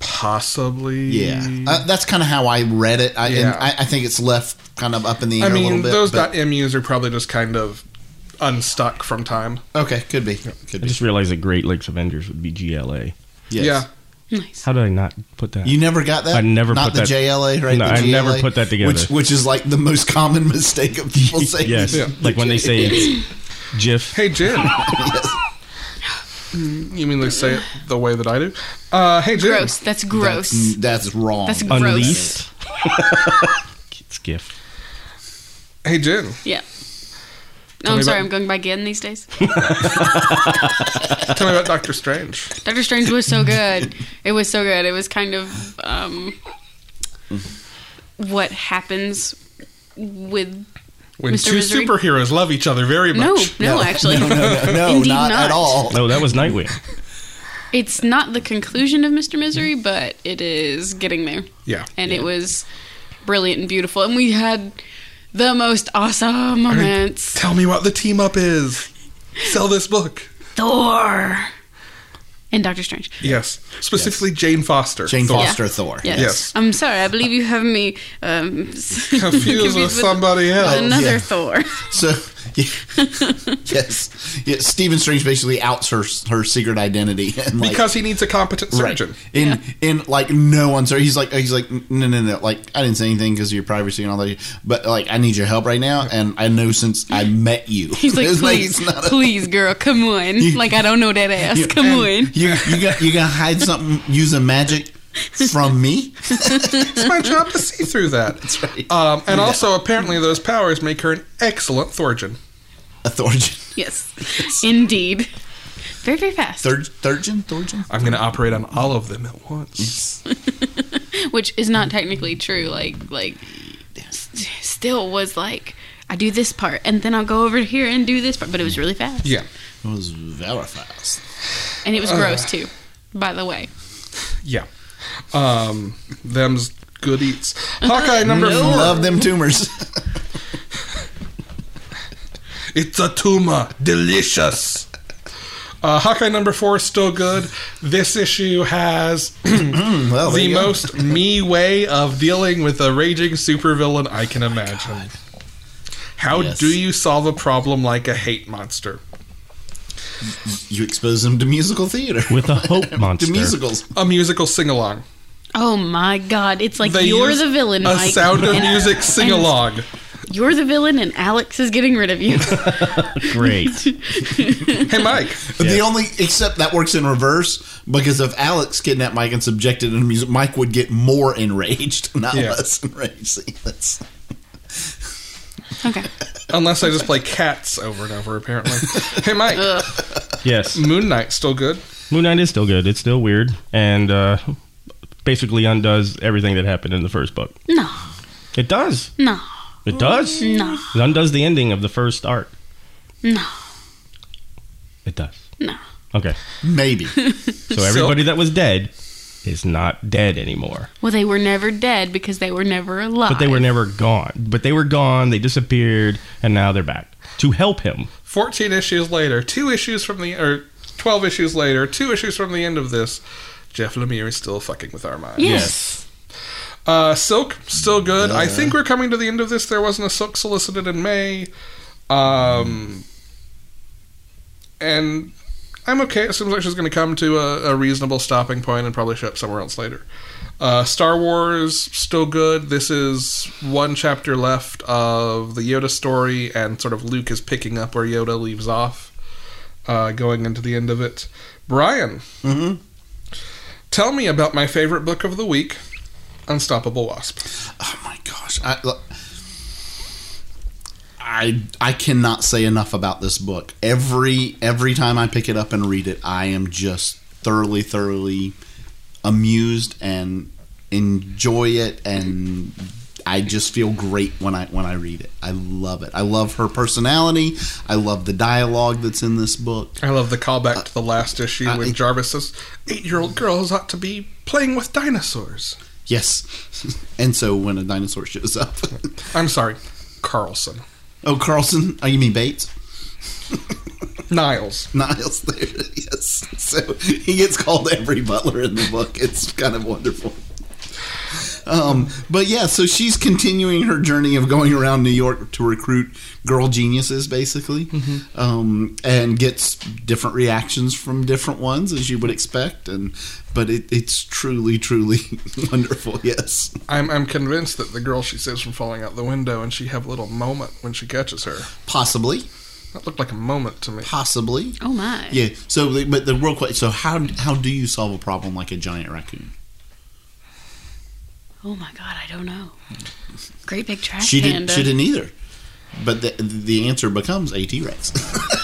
[SPEAKER 2] Possibly.
[SPEAKER 4] Yeah, uh, that's kind of how I read it. I, and
[SPEAKER 2] Mm. Yeah.
[SPEAKER 4] I, I think it's left kind of up in the air
[SPEAKER 2] I
[SPEAKER 4] a
[SPEAKER 2] mean,
[SPEAKER 4] little bit.
[SPEAKER 2] those
[SPEAKER 4] but-
[SPEAKER 2] dot .mus are probably just kind of unstuck from time.
[SPEAKER 4] Okay, could be. Could
[SPEAKER 5] I
[SPEAKER 4] be.
[SPEAKER 5] just realized that Great Lakes Avengers would be GLA.
[SPEAKER 4] Yes.
[SPEAKER 3] Nice.
[SPEAKER 5] How did I not put that?
[SPEAKER 4] You never got that.
[SPEAKER 5] I never
[SPEAKER 4] not
[SPEAKER 5] put
[SPEAKER 4] the
[SPEAKER 5] that-
[SPEAKER 4] JLA, right?
[SPEAKER 5] No,
[SPEAKER 4] the
[SPEAKER 5] I
[SPEAKER 4] GLA,
[SPEAKER 5] never put that together.
[SPEAKER 4] Which, which is like the most common mistake of people saying.
[SPEAKER 5] yes,
[SPEAKER 2] Yeah.
[SPEAKER 5] like when they say it's GIF.
[SPEAKER 2] Hey, Jim. You mean they say it the way that I do? Uh, hey, Jim.
[SPEAKER 3] Gross. That's gross.
[SPEAKER 4] That's, Mm, that's wrong.
[SPEAKER 3] That's gross.
[SPEAKER 5] Unleashed. it's GIF.
[SPEAKER 2] Hey, Jim.
[SPEAKER 3] Yeah.
[SPEAKER 2] Tell
[SPEAKER 3] No,
[SPEAKER 2] me
[SPEAKER 3] I'm sorry.
[SPEAKER 2] about-
[SPEAKER 3] I'm going by Gin these days.
[SPEAKER 2] Tell me about Doctor Strange.
[SPEAKER 3] Doctor Strange was so good. It was so good. It was kind of um, what happens with
[SPEAKER 2] When
[SPEAKER 3] Mr.
[SPEAKER 2] two
[SPEAKER 3] Misery?
[SPEAKER 2] superheroes love each other very
[SPEAKER 3] no,
[SPEAKER 2] much.
[SPEAKER 3] no, actually,
[SPEAKER 4] no, no, no,
[SPEAKER 3] Indeed
[SPEAKER 4] not, at all.
[SPEAKER 5] No, that was Nightwing.
[SPEAKER 3] It's not the conclusion of Mr. Misery, but it is getting there,
[SPEAKER 2] Yeah.
[SPEAKER 3] and it was brilliant and beautiful, and we had the most awesome moments.
[SPEAKER 2] Tell me what the team up is. Sell this book.
[SPEAKER 3] Thor and Doctor Strange.
[SPEAKER 2] Yes. Specifically Jane Foster.
[SPEAKER 4] Jane
[SPEAKER 2] Thor.
[SPEAKER 4] Foster Thor.
[SPEAKER 3] Yes.
[SPEAKER 2] Yes.
[SPEAKER 3] I'm sorry. I believe you have me um,
[SPEAKER 2] Confused with somebody else.
[SPEAKER 3] Another
[SPEAKER 4] Yeah.
[SPEAKER 3] Thor.
[SPEAKER 4] So, yeah. yes, yeah, Stephen Strange basically outs her her secret identity and like,
[SPEAKER 2] Because he needs a competent surgeon.
[SPEAKER 4] Right. In in like no answer. He's like he's like no no no. Like I didn't say anything because of your privacy and all that. But like I need your help right now, and I know since I met you,
[SPEAKER 3] He's like,
[SPEAKER 4] It's
[SPEAKER 3] please,
[SPEAKER 4] it's not a-
[SPEAKER 3] please, girl, come on. like, I don't know that ass.
[SPEAKER 4] you-
[SPEAKER 3] come
[SPEAKER 4] and
[SPEAKER 3] on.
[SPEAKER 4] You you got you gonna hide something using magic from me?
[SPEAKER 2] It's my job to see through that. That's
[SPEAKER 4] right.
[SPEAKER 2] Um, and also, apparently, those powers make her an excellent Thorgen.
[SPEAKER 4] A thorgen,
[SPEAKER 3] Yes, indeed. Very, very fast.
[SPEAKER 4] third, thorgen, thorgen.
[SPEAKER 2] I'm going to operate on all of them at once.
[SPEAKER 3] Which is not technically true. Like, like, s- still was like, I do this part, and then I'll go over here and do this part. But it was really fast.
[SPEAKER 2] Yeah.
[SPEAKER 4] It was very fast.
[SPEAKER 3] And it was gross, too, by the way.
[SPEAKER 2] Yeah. Um, them's good eats. Hawkeye number four.
[SPEAKER 4] Uh-huh. Love them tumors.
[SPEAKER 2] It's a tumor. Delicious. Uh, Hawkeye number four is still good. This issue has
[SPEAKER 4] well, Oh, there
[SPEAKER 2] the
[SPEAKER 4] you go.
[SPEAKER 2] most me way of dealing with a raging supervillain I can imagine. How
[SPEAKER 4] Oh, Yes.
[SPEAKER 2] do you solve a problem like a hate monster?
[SPEAKER 4] you expose them to musical theater
[SPEAKER 5] With a hope monster.
[SPEAKER 4] to musicals.
[SPEAKER 2] A musical sing along.
[SPEAKER 3] Oh my god. It's like you're the villain,
[SPEAKER 2] A
[SPEAKER 3] Mike.
[SPEAKER 2] sound of
[SPEAKER 3] and
[SPEAKER 2] music sing along.
[SPEAKER 3] You're the villain, and Alex is getting rid of you.
[SPEAKER 5] Great.
[SPEAKER 2] Hey, Mike.
[SPEAKER 4] The only except that works in reverse because if Alex kidnapped Mike and subjected him to music, Mike would get more enraged, not
[SPEAKER 2] Yeah.
[SPEAKER 4] less enraged. See, that's-
[SPEAKER 3] okay.
[SPEAKER 2] Unless I just play cats over and over, apparently. hey, Mike.
[SPEAKER 5] Yes.
[SPEAKER 2] Moon Knight's still good.
[SPEAKER 5] Moon Knight is still good. It's still weird. And uh, basically undoes everything that happened in the first book.
[SPEAKER 3] No,
[SPEAKER 5] It does.
[SPEAKER 3] no,
[SPEAKER 5] It does.
[SPEAKER 3] no,
[SPEAKER 5] It undoes the ending of the first arc.
[SPEAKER 3] no,
[SPEAKER 5] It does.
[SPEAKER 3] no.
[SPEAKER 5] Okay.
[SPEAKER 4] maybe
[SPEAKER 5] So everybody that was dead is not dead anymore.
[SPEAKER 3] Well, they were never dead because they were never alive.
[SPEAKER 5] But they were never gone. But they were gone. They disappeared, and now they're back to help him.
[SPEAKER 2] 14 issues later, two issues from the, or 12 issues later, two issues from the end of this, Jeff Lemire is still fucking with our minds.
[SPEAKER 3] Yes.
[SPEAKER 2] Uh, Silk, still good. I think we're coming to the end of this. There wasn't a Silk solicited in May. Um, and I'm okay. It seems like she's going to come to a, a reasonable stopping point and probably show up somewhere else later. Uh, Star Wars, still good. This is one chapter left of the Yoda story, and sort of Luke is picking up where Yoda leaves off, uh, going into the end of it. Brian, tell me about my favorite book of the week. Unstoppable Wasp.
[SPEAKER 4] oh my gosh I, look, I i cannot say enough about this book every every time i pick it up and read it i am just thoroughly thoroughly amused and enjoy it and I just feel great when I when I read it. I love it. I love her personality. I love the dialogue that's in this book.
[SPEAKER 2] I love the callback to the last issue
[SPEAKER 4] uh,
[SPEAKER 2] when
[SPEAKER 4] it-
[SPEAKER 2] Jarvis says, eight year old girls ought to be playing with dinosaurs.
[SPEAKER 4] Yes. And so when a dinosaur shows up.
[SPEAKER 2] I'm sorry, Carlson.
[SPEAKER 4] oh, Carlson, oh, you mean Bates?
[SPEAKER 2] Niles.
[SPEAKER 4] Niles there. Yes. So he gets called every butler in the book. It's kind of wonderful. Um, but yeah, so she's continuing her journey of going around New York to recruit girl geniuses, basically, um, and gets different reactions from different ones as you would expect. And but it, it's truly, truly wonderful. Yes,
[SPEAKER 2] I'm, I'm convinced that the girl she saves from falling out the window and she have a little moment when she catches her.
[SPEAKER 4] possibly,
[SPEAKER 2] That looked like a moment to me.
[SPEAKER 4] possibly.
[SPEAKER 3] Oh my.
[SPEAKER 4] Yeah. So, the- but the real question. So, how how do you solve a problem like a giant raccoon?
[SPEAKER 3] Oh my god, I don't know. Great big trash
[SPEAKER 4] She didn't.
[SPEAKER 3] panda.
[SPEAKER 4] She didn't either. But the the answer becomes a T Rex.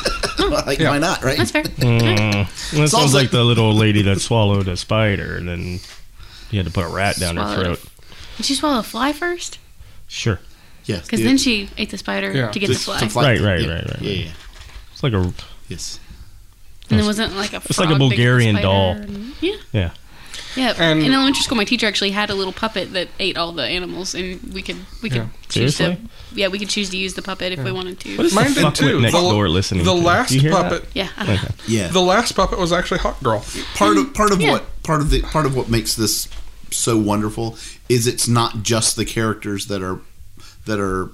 [SPEAKER 4] like
[SPEAKER 2] Yeah.
[SPEAKER 4] why not? Right.
[SPEAKER 3] That's fair.
[SPEAKER 5] Mm. That sounds
[SPEAKER 4] also-
[SPEAKER 5] like the little lady that swallowed a spider, and then you had to put a rat down her
[SPEAKER 3] Swallowed a
[SPEAKER 5] throat.
[SPEAKER 3] Did she swallow a fly first?
[SPEAKER 5] Sure.
[SPEAKER 4] Yes.
[SPEAKER 3] Because
[SPEAKER 4] the-
[SPEAKER 3] then she ate the spider
[SPEAKER 2] Yeah.
[SPEAKER 3] to get
[SPEAKER 4] just
[SPEAKER 3] the fly.
[SPEAKER 4] to fly
[SPEAKER 5] Right,
[SPEAKER 4] through.
[SPEAKER 5] right,
[SPEAKER 4] Yeah.
[SPEAKER 5] right, right,
[SPEAKER 4] Yeah, yeah.
[SPEAKER 5] It's like a
[SPEAKER 4] Yes.
[SPEAKER 3] And there wasn't like a.
[SPEAKER 5] It's
[SPEAKER 3] frog
[SPEAKER 5] like a
[SPEAKER 3] big as
[SPEAKER 5] Bulgarian
[SPEAKER 3] spider.
[SPEAKER 5] doll.
[SPEAKER 3] And- Yeah,
[SPEAKER 5] yeah.
[SPEAKER 3] yeah.
[SPEAKER 2] And-
[SPEAKER 3] in elementary school, my teacher actually had a little puppet that ate all the animals, and we could we could
[SPEAKER 2] Yeah.
[SPEAKER 3] choose to.
[SPEAKER 5] Seriously?
[SPEAKER 3] Yeah, we could choose to use the puppet if we wanted to.
[SPEAKER 5] What is
[SPEAKER 2] Mine
[SPEAKER 5] the
[SPEAKER 2] did
[SPEAKER 5] fuckwit
[SPEAKER 2] too.
[SPEAKER 5] next
[SPEAKER 2] the,
[SPEAKER 5] door listening?
[SPEAKER 2] the
[SPEAKER 5] to? Do you
[SPEAKER 2] last
[SPEAKER 5] hear that?
[SPEAKER 2] puppet.
[SPEAKER 3] yeah, I don't know.
[SPEAKER 4] Yeah.
[SPEAKER 2] The last puppet was actually Hot Girl.
[SPEAKER 4] part of part of
[SPEAKER 3] Yeah.
[SPEAKER 4] what part of the part of what makes this so wonderful is it's not just the characters that are that are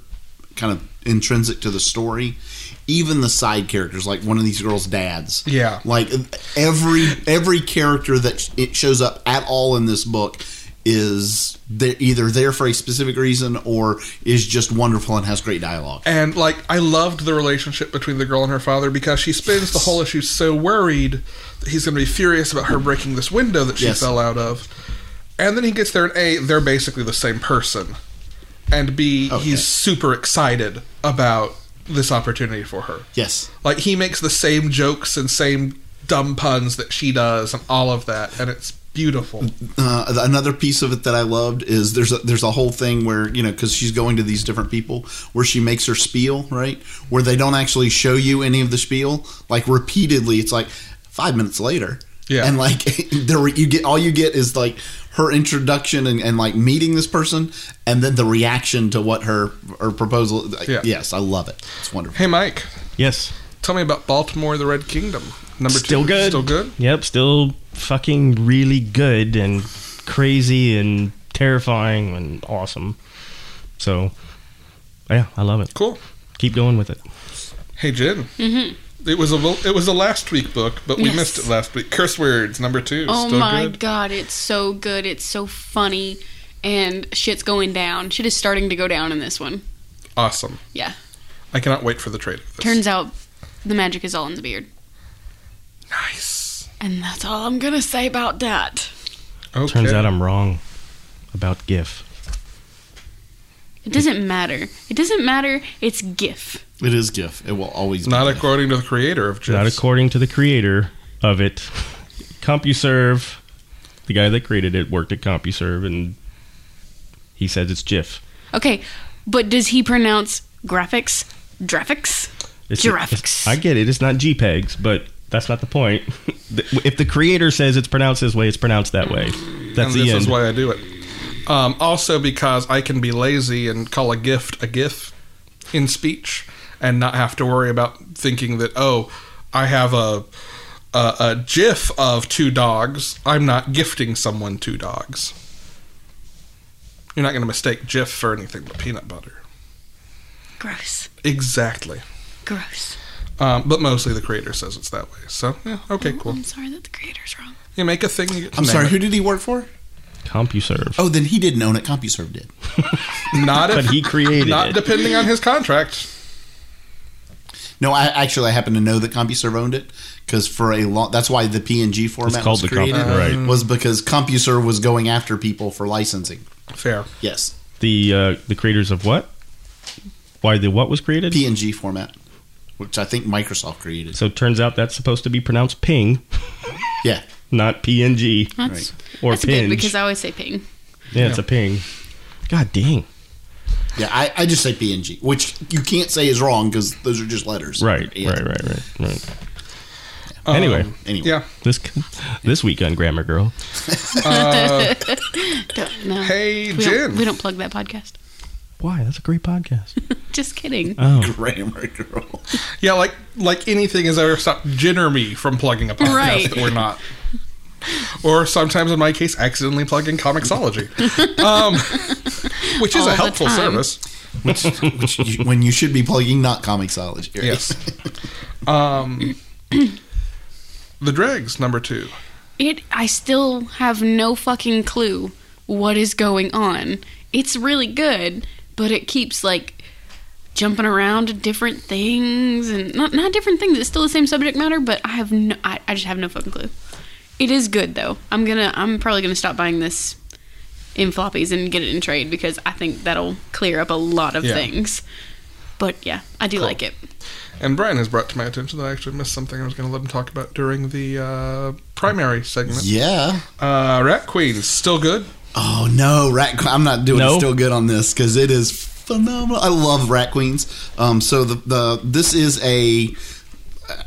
[SPEAKER 4] kind of intrinsic to the story even the side characters like one of these girls dads
[SPEAKER 2] Yeah.
[SPEAKER 4] like every every character that sh- it shows up at all in this book is they're either there for a specific reason or is just wonderful and has great dialogue
[SPEAKER 2] And like I loved the relationship between the girl and her father because she spends the whole issue so worried that he's going to be furious about her breaking this window that she
[SPEAKER 4] Yes.
[SPEAKER 2] fell out of. And then he gets there and A, they're basically the same person. And B,
[SPEAKER 4] Oh,
[SPEAKER 2] he's
[SPEAKER 4] yeah.
[SPEAKER 2] super excited about this opportunity for her.
[SPEAKER 4] yes
[SPEAKER 2] Like he makes the same jokes and same dumb puns that she does and all of that and it's beautiful.
[SPEAKER 5] Mm-hmm.
[SPEAKER 4] uh, another piece of it that I loved is there's a, there's a whole thing where you know because she's going to these different people where she makes her spiel right where they don't actually show you any of the spiel like repeatedly it's like five minutes later
[SPEAKER 2] Yeah.
[SPEAKER 4] and like the re- you get all you get is like her introduction and, and like meeting this person and then the reaction to what her her proposal
[SPEAKER 2] Yeah.
[SPEAKER 4] yes I love it it's wonderful
[SPEAKER 2] Hey Mike,
[SPEAKER 5] Yes.
[SPEAKER 2] tell me about Baltimore the Red Kingdom. Number
[SPEAKER 5] Still
[SPEAKER 2] two.
[SPEAKER 5] good.
[SPEAKER 2] Still good.
[SPEAKER 5] Yep, still fucking really good and crazy and terrifying and awesome. So, yeah, I love it.
[SPEAKER 2] Cool.
[SPEAKER 5] Keep going with it.
[SPEAKER 2] Hey Jen. Mm-hmm. It was a little- it was a last week book, but we
[SPEAKER 3] Yes.
[SPEAKER 2] missed it last week. Curse words number two.
[SPEAKER 3] Oh
[SPEAKER 2] still
[SPEAKER 3] my
[SPEAKER 2] good.
[SPEAKER 3] god, it's so good. It's so funny, and shit's going down. Shit is starting to go down in this one.
[SPEAKER 2] Awesome.
[SPEAKER 3] Yeah.
[SPEAKER 2] I cannot wait for the trade. Of this.
[SPEAKER 3] Turns out the magic is all in the beard,
[SPEAKER 2] nice.
[SPEAKER 3] and that's all I'm gonna say about that.
[SPEAKER 2] Okay.
[SPEAKER 5] Turns out I'm wrong about GIF.
[SPEAKER 3] It doesn't matter. It doesn't matter. It's GIF.
[SPEAKER 4] it is GIF it will always
[SPEAKER 2] not
[SPEAKER 4] be GIF.
[SPEAKER 2] according to the creator of
[SPEAKER 5] Not
[SPEAKER 2] GIFs.
[SPEAKER 5] according to the creator of it. CompuServe, the guy that created it, worked at CompuServe and he says it's GIF.
[SPEAKER 3] Okay, but does he pronounce graphics? Graphics?
[SPEAKER 5] It's
[SPEAKER 3] Giraffics.
[SPEAKER 5] I get it. It's not JPEGs, but that's not the point. if the creator says it's pronounced this way, it's pronounced that way. That's
[SPEAKER 2] and
[SPEAKER 5] the
[SPEAKER 2] this
[SPEAKER 5] end.
[SPEAKER 2] is why I do it. Um, also, because I can be lazy and call a gift a gif in speech, and not have to worry about thinking that oh, I have a a, a gif of two dogs. I'm not gifting someone two dogs. You're not going to mistake gif for anything but peanut butter.
[SPEAKER 3] Gross.
[SPEAKER 2] Exactly.
[SPEAKER 3] Gross.
[SPEAKER 2] Um, but mostly the creator says it's that way. So yeah, okay, cool.
[SPEAKER 3] I'm sorry that the creator's wrong.
[SPEAKER 2] You make a thing. You get to
[SPEAKER 4] I'm
[SPEAKER 2] name
[SPEAKER 4] sorry
[SPEAKER 2] it.
[SPEAKER 4] who did he work for
[SPEAKER 5] CompuServe.
[SPEAKER 4] oh then he didn't own it CompuServe did
[SPEAKER 2] Not if,
[SPEAKER 5] But he created
[SPEAKER 2] not
[SPEAKER 5] it.
[SPEAKER 2] depending on his contract.
[SPEAKER 4] No, I actually I happen to know that CompuServe owned it because for a long that's why the PNG format was
[SPEAKER 5] called the
[SPEAKER 4] created
[SPEAKER 5] Compu- right.
[SPEAKER 4] was because CompuServe was going after people for licensing.
[SPEAKER 2] Fair.
[SPEAKER 4] Yes,
[SPEAKER 5] the uh, the creators of what? Why the what was created?
[SPEAKER 4] PNG format, which I think Microsoft created.
[SPEAKER 5] so it turns out that's supposed to be pronounced ping,
[SPEAKER 4] Yeah,
[SPEAKER 5] not PNG
[SPEAKER 3] That's,
[SPEAKER 5] or
[SPEAKER 3] that's
[SPEAKER 5] pinge.
[SPEAKER 3] good because I always say ping.
[SPEAKER 5] yeah, it's a ping. God dang.
[SPEAKER 4] yeah. I, I just say PNG, which you can't say is wrong because those are just letters.
[SPEAKER 5] Right,
[SPEAKER 4] Yeah.
[SPEAKER 5] right, right, right, right. Anyway,
[SPEAKER 4] Anyway,
[SPEAKER 2] Um, Yeah.
[SPEAKER 5] this this week on Grammar Girl,
[SPEAKER 3] Don't, no.
[SPEAKER 2] Hey,
[SPEAKER 3] we
[SPEAKER 2] Jen.
[SPEAKER 3] Don't, we don't plug that podcast.
[SPEAKER 5] why? That's a great podcast.
[SPEAKER 3] Just kidding.
[SPEAKER 5] Oh,
[SPEAKER 4] grammar girl.
[SPEAKER 2] Yeah, like like anything has ever stopped Jenner me from plugging a podcast
[SPEAKER 3] Right.
[SPEAKER 2] that we're not. Or sometimes, in my case, accidentally plugging Comixology, um, which is
[SPEAKER 3] All
[SPEAKER 2] a
[SPEAKER 3] the
[SPEAKER 2] helpful
[SPEAKER 3] time.
[SPEAKER 2] service.
[SPEAKER 4] which, which you, when you should be plugging not comicsology. right?
[SPEAKER 2] Yes. Um, the Dregs, number two.
[SPEAKER 3] It. I still have no fucking clue what is going on. It's really good, but it keeps like jumping around to different things and not not different things. It's still the same subject matter, but I have no. I, I just have no fucking clue. It is good though. I'm gonna. I'm probably gonna stop buying this in floppies and get it in trade because I think that'll clear up a lot of
[SPEAKER 2] Yeah.
[SPEAKER 3] things. But yeah, I do like it.
[SPEAKER 2] And Brian has brought to my attention that I actually missed something I was going to let him talk about during the uh, primary segment.
[SPEAKER 4] Yeah.
[SPEAKER 2] Uh, Rat Queens, still good.
[SPEAKER 4] Oh no, Rat! I'm not doing
[SPEAKER 5] No?
[SPEAKER 4] still good on this because it is phenomenal. I love rat queens. Um, so the the this is a,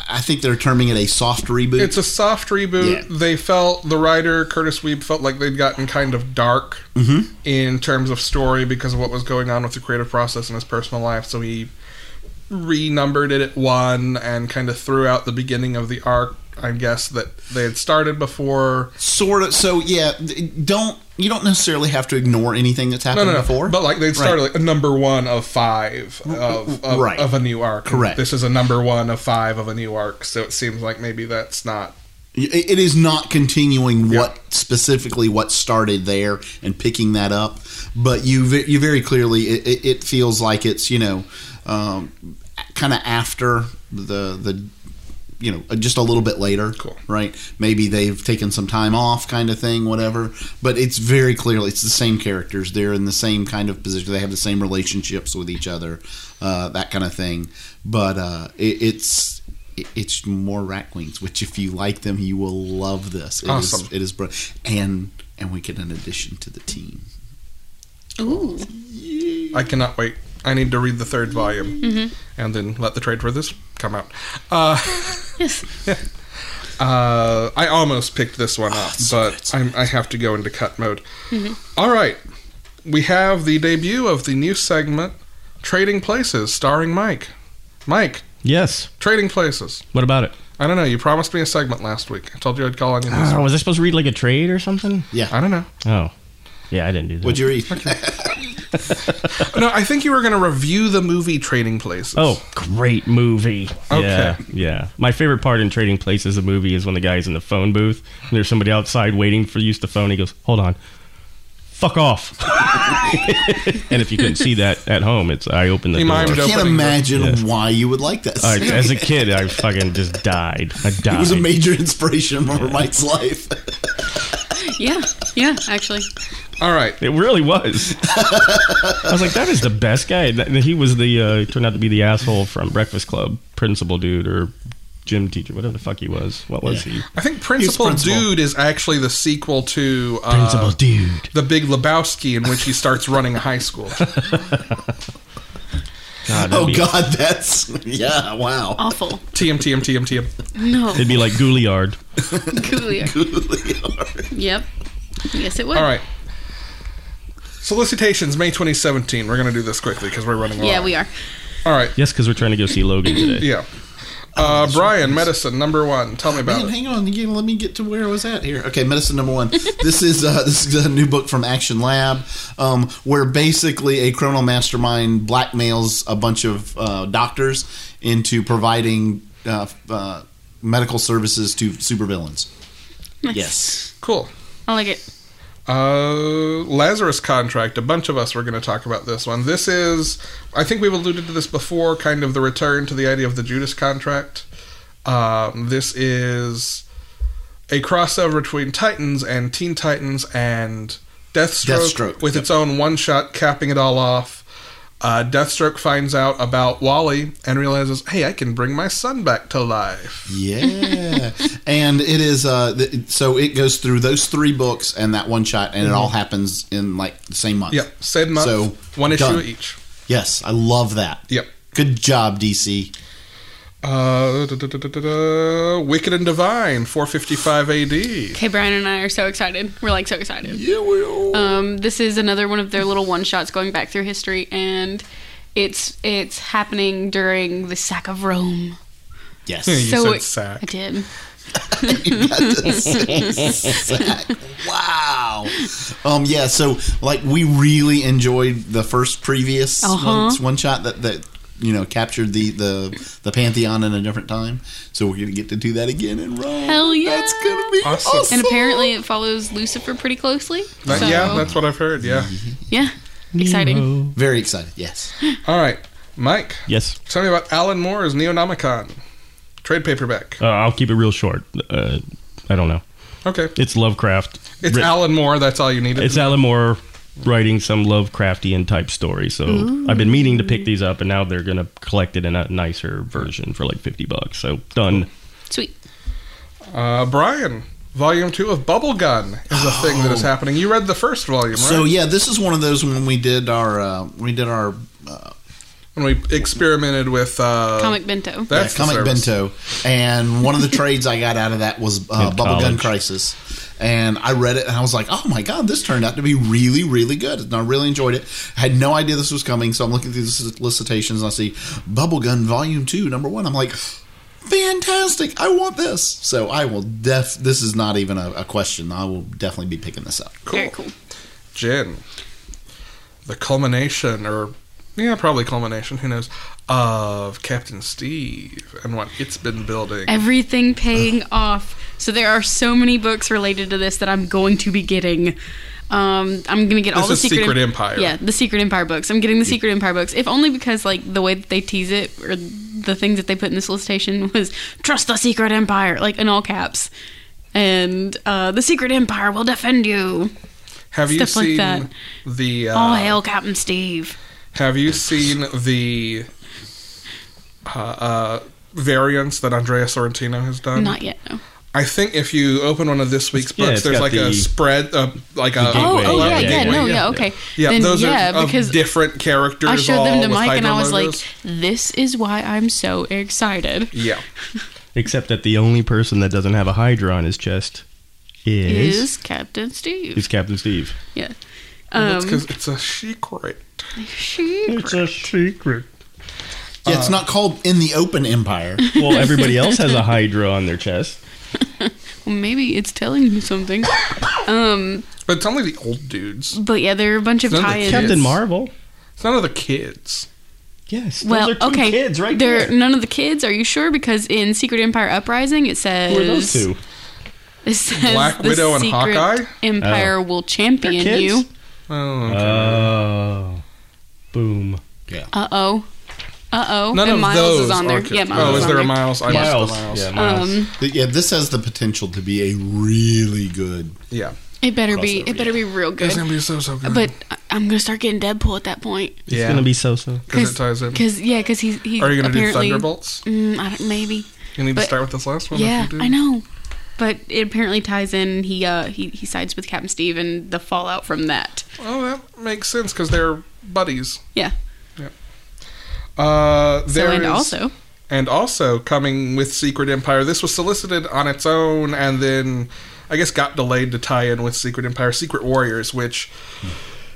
[SPEAKER 4] I think they're terming it a soft reboot.
[SPEAKER 2] It's a soft reboot.
[SPEAKER 4] Yeah.
[SPEAKER 2] They felt the writer Curtis Weeb felt like they'd gotten kind of dark
[SPEAKER 4] Mm-hmm.
[SPEAKER 2] in terms of story because of what was going on with the creative process in his personal life. So he renumbered it at one and kind of threw out the beginning of the arc. I guess that they had started before.
[SPEAKER 4] sort of. So yeah, d- don't you don't necessarily have to ignore anything that's
[SPEAKER 2] No,
[SPEAKER 4] happened
[SPEAKER 2] no, no.
[SPEAKER 4] before.
[SPEAKER 2] But like they'd
[SPEAKER 4] Right.
[SPEAKER 2] started like a number one of five of of,
[SPEAKER 4] Right.
[SPEAKER 2] of a new arc. And
[SPEAKER 4] Correct.
[SPEAKER 2] This is a number one of five of a new arc. So it seems like maybe that's not
[SPEAKER 4] It it is not continuing what specifically what started there and picking that up, but you ve- you very clearly it, it- it feels like it's you know um, kind of after the the you know uh, just a little bit later,
[SPEAKER 2] Cool.
[SPEAKER 4] right? Maybe they've taken some time off, kind of thing, whatever. But it's very clearly it's the same characters. They're in the same kind of position. They have the same relationships with each other, uh, that kind of thing. But uh, it, it's it- it's more rat queens. Which, if you like them, you will love this. It is
[SPEAKER 2] Awesome.
[SPEAKER 4] it is br- and and we get an addition to the team.
[SPEAKER 3] Ooh.
[SPEAKER 2] I cannot wait. I need to read the third volume and then let the trade for this come out. Uh,
[SPEAKER 3] Yes.
[SPEAKER 2] uh, I almost picked this one
[SPEAKER 5] Ah,
[SPEAKER 2] up, but I'm, I have to go into cut mode. All right. We have the debut of the new segment, Trading Places, starring Mike. Mike,
[SPEAKER 5] Yes.
[SPEAKER 2] Trading Places.
[SPEAKER 5] What about it?
[SPEAKER 2] I don't know. You promised me a segment last week. I told you I'd call on you this
[SPEAKER 5] Oh, was I supposed to read like a trade or something?
[SPEAKER 2] I don't know.
[SPEAKER 5] Oh, yeah, I didn't do that.
[SPEAKER 4] What'd you read?
[SPEAKER 2] No, I think you were going to review the movie Trading Places.
[SPEAKER 5] Oh, great movie.
[SPEAKER 2] Okay.
[SPEAKER 5] Yeah, yeah. My favorite part in Trading Places, the movie, is when the guy's in the phone booth and there's somebody outside waiting for use the phone. He goes, hold on. Fuck off. and if you couldn't see that at home, it's I opened the
[SPEAKER 2] He
[SPEAKER 5] door.
[SPEAKER 2] mimed
[SPEAKER 4] I can't
[SPEAKER 2] Opening,
[SPEAKER 4] imagine
[SPEAKER 5] yes.
[SPEAKER 4] why you would like that.
[SPEAKER 5] I,
[SPEAKER 4] scene.
[SPEAKER 5] as a kid, I fucking just died. I died.
[SPEAKER 4] it was a major inspiration for Mike's life.
[SPEAKER 3] Yeah. Yeah, actually.
[SPEAKER 2] All right.
[SPEAKER 5] It really was. I was like, that is the best guy. That- He was the uh, turned out to be the asshole from Breakfast Club principal dude or gym teacher, whatever the fuck he was. What was he?
[SPEAKER 2] I think Principal,
[SPEAKER 4] Principal.
[SPEAKER 2] Dude is actually the sequel to uh,
[SPEAKER 5] Oh, dude.
[SPEAKER 2] The Big Lebowski, in which he starts running a high school.
[SPEAKER 5] God,
[SPEAKER 4] Oh
[SPEAKER 5] it'd, be,
[SPEAKER 4] God, that's yeah. Wow.
[SPEAKER 3] Awful.
[SPEAKER 2] TM, TM, TM, TM.
[SPEAKER 3] No.
[SPEAKER 5] it'd be like Goulliard.
[SPEAKER 3] Coolier. Yep. Yes, it would.
[SPEAKER 2] All right. Solicitations, May 2017. We're going to do this quickly because we're running
[SPEAKER 3] Yeah,
[SPEAKER 2] long.
[SPEAKER 3] we are.
[SPEAKER 2] All right.
[SPEAKER 5] Yes, because we're trying to go see Logan today.
[SPEAKER 2] Yeah. Uh, Brian, medicine, number one. Tell me about
[SPEAKER 4] Oh, Man,
[SPEAKER 2] it.
[SPEAKER 4] hang on. You gotta let me get to where I was at here. Okay, medicine number one. this is uh, this is a new book from Action Lab, um, where basically a criminal mastermind blackmails a bunch of uh, doctors into providing uh, uh, medical services to supervillains.
[SPEAKER 3] Nice.
[SPEAKER 4] Yes.
[SPEAKER 2] Cool.
[SPEAKER 3] I like it.
[SPEAKER 2] Uh, Lazarus Contract. A bunch of us were going to talk about this one. This is, I think we've alluded to this before, kind of the return to the idea of the Judas Contract. Um, this is a crossover between Titans and Teen Titans and Deathstroke,
[SPEAKER 4] Deathstroke,
[SPEAKER 2] with
[SPEAKER 4] yep.
[SPEAKER 2] its own one shot, capping it all off. Uh, Deathstroke finds out about Wally and realizes, hey, I can bring my son back to life.
[SPEAKER 4] Yeah. and it is uh, th- so it goes through those three books and that one shot, and it all
[SPEAKER 3] Mm-hmm.
[SPEAKER 4] happens in like the same month.
[SPEAKER 2] Yep, same month,
[SPEAKER 4] So,
[SPEAKER 2] one issue
[SPEAKER 4] done.
[SPEAKER 2] each.
[SPEAKER 4] Yes, I love that.
[SPEAKER 2] Yep.
[SPEAKER 4] Good job, DC.
[SPEAKER 2] Uh, da- da- da- da- da- da. Wicked and Divine, 455 AD.
[SPEAKER 3] Okay, Brian and I are so excited. We're like so excited.
[SPEAKER 4] Yeah, we all.
[SPEAKER 3] Um, this is another one of their little one shots going back through history, and it's it's happening during the sack of Rome.
[SPEAKER 4] yes.
[SPEAKER 2] You
[SPEAKER 3] So
[SPEAKER 2] said sack.
[SPEAKER 3] it- I did.
[SPEAKER 4] wow. Um, yeah, so like we really enjoyed the first previous
[SPEAKER 3] Uh-huh.
[SPEAKER 4] one, one shot that, that you know captured the, the the pantheon in a different time. So we're gonna get to do that again in Rome.
[SPEAKER 3] Hell yeah.
[SPEAKER 4] That's gonna be
[SPEAKER 2] Awesome.
[SPEAKER 4] awesome.
[SPEAKER 3] And apparently, it follows Lucifer pretty closely.
[SPEAKER 2] That-
[SPEAKER 3] so,
[SPEAKER 2] Yeah, that's what I've heard, yeah.
[SPEAKER 4] Mm.
[SPEAKER 3] yeah, exciting.
[SPEAKER 5] Nemo.
[SPEAKER 4] Very excited. Yes.
[SPEAKER 2] All right, Mike,
[SPEAKER 5] Yes.
[SPEAKER 2] tell me about Alan Moore's Neonomicon. Trade paperback.
[SPEAKER 5] Uh, I'll keep it real short. Uh, I don't know.
[SPEAKER 2] Okay.
[SPEAKER 5] It's Lovecraft.
[SPEAKER 2] It's
[SPEAKER 5] Writ-
[SPEAKER 2] Alan Moore, that's all you needed.
[SPEAKER 5] It's Alan Moore writing some Lovecraftian type story. So I've been meaning to pick these up, and now they're going to collect it in a nicer version for like 50 bucks. So done.
[SPEAKER 3] Sweet.
[SPEAKER 2] uh, Brian, Volume two of Bubblegun is a thing that is happening. You read the first volume, right?
[SPEAKER 4] Oh. So yeah, this is one of those when we did our uh, we did our uh,
[SPEAKER 2] when we experimented with uh,
[SPEAKER 3] Comic Bento.
[SPEAKER 4] yeah,
[SPEAKER 2] that's the
[SPEAKER 4] comic
[SPEAKER 2] service.
[SPEAKER 4] bento, and one of the trades I got out of that was uh,
[SPEAKER 5] In
[SPEAKER 4] Bubblegum
[SPEAKER 5] college.
[SPEAKER 4] Crisis, and I read it and I was like, oh my god, this turned out to be really really good, and I really enjoyed it. I had no idea this was coming, so I'm looking through the solicitations and I see Bubblegum Volume Two, Number One. I'm like. Fantastic! I want this, so I will def. This is not even a, a question. I will definitely be picking this up.
[SPEAKER 3] Very cool.
[SPEAKER 2] Jin. The culmination, or yeah, probably culmination. Who knows? Of Captain Steve and what it's been building.
[SPEAKER 3] Everything paying off. So there are so many books related to this that I'm going to be getting. Um, I'm gonna get all
[SPEAKER 2] This
[SPEAKER 3] the
[SPEAKER 2] is
[SPEAKER 3] secret,
[SPEAKER 2] Secret Empire.
[SPEAKER 3] Yeah, the Secret Empire books. I'm getting the Secret Empire books, if only because like the way that they tease it or the things that they put in the solicitation was "Trust the Secret Empire," like in all caps, and uh, the Secret Empire will defend you.
[SPEAKER 2] Have you
[SPEAKER 3] stuff like
[SPEAKER 2] seen
[SPEAKER 3] that.
[SPEAKER 2] the?
[SPEAKER 3] All
[SPEAKER 2] Uh,
[SPEAKER 3] hail Captain Steve.
[SPEAKER 2] have you seen the uh, uh, variants that Andrea Sorrentino has done?
[SPEAKER 3] Not yet. No.
[SPEAKER 2] I think if you open one of this week's
[SPEAKER 5] Yeah,
[SPEAKER 2] books,
[SPEAKER 5] it's
[SPEAKER 2] there's
[SPEAKER 5] got
[SPEAKER 2] like a
[SPEAKER 5] the-
[SPEAKER 2] spread, uh, like a
[SPEAKER 3] Oh,
[SPEAKER 5] Gateway,
[SPEAKER 3] oh yeah,
[SPEAKER 5] yeah,
[SPEAKER 3] yeah,
[SPEAKER 5] gateway,
[SPEAKER 3] no, yeah,
[SPEAKER 5] yeah,
[SPEAKER 3] okay.
[SPEAKER 2] yeah.
[SPEAKER 3] Then,
[SPEAKER 2] those
[SPEAKER 3] yeah,
[SPEAKER 2] are of
[SPEAKER 3] because
[SPEAKER 2] different characters.
[SPEAKER 3] I showed them
[SPEAKER 2] all
[SPEAKER 3] to
[SPEAKER 2] with
[SPEAKER 3] Mike, and I
[SPEAKER 2] hyperlogos.
[SPEAKER 3] was like, "This is why I'm so excited."
[SPEAKER 2] "Yeah,
[SPEAKER 5] Except that the only person that doesn't have a Hydra on his chest is,
[SPEAKER 3] Is Captain Steve?
[SPEAKER 5] is Captain Steve.
[SPEAKER 3] Yeah.
[SPEAKER 2] Well,
[SPEAKER 3] Um,
[SPEAKER 2] because it's a secret."
[SPEAKER 3] she.
[SPEAKER 5] a secret.
[SPEAKER 4] Yeah,
[SPEAKER 2] Uh,
[SPEAKER 4] it's not called in the open empire.
[SPEAKER 5] Well, everybody else has a Hydra on their chest.
[SPEAKER 3] Well, maybe it's telling you something. um,
[SPEAKER 2] But it's only the old dudes.
[SPEAKER 3] but yeah, there are a bunch of
[SPEAKER 2] None of the
[SPEAKER 3] tie-ins.
[SPEAKER 2] It
[SPEAKER 5] Captain
[SPEAKER 2] is.
[SPEAKER 5] Marvel.
[SPEAKER 2] It's none of the kids.
[SPEAKER 5] Yes.
[SPEAKER 3] Well,
[SPEAKER 5] those are two
[SPEAKER 3] okay.
[SPEAKER 5] kids right
[SPEAKER 3] They're
[SPEAKER 5] there.
[SPEAKER 3] none of the kids. Are you sure? Because in Secret Empire Uprising, it says
[SPEAKER 5] Who are those two?
[SPEAKER 3] It says
[SPEAKER 2] Black
[SPEAKER 3] the
[SPEAKER 2] Widow and
[SPEAKER 3] Secret
[SPEAKER 2] Hawkeye?
[SPEAKER 3] Empire will champion
[SPEAKER 5] They're kids.
[SPEAKER 3] you.
[SPEAKER 2] Oh, okay.
[SPEAKER 5] Oh. Boom.
[SPEAKER 3] Uh oh. Uh oh.
[SPEAKER 2] none
[SPEAKER 3] and
[SPEAKER 2] of
[SPEAKER 3] Miles
[SPEAKER 2] those
[SPEAKER 3] is on there.
[SPEAKER 2] are kids.
[SPEAKER 3] Yeah, Miles
[SPEAKER 2] oh,
[SPEAKER 3] is
[SPEAKER 2] is
[SPEAKER 3] on
[SPEAKER 2] there a
[SPEAKER 3] there.
[SPEAKER 2] Miles? I missed the
[SPEAKER 5] Miles.
[SPEAKER 2] Miles.
[SPEAKER 5] Yeah, Miles.
[SPEAKER 3] Um,
[SPEAKER 4] But yeah, this has the potential to be a really good.
[SPEAKER 2] yeah.
[SPEAKER 3] it better be. It better be real
[SPEAKER 2] It's
[SPEAKER 3] good.
[SPEAKER 2] gonna be so so good.
[SPEAKER 3] But I- I'm gonna start getting Deadpool at that point.
[SPEAKER 5] It's
[SPEAKER 2] yeah,
[SPEAKER 5] gonna be so-so.
[SPEAKER 2] because it ties in.
[SPEAKER 3] Because yeah, because he's he.
[SPEAKER 2] Are you gonna do
[SPEAKER 3] apparently-
[SPEAKER 2] Thunderbolts?
[SPEAKER 3] Mm, I don't, maybe.
[SPEAKER 2] You need to
[SPEAKER 3] but-
[SPEAKER 2] start with this last one. if
[SPEAKER 3] yeah,
[SPEAKER 2] you do.
[SPEAKER 3] I know. But it apparently ties in. He uh he, he sides with Captain Steve and the fallout from that.
[SPEAKER 2] Oh, that makes sense because they're buddies.
[SPEAKER 3] Yeah.
[SPEAKER 2] Uh,
[SPEAKER 3] So
[SPEAKER 2] there
[SPEAKER 3] and
[SPEAKER 2] is-
[SPEAKER 3] also
[SPEAKER 2] and also coming with Secret Empire. This was solicited on its own, and then I guess got delayed to tie in with Secret Empire, Secret Warriors, which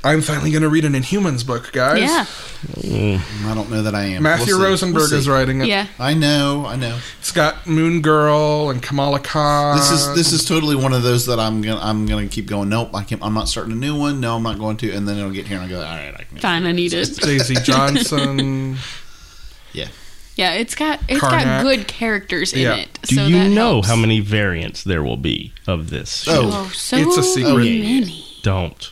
[SPEAKER 2] I'm finally going to read an Inhumans book, guys.
[SPEAKER 3] yeah
[SPEAKER 4] I don't know that I am.
[SPEAKER 2] Matthew
[SPEAKER 4] We'll see.
[SPEAKER 2] Rosenberg
[SPEAKER 4] We'll see.
[SPEAKER 2] is writing it.
[SPEAKER 3] yeah
[SPEAKER 4] I know, I know.
[SPEAKER 2] It's got Moon Girl and Kamala Khan.
[SPEAKER 4] This is this is totally one of those that I'm gonna I'm gonna keep going. Nope, I can't. I'm not starting a new one. No, I'm not going to. And then it'll get here and I go. All right, I can.
[SPEAKER 3] fine. I need it.
[SPEAKER 2] Daisy Johnson.
[SPEAKER 4] Yeah,
[SPEAKER 3] Yeah, it's got it's
[SPEAKER 2] Karnak.
[SPEAKER 3] got good characters in
[SPEAKER 2] Yeah.
[SPEAKER 3] it.
[SPEAKER 5] Do
[SPEAKER 3] so
[SPEAKER 5] you
[SPEAKER 3] that
[SPEAKER 5] know
[SPEAKER 3] helps.
[SPEAKER 5] how many variants there will be of this?
[SPEAKER 4] Oh.
[SPEAKER 3] Oh, so
[SPEAKER 2] It's a secret.
[SPEAKER 3] many.
[SPEAKER 5] Don't.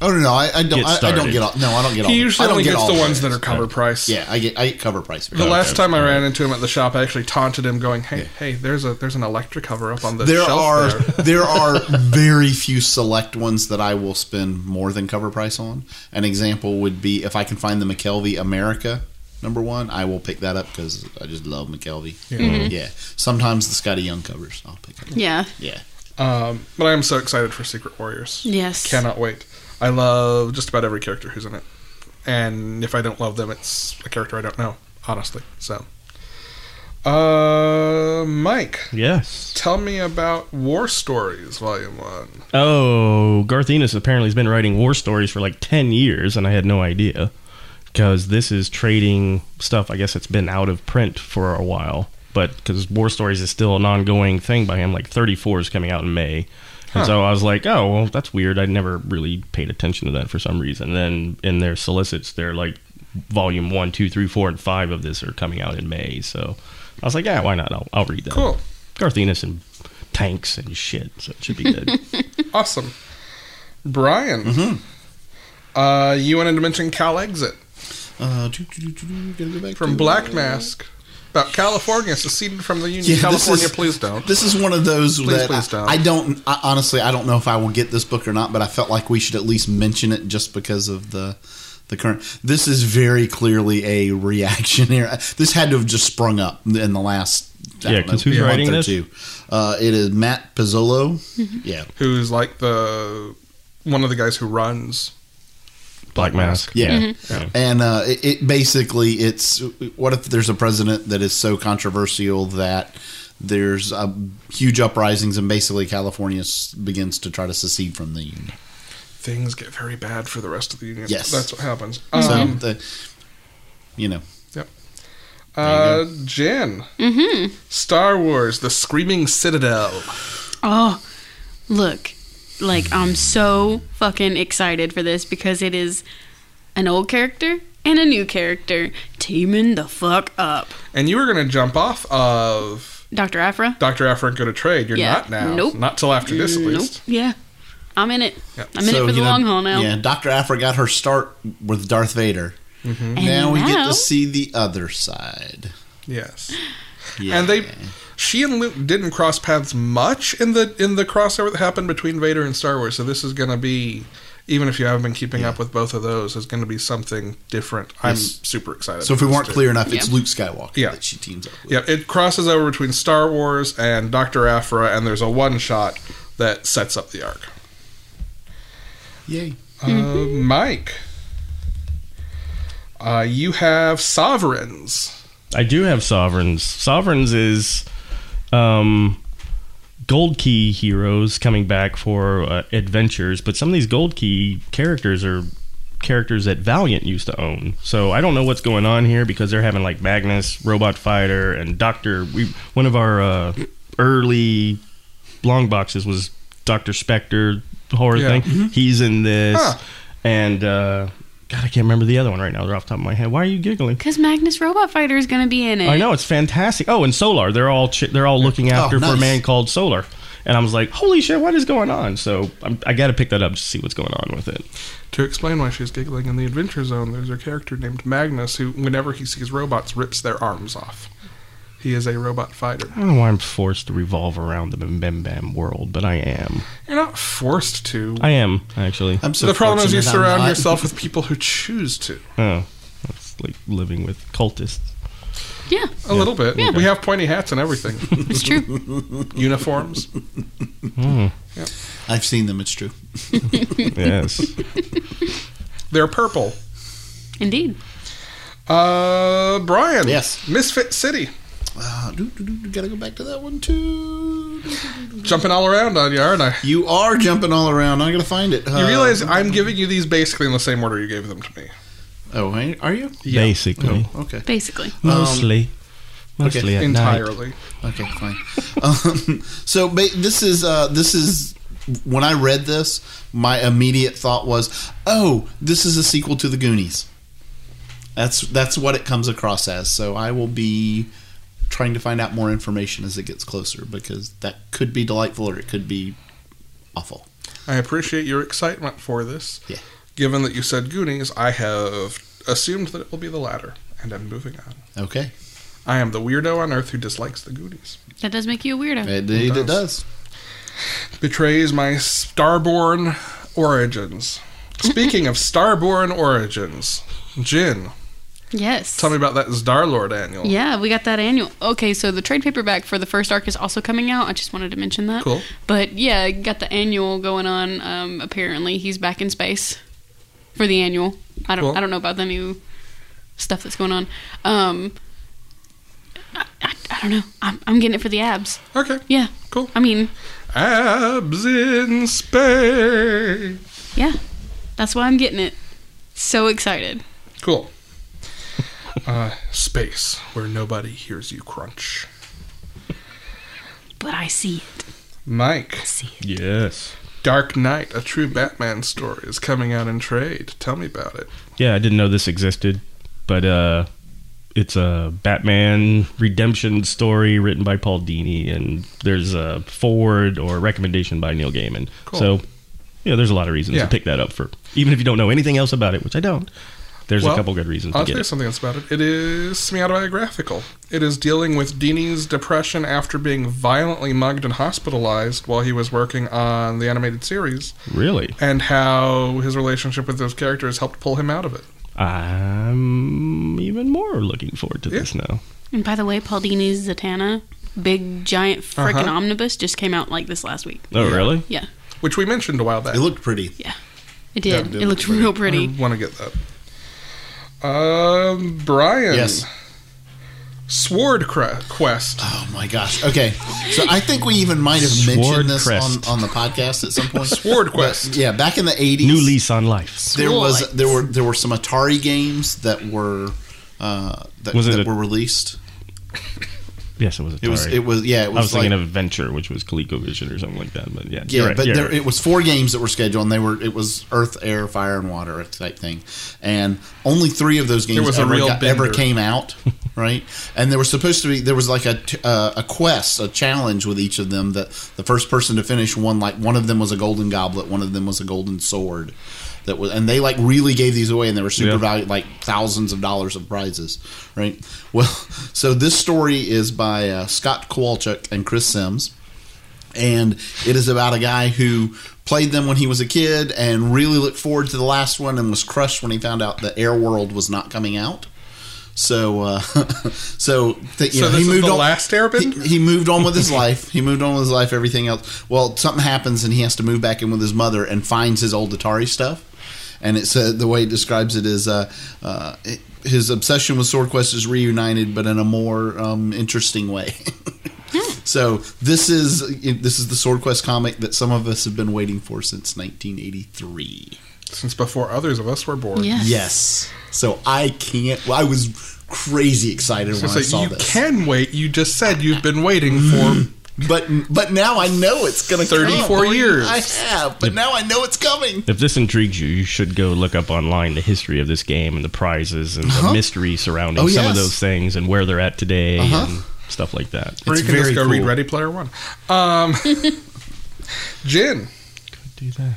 [SPEAKER 4] Oh no, no, I, I don't.
[SPEAKER 5] Get
[SPEAKER 4] I, I don't
[SPEAKER 5] started.
[SPEAKER 4] get all. No, I don't get all.
[SPEAKER 2] he
[SPEAKER 4] I
[SPEAKER 2] usually
[SPEAKER 4] don't
[SPEAKER 2] only
[SPEAKER 4] get
[SPEAKER 2] gets
[SPEAKER 4] all
[SPEAKER 2] the ones
[SPEAKER 4] it.
[SPEAKER 2] that are cover price.
[SPEAKER 4] Yeah, I get. I get cover price.
[SPEAKER 2] The last time I
[SPEAKER 5] okay.
[SPEAKER 2] ran into him at the shop, I actually taunted him, going, "Hey, hey, there's a there's an Electra cover up on the
[SPEAKER 4] there
[SPEAKER 2] shelf
[SPEAKER 4] are
[SPEAKER 2] there."
[SPEAKER 4] there are very few select ones that I will spend more than cover price on. An example would be if I can find the McKelvey America number one, I will pick that up because I just love McKelvey. Yeah.
[SPEAKER 2] Mm-hmm.
[SPEAKER 4] sometimes the Scotty Young covers I'll pick. Up.
[SPEAKER 3] Yeah.
[SPEAKER 4] Yeah,
[SPEAKER 2] Um, but I am so excited for Secret Warriors.
[SPEAKER 3] Yes.
[SPEAKER 2] Cannot wait. I love just about every character who's in it. And if I don't love them, it's a character I don't know, honestly. So, uh, Mike,
[SPEAKER 5] Yes.
[SPEAKER 2] tell me about War Stories Volume 1.
[SPEAKER 5] Oh, Garth Ennis apparently has been writing war stories for like 10 years, and I had no idea. Because this is trading stuff, I guess it's been out of print for a while. But because War Stories is still an ongoing thing by him, like 34 is coming out in May. And so I was like, oh, well, that's weird. I never really paid attention to that for some reason. Then in their solicits, they're like volume one, two, three, four, and 5 of this are coming out in May. So I was like, yeah, why not? I'll, I'll read that.
[SPEAKER 2] Cool.
[SPEAKER 5] Garth Ennis and tanks and shit. So it should be good.
[SPEAKER 2] Awesome. Brian,
[SPEAKER 4] Mm-hmm.
[SPEAKER 2] uh, you wanted to mention Cal Exit
[SPEAKER 4] uh, do, do, do, do, do, gotta go back
[SPEAKER 2] from
[SPEAKER 4] to-
[SPEAKER 2] Black Mask about California seceded from the Union.
[SPEAKER 4] Yeah, this
[SPEAKER 2] California,
[SPEAKER 4] is-
[SPEAKER 2] please don't.
[SPEAKER 4] This is one of those
[SPEAKER 2] Please,
[SPEAKER 4] that
[SPEAKER 2] please
[SPEAKER 4] I-
[SPEAKER 2] don't.
[SPEAKER 4] I, don't I, honestly. I don't know if I will get this book or not, but I felt like we should at least mention it just because of the the current. This is very clearly a reaction here. This had to have just sprung up in the last I
[SPEAKER 5] Yeah,
[SPEAKER 4] don't
[SPEAKER 5] 'cause
[SPEAKER 4] know,
[SPEAKER 5] who's
[SPEAKER 4] a month
[SPEAKER 5] writing
[SPEAKER 4] or
[SPEAKER 5] this?
[SPEAKER 4] two. Uh, it is Matt Pizzolo. Yeah,
[SPEAKER 2] who's like the one of the guys who runs
[SPEAKER 5] Black Mask.
[SPEAKER 4] Yeah.
[SPEAKER 5] Yeah.
[SPEAKER 4] and uh, it, it basically it's what if there's a president that is so controversial that there's uh, huge uprisings and basically California s- begins to try to secede from the union.
[SPEAKER 2] things get very bad for the rest of the union.
[SPEAKER 4] Yes.
[SPEAKER 2] that's what happens.
[SPEAKER 4] So
[SPEAKER 2] Um,
[SPEAKER 4] the, you know,
[SPEAKER 2] uh, Jen, mm-hmm. Star Wars: The Screaming Citadel.
[SPEAKER 3] Oh, look. Like, I'm so fucking excited for this because it is an old character and a new character teaming the fuck up.
[SPEAKER 2] And you were going to jump off of
[SPEAKER 3] Dr. Afra?
[SPEAKER 2] Dr. Afra and go to trade. You're
[SPEAKER 3] Yeah.
[SPEAKER 2] not now.
[SPEAKER 3] Nope.
[SPEAKER 2] Not till after this, at
[SPEAKER 3] Nope.
[SPEAKER 2] least.
[SPEAKER 3] Yeah. I'm in it.
[SPEAKER 2] Yeah.
[SPEAKER 3] I'm in
[SPEAKER 4] so,
[SPEAKER 3] it for the
[SPEAKER 4] you know,
[SPEAKER 3] long haul now.
[SPEAKER 4] Yeah, Doctor Afra got her start with Darth Vader.
[SPEAKER 3] And
[SPEAKER 4] Now we get
[SPEAKER 3] now-
[SPEAKER 4] to see the other side.
[SPEAKER 2] Yes.
[SPEAKER 4] Yeah.
[SPEAKER 2] And they, she and Luke didn't cross paths much in the in the crossover that happened between Vader and Star Wars. So this is going to be, even if you haven't been keeping up with both of those, is going to be something different. I'm
[SPEAKER 4] Yes.
[SPEAKER 2] super excited.
[SPEAKER 4] So if we
[SPEAKER 2] about
[SPEAKER 4] weren't
[SPEAKER 2] this, too.
[SPEAKER 4] clear enough, it's Luke Skywalker
[SPEAKER 2] Yeah.
[SPEAKER 4] that she teams up with.
[SPEAKER 2] yeah, it crosses over between Star Wars and Doctor Afra, and there's a one shot that sets up the arc.
[SPEAKER 4] Yay.
[SPEAKER 2] Uh,
[SPEAKER 3] Mm-hmm.
[SPEAKER 2] Mike, uh, you have sovereigns.
[SPEAKER 5] I do have sovereigns. Sovereigns is um, gold key heroes coming back for uh, adventures, but some of these gold key characters are characters that Valiant used to own. So I don't know what's going on here because they're having like Magnus, Robot Fighter, and Doctor. We one of our uh, early long boxes was Doctor Specter the horror
[SPEAKER 2] Yeah. Mm-hmm.
[SPEAKER 5] thing. He's in this,
[SPEAKER 2] Huh.
[SPEAKER 5] and uh, God, I can't remember the other one right now. They're off the top of my head. Why are you giggling?
[SPEAKER 3] Because Magnus Robot Fighter is going to be in it.
[SPEAKER 5] I know it's fantastic. Oh, and Solar, they're all ch- they're all looking after for a
[SPEAKER 4] nice.
[SPEAKER 5] man called Solar. And I was like, "Holy shit, what is going on?" So I'm, I got to pick that up to see what's going on with it.
[SPEAKER 2] To explain why she's giggling in the Adventure Zone, there's a character named Magnus who, whenever he sees robots, rips their arms off. He is a robot fighter.
[SPEAKER 5] I don't know why I'm forced to revolve around the Bim Bam Bam world, but I am.
[SPEAKER 2] You're not forced to.
[SPEAKER 5] I am actually.
[SPEAKER 4] I'm so
[SPEAKER 2] the problem is you
[SPEAKER 4] fortunate I'm
[SPEAKER 2] surround
[SPEAKER 4] not.
[SPEAKER 2] yourself with people who choose to.
[SPEAKER 5] Oh, that's like living with cultists.
[SPEAKER 3] Yeah,
[SPEAKER 2] A little bit.
[SPEAKER 3] Yeah.
[SPEAKER 2] We have pointy hats and everything.
[SPEAKER 3] it's true.
[SPEAKER 2] Uniforms.
[SPEAKER 4] I've seen them, it's true.
[SPEAKER 5] Yes.
[SPEAKER 2] They're purple.
[SPEAKER 3] Indeed.
[SPEAKER 2] Uh, Brian.
[SPEAKER 4] Yes.
[SPEAKER 2] Misfit City.
[SPEAKER 4] Uh, do, do, do, do, gotta go back to that one too.
[SPEAKER 2] Jumping all around on you, aren't I?
[SPEAKER 4] You are jumping all around. I'm gonna find it. Uh,
[SPEAKER 2] You realize I'm giving you these basically in the same order you gave them to me.
[SPEAKER 4] Oh, I- are you?
[SPEAKER 5] Basically,
[SPEAKER 4] Oh, okay.
[SPEAKER 3] Basically.
[SPEAKER 5] mostly, mostly at night.
[SPEAKER 2] Entirely.
[SPEAKER 4] Okay, fine. um, so ba- this is uh, this is when I read this, my immediate thought was, "Oh, this is a sequel to the Goonies." That's that's what it comes across as. So I will be trying to find out more information as it gets closer because that could be delightful or it could be awful.
[SPEAKER 2] I appreciate your excitement for this.
[SPEAKER 4] Yeah.
[SPEAKER 2] Given that you said Goonies, I have assumed that it will be the latter, and I'm moving on.
[SPEAKER 4] Okay,
[SPEAKER 2] I am the weirdo on Earth who dislikes the Goonies.
[SPEAKER 3] That does make you a weirdo.
[SPEAKER 4] indeed it does.
[SPEAKER 2] Betrays my starborn origins. Speaking of starborn origins, Jin,
[SPEAKER 3] Yes.
[SPEAKER 2] tell me about that Starlord annual.
[SPEAKER 3] Yeah, we got that annual. Okay, so the trade paperback for the first arc is also coming out. I just wanted to mention that.
[SPEAKER 2] Cool.
[SPEAKER 3] But yeah, got the annual going on. Um, apparently, he's back in space for the annual. I don't.
[SPEAKER 2] Cool.
[SPEAKER 3] I don't know about the new stuff that's going on. Um, I, I, I don't know. I'm, I'm getting it for the abs.
[SPEAKER 2] Okay.
[SPEAKER 3] Yeah.
[SPEAKER 2] Cool.
[SPEAKER 3] I mean,
[SPEAKER 2] Abs in space.
[SPEAKER 3] yeah, that's why I'm getting it. So excited.
[SPEAKER 2] Cool. Uh, space, where nobody hears you crunch.
[SPEAKER 3] But I see it.
[SPEAKER 2] Mike.
[SPEAKER 5] Yes.
[SPEAKER 2] Dark Knight, a true Batman story, is coming out in trade. Tell me about it.
[SPEAKER 5] Yeah, I didn't know this existed, but uh, it's a Batman redemption story written by Paul Dini, and there's a forward or recommendation by Neil Gaiman.
[SPEAKER 2] Cool.
[SPEAKER 5] So, yeah, there's a lot of reasons
[SPEAKER 2] Yeah.
[SPEAKER 5] to pick that up for, even if you don't know anything else about it, which I don't. There's
[SPEAKER 2] Well,
[SPEAKER 5] a couple good reasons
[SPEAKER 2] I'll
[SPEAKER 5] to
[SPEAKER 2] tell
[SPEAKER 5] get
[SPEAKER 2] you
[SPEAKER 5] it.
[SPEAKER 2] something else about it. It is semi-autobiographical. It is dealing with Dini's depression after being violently mugged and hospitalized while he was working on the animated series,
[SPEAKER 5] Really,
[SPEAKER 2] and how his relationship with those characters helped pull him out of it.
[SPEAKER 5] I'm even more looking forward to
[SPEAKER 2] Yeah.
[SPEAKER 5] this now.
[SPEAKER 3] And by the way, Paul Dini is Zatanna big giant freaking
[SPEAKER 2] Uh-huh.
[SPEAKER 3] omnibus just came out like this last week.
[SPEAKER 5] Oh, really?
[SPEAKER 3] Yeah,
[SPEAKER 2] which we mentioned a while back.
[SPEAKER 4] It looked pretty.
[SPEAKER 3] it did.
[SPEAKER 4] it
[SPEAKER 3] it,
[SPEAKER 4] did look
[SPEAKER 3] looked real pretty.
[SPEAKER 2] I want to get that. Um, Brian.
[SPEAKER 4] Yes.
[SPEAKER 2] Sword cre- Quest.
[SPEAKER 4] Oh my gosh. Okay. So I think we even might have mentioned this on,
[SPEAKER 5] Swordcrest.
[SPEAKER 4] on the podcast at some point.
[SPEAKER 2] Sword Quest.
[SPEAKER 4] But, yeah, back in the eighties.
[SPEAKER 5] New lease on life.
[SPEAKER 4] there
[SPEAKER 3] Cool.
[SPEAKER 4] was there were there were some Atari games that were uh, that,
[SPEAKER 5] Was it
[SPEAKER 4] that
[SPEAKER 5] a-
[SPEAKER 4] were released.
[SPEAKER 5] Yes, it was. Atari.
[SPEAKER 4] It was it was yeah it was,
[SPEAKER 5] I was
[SPEAKER 4] like,
[SPEAKER 5] thinking of Adventure, which was ColecoVision or something like that. But yeah,
[SPEAKER 4] Yeah,
[SPEAKER 5] you're right,
[SPEAKER 4] but
[SPEAKER 5] you're
[SPEAKER 4] there,
[SPEAKER 5] right.
[SPEAKER 4] it was four games that were scheduled, and they were it was Earth, Air, Fire, and Water type thing, and only three of those games
[SPEAKER 2] was a
[SPEAKER 4] ever,
[SPEAKER 2] real
[SPEAKER 4] got- ever
[SPEAKER 2] bender.
[SPEAKER 4] came out, right? And there was supposed to be there was like a t- uh, a quest, a challenge with each of them that the first person to finish one like one of them was a golden goblet, one of them was a golden sword, that was and they like really gave these away, and they were super
[SPEAKER 5] Yeah.
[SPEAKER 4] valued, like thousands of dollars of prizes, right? Well, so this story is by uh, Scott Kowalczyk and Chris Sims and it is about a guy who played them when he was a kid and really looked forward to the last one and was crushed when he found out the Air World was not coming out. So, uh, so th- you
[SPEAKER 2] So
[SPEAKER 4] know,
[SPEAKER 2] this
[SPEAKER 4] he
[SPEAKER 2] is
[SPEAKER 4] moved
[SPEAKER 2] the
[SPEAKER 4] on.
[SPEAKER 2] last Airbender?
[SPEAKER 4] He, he moved on with his life. He moved on with his life. Everything else. Well, something happens and he has to move back in with his mother and finds his old Atari stuff. And it said the way it describes it is uh, uh, it- his obsession with Sword Quest is reunited, but in a more um, interesting way. So this is this is the Sword Quest comic that some of us have been waiting for since 1983.
[SPEAKER 2] Since before others of us were born.
[SPEAKER 3] Yes.
[SPEAKER 4] Yes. So I can't. Well, I was crazy excited
[SPEAKER 2] So
[SPEAKER 4] when Oh, I
[SPEAKER 2] it's like,
[SPEAKER 4] saw
[SPEAKER 2] you
[SPEAKER 4] this. Mm.
[SPEAKER 2] can wait. You just said you've been waiting for.
[SPEAKER 4] But but now I know it's gonna.
[SPEAKER 2] 34
[SPEAKER 4] come.
[SPEAKER 2] years.
[SPEAKER 4] I have. But now I know it's coming.
[SPEAKER 5] If this intrigues you, you should go look up online the history of this game and the prizes and the mystery surrounding
[SPEAKER 4] Oh,
[SPEAKER 5] some
[SPEAKER 4] yes.
[SPEAKER 5] of those things and where they're at today
[SPEAKER 4] Uh-huh.
[SPEAKER 5] and stuff like that.
[SPEAKER 2] or
[SPEAKER 4] It's
[SPEAKER 2] you can just
[SPEAKER 4] very
[SPEAKER 2] go read
[SPEAKER 4] cool.
[SPEAKER 2] Ready Player One. Um, Jin,
[SPEAKER 5] Do that.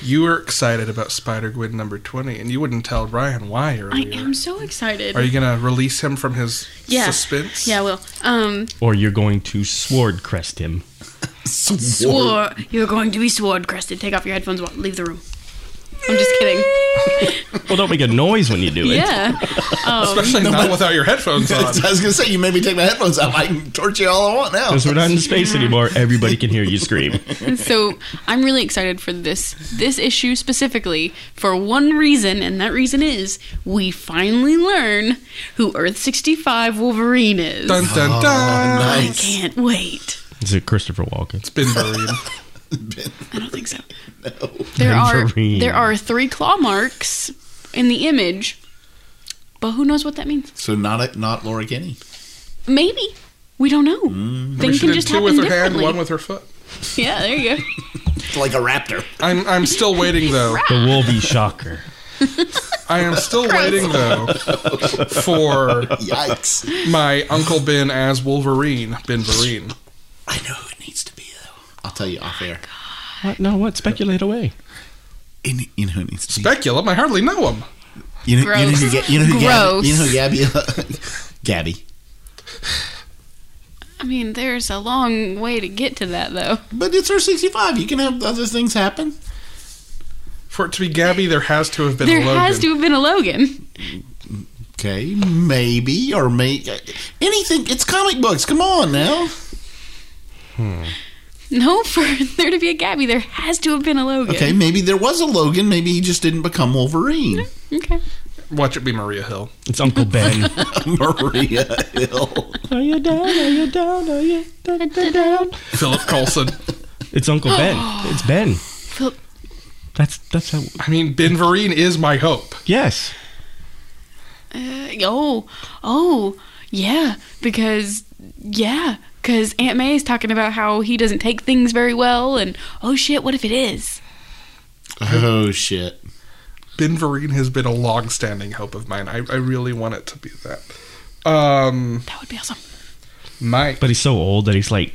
[SPEAKER 2] you were excited about Spider Gwen number 20, and you wouldn't tell Brian why
[SPEAKER 3] I
[SPEAKER 2] earlier.
[SPEAKER 3] am so excited.
[SPEAKER 2] Are you going to release him from his
[SPEAKER 3] Yeah.
[SPEAKER 2] suspense?
[SPEAKER 3] yeah, well, um,
[SPEAKER 5] Or you're going to sword crest him.
[SPEAKER 3] swore you're going to be sword crested. Take off your headphones, wa- leave the room. I'm just kidding.
[SPEAKER 5] Well, don't make a noise when you do it.
[SPEAKER 3] Yeah,
[SPEAKER 2] Especially not without your headphones on.
[SPEAKER 4] I was gonna say you made me take my headphones off. I can torture you all I want now.
[SPEAKER 5] Because we're not in space anymore, everybody can hear you scream.
[SPEAKER 3] so I'm really excited for this this issue specifically for one reason, and that reason is we finally learn who Earth 65 Wolverine is.
[SPEAKER 2] Dun, dun, dun.
[SPEAKER 3] I
[SPEAKER 4] oh, Nice.
[SPEAKER 3] can't wait.
[SPEAKER 5] Is it Christopher Walken?
[SPEAKER 2] It's been buried.
[SPEAKER 3] I don't think so. There are
[SPEAKER 5] Wolverine.
[SPEAKER 3] there are three claw marks in the image, but who knows what that means?
[SPEAKER 4] So not a, not Laura Kinney.
[SPEAKER 3] Maybe we don't know. Things
[SPEAKER 2] She
[SPEAKER 3] can
[SPEAKER 2] did
[SPEAKER 3] just
[SPEAKER 2] two
[SPEAKER 3] happen
[SPEAKER 2] with her hand,
[SPEAKER 3] differently.
[SPEAKER 2] one with her foot.
[SPEAKER 3] yeah, there you go.
[SPEAKER 4] Like a raptor.
[SPEAKER 2] I'm I'm still waiting though.
[SPEAKER 5] The Wolvie Shocker.
[SPEAKER 2] I am still waiting though for
[SPEAKER 4] Yikes.
[SPEAKER 2] my Uncle Ben as Wolverine, Ben Vereen.
[SPEAKER 4] I know who it needs to be though. Oh I'll tell you off air.
[SPEAKER 5] What? No, what? Speculate away.
[SPEAKER 4] You- You know who it needs to be.
[SPEAKER 2] Speculum, I hardly know him.
[SPEAKER 4] You know, you know
[SPEAKER 3] Gross.
[SPEAKER 4] who, Ga- you know who Gabby,
[SPEAKER 3] Gross.
[SPEAKER 4] you know who Gabby, Gabby.
[SPEAKER 3] I mean, there's a long way to get to that though.
[SPEAKER 4] But it's her 65. You can have other things happen.
[SPEAKER 2] For it to be Gabby, there has to have been
[SPEAKER 3] there
[SPEAKER 2] a Logan.
[SPEAKER 3] has to have been a Logan.
[SPEAKER 4] Okay, maybe or may anything. It's comic books. Come on now.
[SPEAKER 3] No, for there to be a Gabby, there has to have been a Logan.
[SPEAKER 4] Okay, maybe there was a Logan. Maybe he just didn't become Wolverine.
[SPEAKER 3] Okay.
[SPEAKER 2] Watch it be Maria Hill.
[SPEAKER 5] It's Uncle Ben.
[SPEAKER 4] Maria Hill.
[SPEAKER 5] are you down? Are you down? Are you down? down, down?
[SPEAKER 2] Philip Coulson.
[SPEAKER 5] It's Uncle Ben. It's Ben.
[SPEAKER 3] Philip,
[SPEAKER 5] That's that's how.
[SPEAKER 2] I mean, Ben Vereen is my hope.
[SPEAKER 5] Yes.
[SPEAKER 3] uh, oh, oh, yeah, because yeah, because Aunt May is talking about how he doesn't take things very well, and oh shit, what if it is?
[SPEAKER 4] Oh shit.
[SPEAKER 2] Ben Vereen has been a long-standing hope of mine. I, I really want it to be that. Um,
[SPEAKER 3] That would be awesome.
[SPEAKER 2] Mike.
[SPEAKER 5] But he's so old that he's like.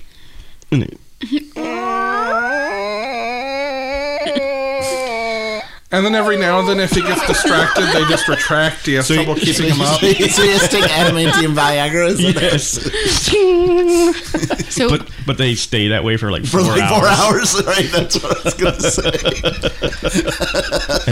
[SPEAKER 2] And then every now and then, if he gets distracted, they just retract. He has trouble keeping him up.
[SPEAKER 4] so he has to take adamantium Viagra is that-
[SPEAKER 5] Yes.
[SPEAKER 3] So
[SPEAKER 5] But but they stay that way for like
[SPEAKER 4] for
[SPEAKER 5] four,
[SPEAKER 4] like
[SPEAKER 5] hours.
[SPEAKER 4] four hours. Right, that's what I was gonna say.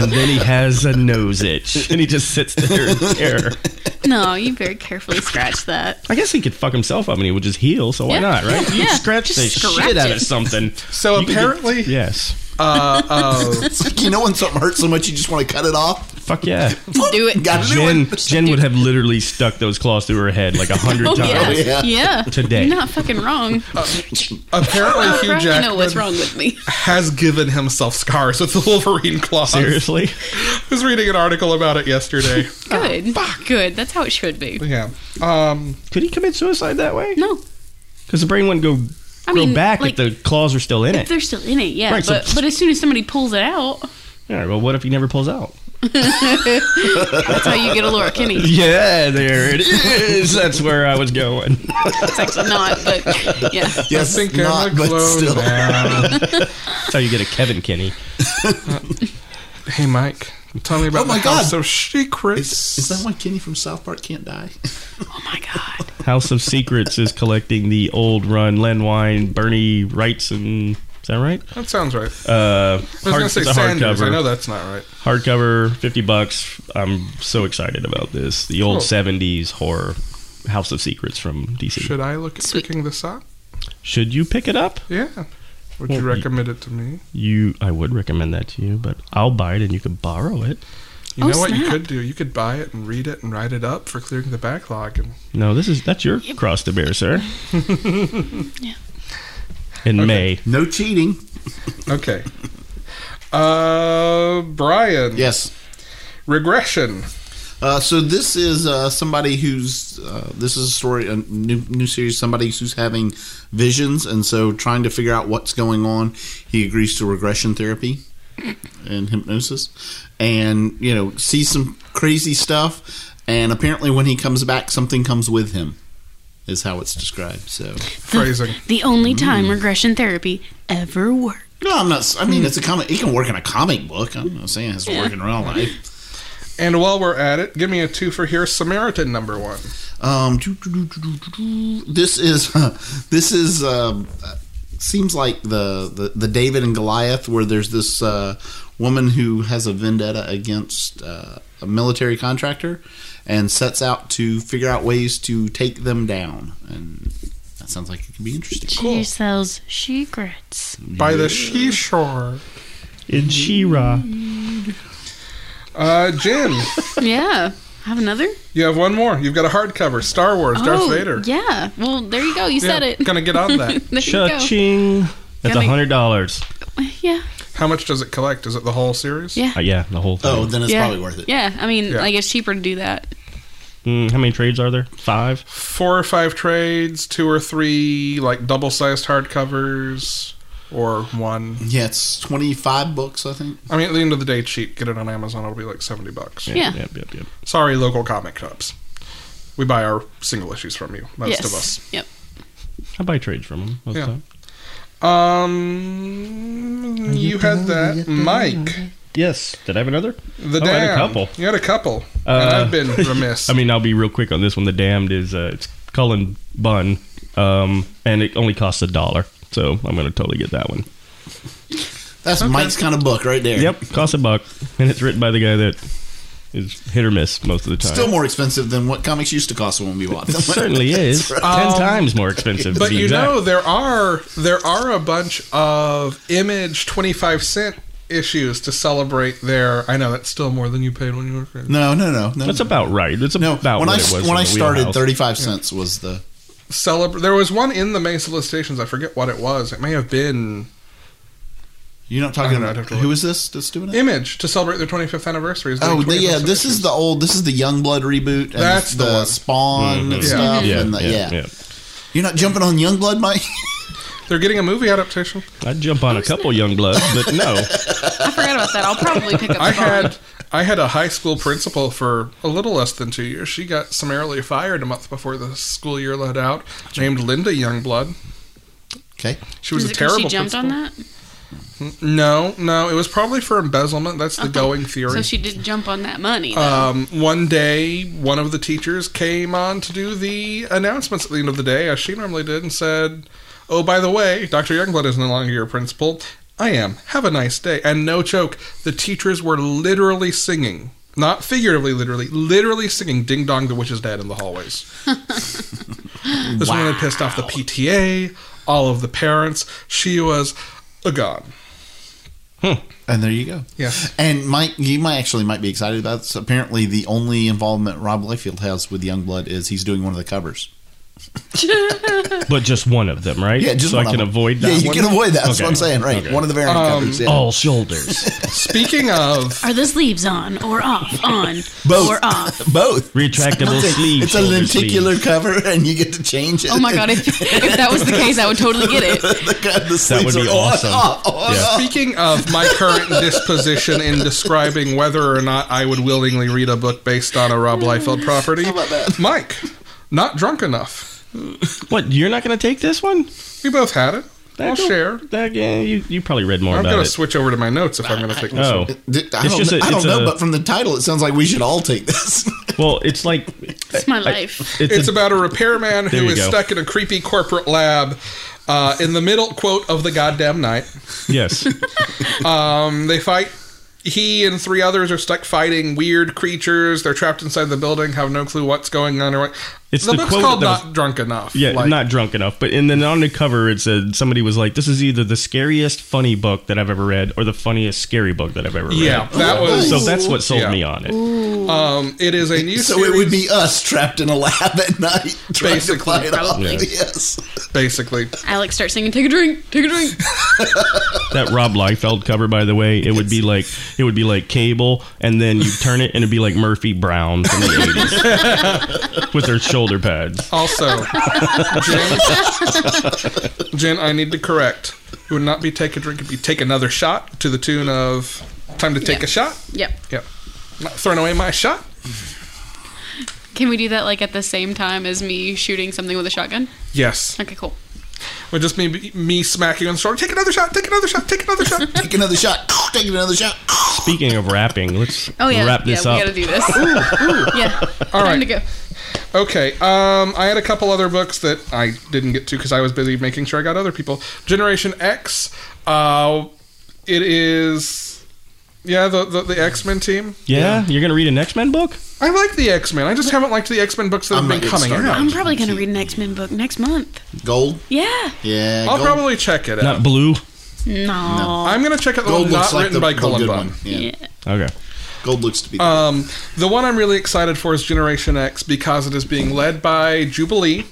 [SPEAKER 5] and then he has a nose itch, and he just sits there in the air.
[SPEAKER 3] No, you very carefully scratch that.
[SPEAKER 5] I guess he could fuck himself up and he would just heal, so why
[SPEAKER 3] Yeah.
[SPEAKER 5] not, right? You
[SPEAKER 3] Yeah.
[SPEAKER 5] scratch the
[SPEAKER 3] Just scratch
[SPEAKER 5] shit out
[SPEAKER 3] it.
[SPEAKER 5] of something.
[SPEAKER 2] So
[SPEAKER 5] You could get-
[SPEAKER 2] apparently-
[SPEAKER 5] yes.
[SPEAKER 2] Uh, uh,
[SPEAKER 4] It's like you know when something hurts so much you just want to cut it off.
[SPEAKER 5] Fuck yeah.
[SPEAKER 3] Do it.
[SPEAKER 4] Got to do
[SPEAKER 5] Jen,
[SPEAKER 4] it.
[SPEAKER 5] Jen would have literally stuck those claws through her head like a hundred
[SPEAKER 3] Oh yeah.
[SPEAKER 5] times.
[SPEAKER 3] yeah,
[SPEAKER 4] Yeah.
[SPEAKER 5] Today.
[SPEAKER 3] You're not fucking wrong.
[SPEAKER 2] apparently,
[SPEAKER 3] I
[SPEAKER 2] Hugh
[SPEAKER 3] Oh, know what's
[SPEAKER 2] Jackman
[SPEAKER 3] wrong with me.
[SPEAKER 2] has given himself scars with the Wolverine claws.
[SPEAKER 5] Seriously?
[SPEAKER 2] I was reading an article about it yesterday.
[SPEAKER 3] Good, good. That's how it should be.
[SPEAKER 2] yeah. Um,
[SPEAKER 5] Could he commit suicide that way?
[SPEAKER 3] No,
[SPEAKER 5] Because the brain wouldn't go,
[SPEAKER 3] I
[SPEAKER 5] grow
[SPEAKER 3] mean,
[SPEAKER 5] back
[SPEAKER 3] like-
[SPEAKER 5] if the claws are still in it.
[SPEAKER 3] they're still in it. Yeah,
[SPEAKER 5] Right, so-
[SPEAKER 3] but but as soon as somebody pulls it out,
[SPEAKER 5] All right, well, what if he never pulls out?
[SPEAKER 3] that's how you get a Laura Kinney.
[SPEAKER 5] Yeah, there it is. That's where I was going.
[SPEAKER 3] It's actually not, but yeah.
[SPEAKER 4] Yes,
[SPEAKER 2] think I'm
[SPEAKER 4] not,
[SPEAKER 2] a
[SPEAKER 4] but
[SPEAKER 2] clone
[SPEAKER 4] still.
[SPEAKER 2] now.
[SPEAKER 5] That's how you get a Kevin Kinney.
[SPEAKER 2] hey, Mike. Tell me about
[SPEAKER 4] Oh my
[SPEAKER 2] the house
[SPEAKER 4] God.
[SPEAKER 2] of secrets.
[SPEAKER 4] Is, is that why Kenny from South Park can't die?
[SPEAKER 3] Oh my god.
[SPEAKER 5] House of Secrets is collecting the old run Len Wein, Bernie Wrightson. Is that right?
[SPEAKER 2] That sounds right.
[SPEAKER 5] Uh,
[SPEAKER 2] I was
[SPEAKER 5] hard-
[SPEAKER 2] going to say
[SPEAKER 5] it's a
[SPEAKER 2] Sanders. I
[SPEAKER 5] hardcover.
[SPEAKER 2] know that's not right.
[SPEAKER 5] Hardcover, fifty bucks. I'm so excited about this. The
[SPEAKER 2] Cool.
[SPEAKER 5] old '70s horror House of Secrets from DC. Should,
[SPEAKER 2] Should I look at
[SPEAKER 3] Sweet.
[SPEAKER 2] picking this up?
[SPEAKER 5] you pick it up?
[SPEAKER 2] Yeah. Would you
[SPEAKER 5] Well, you-
[SPEAKER 2] recommend it to me?
[SPEAKER 5] You, I would recommend that to you, but I'll buy it and you can borrow it.
[SPEAKER 2] You
[SPEAKER 3] Oh,
[SPEAKER 2] know what you
[SPEAKER 3] snap.
[SPEAKER 2] could do? You could buy it and read it and write it up for clearing the backlog. And
[SPEAKER 5] No, this is that's your cross to bear, sir. In May,
[SPEAKER 4] No cheating.
[SPEAKER 2] okay. Uh, Brian.
[SPEAKER 4] Yes.
[SPEAKER 2] Regression.
[SPEAKER 4] Uh, so this is uh, somebody who's uh, this is a story a new new series somebody who's having visions and so trying to figure out what's going on he agrees to regression therapy and hypnosis and you know sees some crazy stuff and apparently when he comes back something comes with him is how it's described so
[SPEAKER 2] Phrasing.
[SPEAKER 3] The only
[SPEAKER 2] Mm.
[SPEAKER 3] time regression therapy ever worked.
[SPEAKER 4] no I'm not s- I mean it's a comic it can work in a comic book I'm not saying it has to work in real life
[SPEAKER 2] And while we're at it, give me a two for here. Samaritan number one.
[SPEAKER 4] Um, doo- doo- doo- doo- doo- doo. this is this is um, uh, seems like the, the the David and Goliath, where there's this uh, woman who has a vendetta against uh, a military contractor and sets out to figure out ways to take them down. And that sounds like it could be interesting.
[SPEAKER 3] She sells secrets.
[SPEAKER 2] By the she shore.
[SPEAKER 5] in Shira,
[SPEAKER 2] Uh, Jim,
[SPEAKER 3] Yeah. Have another? Oh,
[SPEAKER 2] you have one more. You've got a hardcover. Star Wars, Darth Vader.
[SPEAKER 3] Yeah. Well, there you go. You said
[SPEAKER 2] Yeah,
[SPEAKER 3] it.
[SPEAKER 2] Gonna get on that.
[SPEAKER 3] there you
[SPEAKER 5] cha-ching. That's a
[SPEAKER 3] Gonna-
[SPEAKER 5] hundred dollars.
[SPEAKER 3] go. Yeah.
[SPEAKER 2] How much does it collect? Is it the whole series?
[SPEAKER 3] Yeah.
[SPEAKER 5] Uh, yeah, the whole thing.
[SPEAKER 4] Oh, then it's
[SPEAKER 3] yeah.
[SPEAKER 4] probably worth it.
[SPEAKER 3] Yeah. I mean,
[SPEAKER 2] Yeah.
[SPEAKER 3] like it's cheaper to do that.
[SPEAKER 5] Mm, how many trades are there? Five.
[SPEAKER 2] Four or five trades, two or three like double sized hardcovers, or one.
[SPEAKER 4] Yeah, it's twenty five books, I think.
[SPEAKER 2] I mean, at the end of the day, cheap. Get it on Amazon. It'll be like seventy bucks.
[SPEAKER 3] Yeah.
[SPEAKER 5] Yep. Yep. Yep.
[SPEAKER 2] Sorry, local comic shops. We buy our single issues from you, most
[SPEAKER 3] yes.
[SPEAKER 2] of us.
[SPEAKER 3] Yep.
[SPEAKER 5] I buy trades from them. Most
[SPEAKER 2] Yeah.
[SPEAKER 5] yeah. Time.
[SPEAKER 2] Um, you had that, Mike.
[SPEAKER 5] Yes. Did I have another?
[SPEAKER 2] The
[SPEAKER 5] Oh, I had a
[SPEAKER 2] Damned.
[SPEAKER 5] couple.
[SPEAKER 2] You had a couple. and
[SPEAKER 5] Uh,
[SPEAKER 2] I've been remiss.
[SPEAKER 5] I mean, I'll be real quick on this one. The Damned is uh, it's Cullen Bunn, um, and it only costs a dollar, so I'm gonna totally get that one.
[SPEAKER 4] That's Mike's kind of book right there.
[SPEAKER 5] Yep, costs a buck, and it's written by the guy that is hit or miss most of the time.
[SPEAKER 4] Still more expensive than what comics used to cost when we bought
[SPEAKER 5] it
[SPEAKER 4] them.
[SPEAKER 5] certainly is ten
[SPEAKER 2] Um,
[SPEAKER 5] times more expensive. to
[SPEAKER 2] but
[SPEAKER 5] be
[SPEAKER 2] you
[SPEAKER 5] exact.
[SPEAKER 2] know, there are there are a bunch of image twenty five cent issues to celebrate their. I know that's still more than you paid when you were. a kid.
[SPEAKER 4] No, no, no, no.
[SPEAKER 5] that's about right. It's about
[SPEAKER 4] when
[SPEAKER 5] what
[SPEAKER 4] I
[SPEAKER 5] it was.
[SPEAKER 4] when
[SPEAKER 5] in
[SPEAKER 4] I
[SPEAKER 5] the
[SPEAKER 4] started,
[SPEAKER 5] wheelhouse.
[SPEAKER 4] thirty five cents was the
[SPEAKER 2] Celebr- there was one in the May solicitations. I forget what it was. It may have been
[SPEAKER 4] You're not talking
[SPEAKER 2] I don't know, I'd
[SPEAKER 4] about
[SPEAKER 2] have to
[SPEAKER 4] who
[SPEAKER 2] look.
[SPEAKER 4] is this that's doing it?
[SPEAKER 2] Image to celebrate their 25th anniversary. is
[SPEAKER 4] oh,
[SPEAKER 2] doing
[SPEAKER 4] the,
[SPEAKER 2] 25th
[SPEAKER 4] yeah. This is
[SPEAKER 2] issues.
[SPEAKER 4] the old. This is the Young Blood reboot. And
[SPEAKER 2] That's the
[SPEAKER 4] the,
[SPEAKER 2] one.
[SPEAKER 4] Spawn and
[SPEAKER 5] Mm-hmm. Yeah.
[SPEAKER 4] stuff.
[SPEAKER 5] yeah,
[SPEAKER 4] and the,
[SPEAKER 5] yeah,
[SPEAKER 4] yeah,
[SPEAKER 5] yeah.
[SPEAKER 4] You're not jumping on Young Blood, Mike.
[SPEAKER 2] They're getting a movie adaptation.
[SPEAKER 5] I'd jump on a couple young bloods, but no.
[SPEAKER 3] I forgot about that. I'll probably pick up.
[SPEAKER 2] I
[SPEAKER 3] the phone.
[SPEAKER 2] had I had a high school principal for a little less than two years. She got summarily fired a month before the school year let out. Named Linda Youngblood.
[SPEAKER 4] okay.
[SPEAKER 2] She was
[SPEAKER 3] Is
[SPEAKER 2] a
[SPEAKER 3] it 'cause
[SPEAKER 2] terrible.
[SPEAKER 3] She jumped
[SPEAKER 2] principal.
[SPEAKER 3] on that,
[SPEAKER 2] No, no, it was probably for embezzlement. That's the going theory.
[SPEAKER 3] so she did jump on that money. though.
[SPEAKER 2] um, one day, one of the teachers came on to do the announcements at the end of the day, as she normally did, and said, "Oh, by the way, Dr. Youngblood is no longer your principal. I am. Have a nice day." And no joke, the teachers were literally singing Not figuratively, literally. Literally singing Ding Dong, the Witch is Dead in the hallways. this woman had pissed off the PTA, all of the parents. She was uh, a god.
[SPEAKER 4] And there you go.
[SPEAKER 2] Yeah.
[SPEAKER 4] And Mike, you might actually might be excited about this. Apparently, the only involvement Rob Liefeld has with Youngblood is he's doing one of the covers.
[SPEAKER 5] But just one of them, right?
[SPEAKER 4] Yeah, just
[SPEAKER 5] so
[SPEAKER 4] one
[SPEAKER 5] I
[SPEAKER 4] of
[SPEAKER 5] can
[SPEAKER 4] them.
[SPEAKER 5] avoid that
[SPEAKER 4] Yeah, you
[SPEAKER 5] one.
[SPEAKER 4] can avoid that. That's
[SPEAKER 5] Okay. Um, oh.
[SPEAKER 4] what I'm saying, right? One of the variant covers. Yeah.
[SPEAKER 5] All shoulders.
[SPEAKER 2] Speaking of,
[SPEAKER 3] Are the sleeves on or off? On
[SPEAKER 4] Both.
[SPEAKER 3] or off?
[SPEAKER 4] Both.
[SPEAKER 5] Retractable
[SPEAKER 4] It's a-
[SPEAKER 5] sleeve.
[SPEAKER 4] It's a
[SPEAKER 5] shoulder
[SPEAKER 4] lenticular
[SPEAKER 5] sleeve.
[SPEAKER 4] cover, and you get to change it.
[SPEAKER 3] Oh my god! If, if that was the case, I would totally get it.
[SPEAKER 4] the, the sleeves
[SPEAKER 5] That would be
[SPEAKER 4] are "Oh, on,
[SPEAKER 5] awesome.
[SPEAKER 4] off, on,
[SPEAKER 5] Yeah.
[SPEAKER 4] off.
[SPEAKER 2] speaking of my current disposition in describing whether or not I would willingly read a book based on a Rob Liefeld property,
[SPEAKER 4] about that?
[SPEAKER 2] Mike, not drunk enough.
[SPEAKER 5] What? You're not going to take this one?
[SPEAKER 2] We both had it. I'll
[SPEAKER 5] That-
[SPEAKER 2] share.
[SPEAKER 5] That, yeah, you, you probably read more
[SPEAKER 2] I'm
[SPEAKER 5] about
[SPEAKER 2] going to
[SPEAKER 5] it.
[SPEAKER 2] switch over to my notes if I'm going to take this.
[SPEAKER 5] oh,
[SPEAKER 4] Th- I
[SPEAKER 5] It's
[SPEAKER 4] don't,
[SPEAKER 5] just
[SPEAKER 4] kn-
[SPEAKER 5] a-
[SPEAKER 4] I don't
[SPEAKER 5] it's
[SPEAKER 4] know,
[SPEAKER 5] a-
[SPEAKER 4] but from the title, it sounds like we should all take this.
[SPEAKER 5] well, it's like
[SPEAKER 3] It's my life.
[SPEAKER 5] it's,
[SPEAKER 2] It's
[SPEAKER 5] a,
[SPEAKER 2] about a repairman
[SPEAKER 5] There
[SPEAKER 2] who
[SPEAKER 5] you
[SPEAKER 2] is
[SPEAKER 5] go.
[SPEAKER 2] stuck in a creepy corporate lab uh, in the middle, quote, of the goddamn night.
[SPEAKER 5] yes.
[SPEAKER 2] And they fight. He and three others are stuck fighting weird creatures. They're trapped inside the building, have no clue what's going on or what.
[SPEAKER 5] It's
[SPEAKER 2] the,
[SPEAKER 5] the
[SPEAKER 2] book's
[SPEAKER 5] quote
[SPEAKER 2] called
[SPEAKER 5] that
[SPEAKER 2] Not
[SPEAKER 5] was-
[SPEAKER 2] Drunk Enough.
[SPEAKER 5] Yeah,
[SPEAKER 2] Like,
[SPEAKER 5] not drunk enough. But and then on the cover it said somebody was like, "This is either the scariest funny book that I've ever read, or the funniest scary book that I've ever read."
[SPEAKER 2] Yeah, that was.
[SPEAKER 5] So that's what sold
[SPEAKER 2] Yeah.
[SPEAKER 5] me on it.
[SPEAKER 2] Um, it is a new
[SPEAKER 4] so
[SPEAKER 2] series.
[SPEAKER 4] it would be us trapped in a lab at night, trying
[SPEAKER 2] Basically,
[SPEAKER 4] to fight off.
[SPEAKER 5] Yeah.
[SPEAKER 4] Yes.
[SPEAKER 2] basically.
[SPEAKER 3] Alex starts singing, "Take a drink, take a drink."
[SPEAKER 5] That Rob Liefeld cover, by the way, it would be like it would be like cable, and then you turn it and it'd be like Murphy Brown from the eighties with her shoulder pads.
[SPEAKER 2] Also, Jen, Jen, I need to correct. It would not be take a drink, it'd be take another shot to the tune of Time to Take
[SPEAKER 3] Yeah.
[SPEAKER 2] a Shot.
[SPEAKER 3] Yep.
[SPEAKER 2] Yep. Not throwing away my shot.
[SPEAKER 3] Can we do that like at the same time as me shooting something with a shotgun?
[SPEAKER 2] Yes.
[SPEAKER 3] Okay, cool.
[SPEAKER 2] With just me me smacking on the shoulder. Take another shot. Take another shot. Take another shot.
[SPEAKER 4] Take another shot. Take another shot.
[SPEAKER 5] Speaking of rapping, let's
[SPEAKER 3] Oh yeah,
[SPEAKER 5] wrap this
[SPEAKER 3] yeah,
[SPEAKER 5] up.
[SPEAKER 3] we gotta do this. Yeah,
[SPEAKER 2] All right.
[SPEAKER 3] time to go.
[SPEAKER 2] Okay. Um, I had a couple other books that I didn't get to because I was busy making sure I got other people. Generation X. Uh, it is. Yeah, the the, the X Men team.
[SPEAKER 5] yeah, you're gonna read an X Men book?
[SPEAKER 2] I like the X Men. I just haven't liked the X Men books that
[SPEAKER 4] I'm
[SPEAKER 2] have
[SPEAKER 4] not
[SPEAKER 2] been coming
[SPEAKER 4] getting started.
[SPEAKER 2] out.
[SPEAKER 3] I'm probably gonna read an X Men book next month.
[SPEAKER 4] Gold.
[SPEAKER 3] Yeah.
[SPEAKER 4] Yeah.
[SPEAKER 2] I'll
[SPEAKER 4] gold.
[SPEAKER 2] probably check it out.
[SPEAKER 5] Not blue.
[SPEAKER 3] No.
[SPEAKER 2] I'm gonna check out the
[SPEAKER 4] Gold
[SPEAKER 2] one
[SPEAKER 4] looks
[SPEAKER 2] not
[SPEAKER 4] like
[SPEAKER 2] written
[SPEAKER 4] the,
[SPEAKER 2] by
[SPEAKER 4] the
[SPEAKER 2] Colin
[SPEAKER 4] good
[SPEAKER 2] Bunn.
[SPEAKER 4] one. Yeah.
[SPEAKER 3] Yeah.
[SPEAKER 5] Okay.
[SPEAKER 4] Gold looks to be.
[SPEAKER 2] Um, the one I'm really excited for is Generation X because it is being led by Jubilee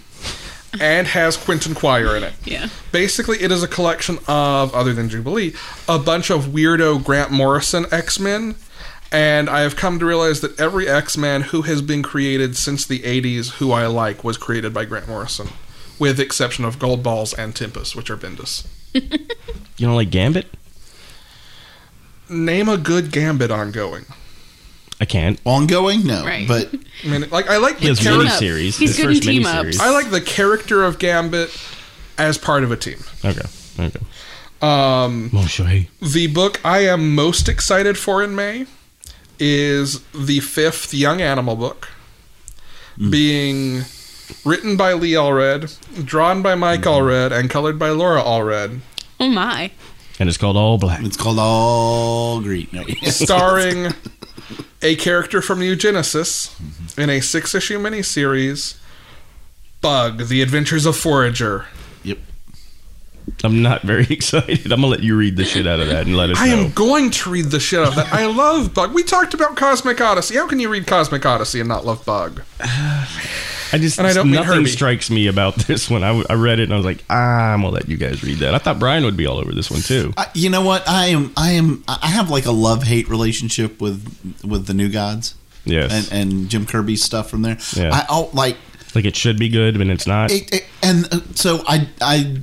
[SPEAKER 2] and has Quentin Quire in it.
[SPEAKER 3] Yeah.
[SPEAKER 2] Basically, it is a collection of, other than Jubilee, a bunch of weirdo Grant Morrison X Men. And I have come to realize that every X Man who has been created since the 80s, who I like, was created by Grant Morrison, with the exception of Gold Balls and Tempest, which are Bendis.
[SPEAKER 5] You don't like Gambit?
[SPEAKER 2] Name a good Gambit ongoing.
[SPEAKER 5] I can't.
[SPEAKER 4] Ongoing? No.
[SPEAKER 3] Right.
[SPEAKER 4] But
[SPEAKER 2] I mean, like, I like
[SPEAKER 5] He
[SPEAKER 2] the
[SPEAKER 5] has
[SPEAKER 2] character.
[SPEAKER 5] mini
[SPEAKER 3] up.
[SPEAKER 5] series.
[SPEAKER 3] He's
[SPEAKER 5] his
[SPEAKER 3] good in
[SPEAKER 5] first mini
[SPEAKER 3] team-ups.
[SPEAKER 5] series.
[SPEAKER 2] I like the character of Gambit as part of a team.
[SPEAKER 5] Okay. Okay.
[SPEAKER 2] Um,
[SPEAKER 5] Mon chéri.
[SPEAKER 2] the book I am most excited for in May is the fifth Young Animal book, being written by Lee Allred, drawn by Mike Allred, and colored by Laura Allred,
[SPEAKER 3] Oh my.
[SPEAKER 5] And it's called All Black.
[SPEAKER 4] it's called All Green. No.
[SPEAKER 2] starring a character from Eugenesis in a six issue miniseries. Bug, The Adventures of Forager.
[SPEAKER 4] yep.
[SPEAKER 5] I'm not very excited. I'm gonna let you read the shit out of that and let us
[SPEAKER 2] I
[SPEAKER 5] know.
[SPEAKER 2] am going to read the shit out of that. I love Bug. We talked about Cosmic Odyssey. How can you read Cosmic Odyssey and not love Bug?
[SPEAKER 5] I just
[SPEAKER 2] and I don't mean
[SPEAKER 5] nothing
[SPEAKER 2] Herbie.
[SPEAKER 5] strikes me about this one. I, w- I read it and I was like, ah, I'm gonna let you guys read that. I thought Brian would be all over this one too.
[SPEAKER 4] I, you know what? I am. I am. I have like a love hate relationship with with the New Gods
[SPEAKER 5] Yes,
[SPEAKER 4] and, and Jim Kirby's stuff from there.
[SPEAKER 5] Yeah.
[SPEAKER 4] I oh, like.
[SPEAKER 5] like it should be good, but it's not.
[SPEAKER 4] It, it, and uh, so I, I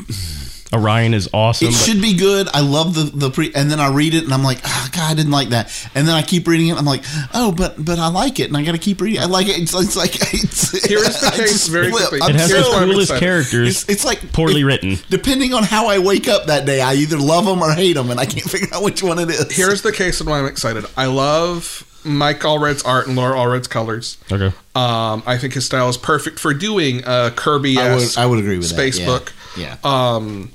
[SPEAKER 5] Orion is awesome.
[SPEAKER 4] it
[SPEAKER 5] but-
[SPEAKER 4] should be good. I love the the pre, and then I read it and I'm like, oh, God, I didn't like that. And then I keep reading it. and I'm like, oh, but but I like it, and I got to keep reading. it. I like it. It's, it's like it's,
[SPEAKER 2] Here is the
[SPEAKER 4] I
[SPEAKER 2] case
[SPEAKER 4] just
[SPEAKER 2] very
[SPEAKER 4] flip.
[SPEAKER 2] quickly.
[SPEAKER 4] I'm
[SPEAKER 5] it has
[SPEAKER 2] Here's
[SPEAKER 5] the
[SPEAKER 4] so-
[SPEAKER 2] why I'm
[SPEAKER 5] coolest
[SPEAKER 2] excited.
[SPEAKER 5] characters.
[SPEAKER 4] it's, it's like
[SPEAKER 5] poorly
[SPEAKER 4] it-
[SPEAKER 5] written.
[SPEAKER 4] Depending on how I wake up that day, I either love them or hate them, and I can't figure out which one it is.
[SPEAKER 2] Here's the case and why I'm excited. I love Mike Allred's art and Laura Allred's colors.
[SPEAKER 5] okay,
[SPEAKER 2] Um, I think his style is perfect for doing a Kirby
[SPEAKER 4] I would, I would agree with
[SPEAKER 2] space
[SPEAKER 4] that. yeah.
[SPEAKER 2] book.
[SPEAKER 4] Yeah.
[SPEAKER 2] Um,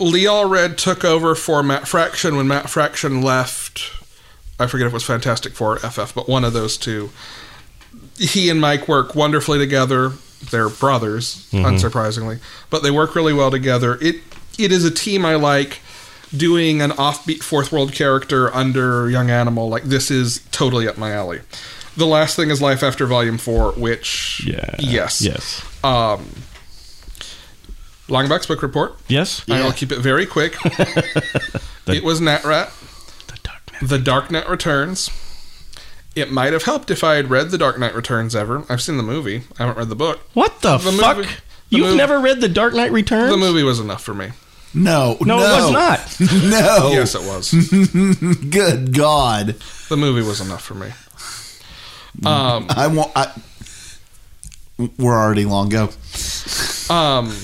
[SPEAKER 2] Lee Allred took over for Matt Fraction when Matt Fraction left I forget if it was Fantastic Four or FF, but one of those two. He and Mike work wonderfully together. They're brothers, unsurprisingly, but they work really well together. It it is a team I like. Doing an offbeat fourth world character under Young Animal, like this is totally up my alley. The last thing is Life After Volume Four, which
[SPEAKER 5] Yeah.
[SPEAKER 2] yes,
[SPEAKER 5] Yes.
[SPEAKER 2] um, Longbox Book Report.
[SPEAKER 5] Yes.
[SPEAKER 2] I will keep it very quick. it was NatRat.
[SPEAKER 5] The Dark Knight.
[SPEAKER 2] The Dark Knight Returns. It might have helped if I had read The Dark Knight Returns ever. I've seen the movie. I haven't read the book.
[SPEAKER 5] What the,
[SPEAKER 2] The
[SPEAKER 5] fuck?
[SPEAKER 2] movie- the
[SPEAKER 5] You've
[SPEAKER 2] movie-
[SPEAKER 5] never read The Dark Knight Returns?
[SPEAKER 2] The movie was enough for me.
[SPEAKER 4] No, no,
[SPEAKER 5] No, it was not. Oh.
[SPEAKER 4] No,
[SPEAKER 2] Yes, it was.
[SPEAKER 4] good God,
[SPEAKER 2] the movie was enough for me. Um,
[SPEAKER 4] I won't. I, we're already long go.
[SPEAKER 2] um,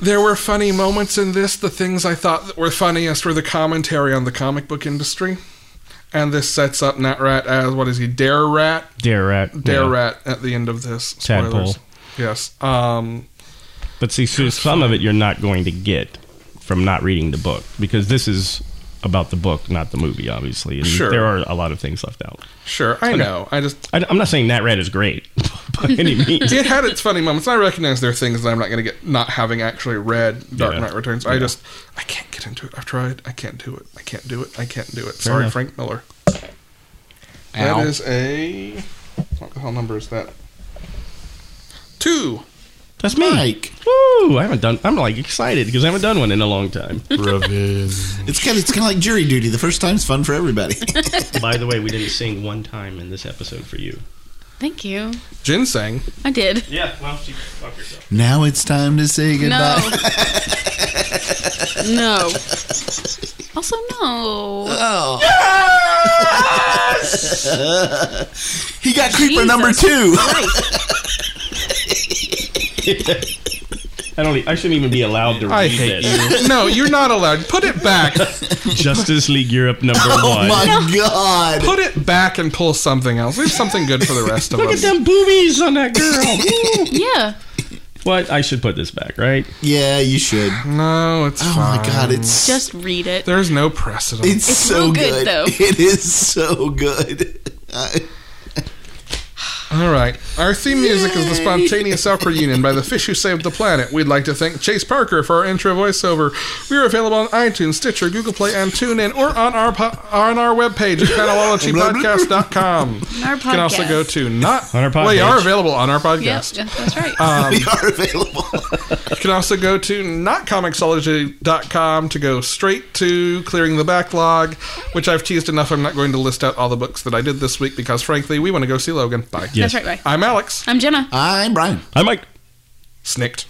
[SPEAKER 2] there were funny moments in this. The things I thought that were funniest were the commentary on the comic book industry. And this sets up NatRat as what is he? Dare Rat?
[SPEAKER 5] Dare rat.
[SPEAKER 2] Dare
[SPEAKER 5] yeah.
[SPEAKER 2] Rat at the end of this.
[SPEAKER 5] Tadpole.
[SPEAKER 2] Spoilers. Yes. Um,
[SPEAKER 5] But see, so some of it you're not going to get from not reading the book because this is about the book, not the movie, obviously. And
[SPEAKER 2] Sure.
[SPEAKER 5] There are a lot of things left out.
[SPEAKER 2] sure, I know. I just
[SPEAKER 5] I, am not saying that rat is great by any means.
[SPEAKER 2] it had its funny moments. I recognize there are things that I'm not going to get not having actually read Dark
[SPEAKER 5] Yeah.
[SPEAKER 2] Knight Returns. I just I can't get into it. I've tried. I can't do it. I can't do it. I can't do it. Sorry,
[SPEAKER 5] enough.
[SPEAKER 2] Frank Miller.
[SPEAKER 4] Ow.
[SPEAKER 2] That is a what the hell number is that? Two.
[SPEAKER 5] That's
[SPEAKER 3] Hmm.
[SPEAKER 5] me.
[SPEAKER 4] Mike.
[SPEAKER 5] Woo! I haven't done. I'm like excited because I haven't done one in a long time.
[SPEAKER 4] It's kind of it's kind of like jury duty. The first time's fun for everybody.
[SPEAKER 5] by the way, we didn't sing one time in this episode for you.
[SPEAKER 3] Thank you.
[SPEAKER 2] Ginseng.
[SPEAKER 3] I did.
[SPEAKER 5] Yeah. Well, you fuck yourself.
[SPEAKER 4] now it's time to say
[SPEAKER 3] No.
[SPEAKER 4] goodbye.
[SPEAKER 3] no. Also, no.
[SPEAKER 4] Oh. he got creeper number two.
[SPEAKER 5] I don't. e- I shouldn't even be allowed to read
[SPEAKER 2] I hate
[SPEAKER 5] this.
[SPEAKER 2] you. No, you're not allowed. Put it back.
[SPEAKER 5] Justice League Europe number
[SPEAKER 4] Oh
[SPEAKER 5] one.
[SPEAKER 4] my god.
[SPEAKER 2] Put it back and pull something else. Leave something good for the rest of
[SPEAKER 5] Look at
[SPEAKER 2] us.
[SPEAKER 5] them boobies on that girl. Woo.
[SPEAKER 3] Yeah.
[SPEAKER 5] what? I should put this back, right?
[SPEAKER 4] Yeah, you should.
[SPEAKER 2] No, it's
[SPEAKER 4] Oh
[SPEAKER 2] fine.
[SPEAKER 4] my god, it's
[SPEAKER 3] Just read it.
[SPEAKER 2] There's no precedent.
[SPEAKER 4] it's, so
[SPEAKER 3] real good,
[SPEAKER 4] good.
[SPEAKER 3] though. Um,
[SPEAKER 4] It is so good. I-
[SPEAKER 2] All right. Our theme music is the Spontaneous Opera Union by The Fish Who Saved the Planet. We'd like to thank Chase Parker for our intro voiceover. We are available on iTunes, Stitcher, Google Play, and TuneIn, or on our po- on our webpage at panelologypodcast.com.
[SPEAKER 3] Our
[SPEAKER 2] You can also
[SPEAKER 3] podcast.
[SPEAKER 2] go to not
[SPEAKER 5] On our
[SPEAKER 2] Well, you are
[SPEAKER 5] podpage.
[SPEAKER 2] available on our
[SPEAKER 3] Yep,
[SPEAKER 2] podcast.
[SPEAKER 3] yeah, that's right.
[SPEAKER 4] we are available.
[SPEAKER 2] You can also go to notcomicsology.com to go straight to clearing the backlog, which I've teased enough. I'm not going to list out all the books that I did this week because, frankly, we want to go see Logan. Bye.
[SPEAKER 5] Yes.
[SPEAKER 3] That's right. Bye.
[SPEAKER 2] I'm Alex.
[SPEAKER 3] I'm Jenna.
[SPEAKER 4] I'm Brian.
[SPEAKER 5] I might.
[SPEAKER 2] Snicked.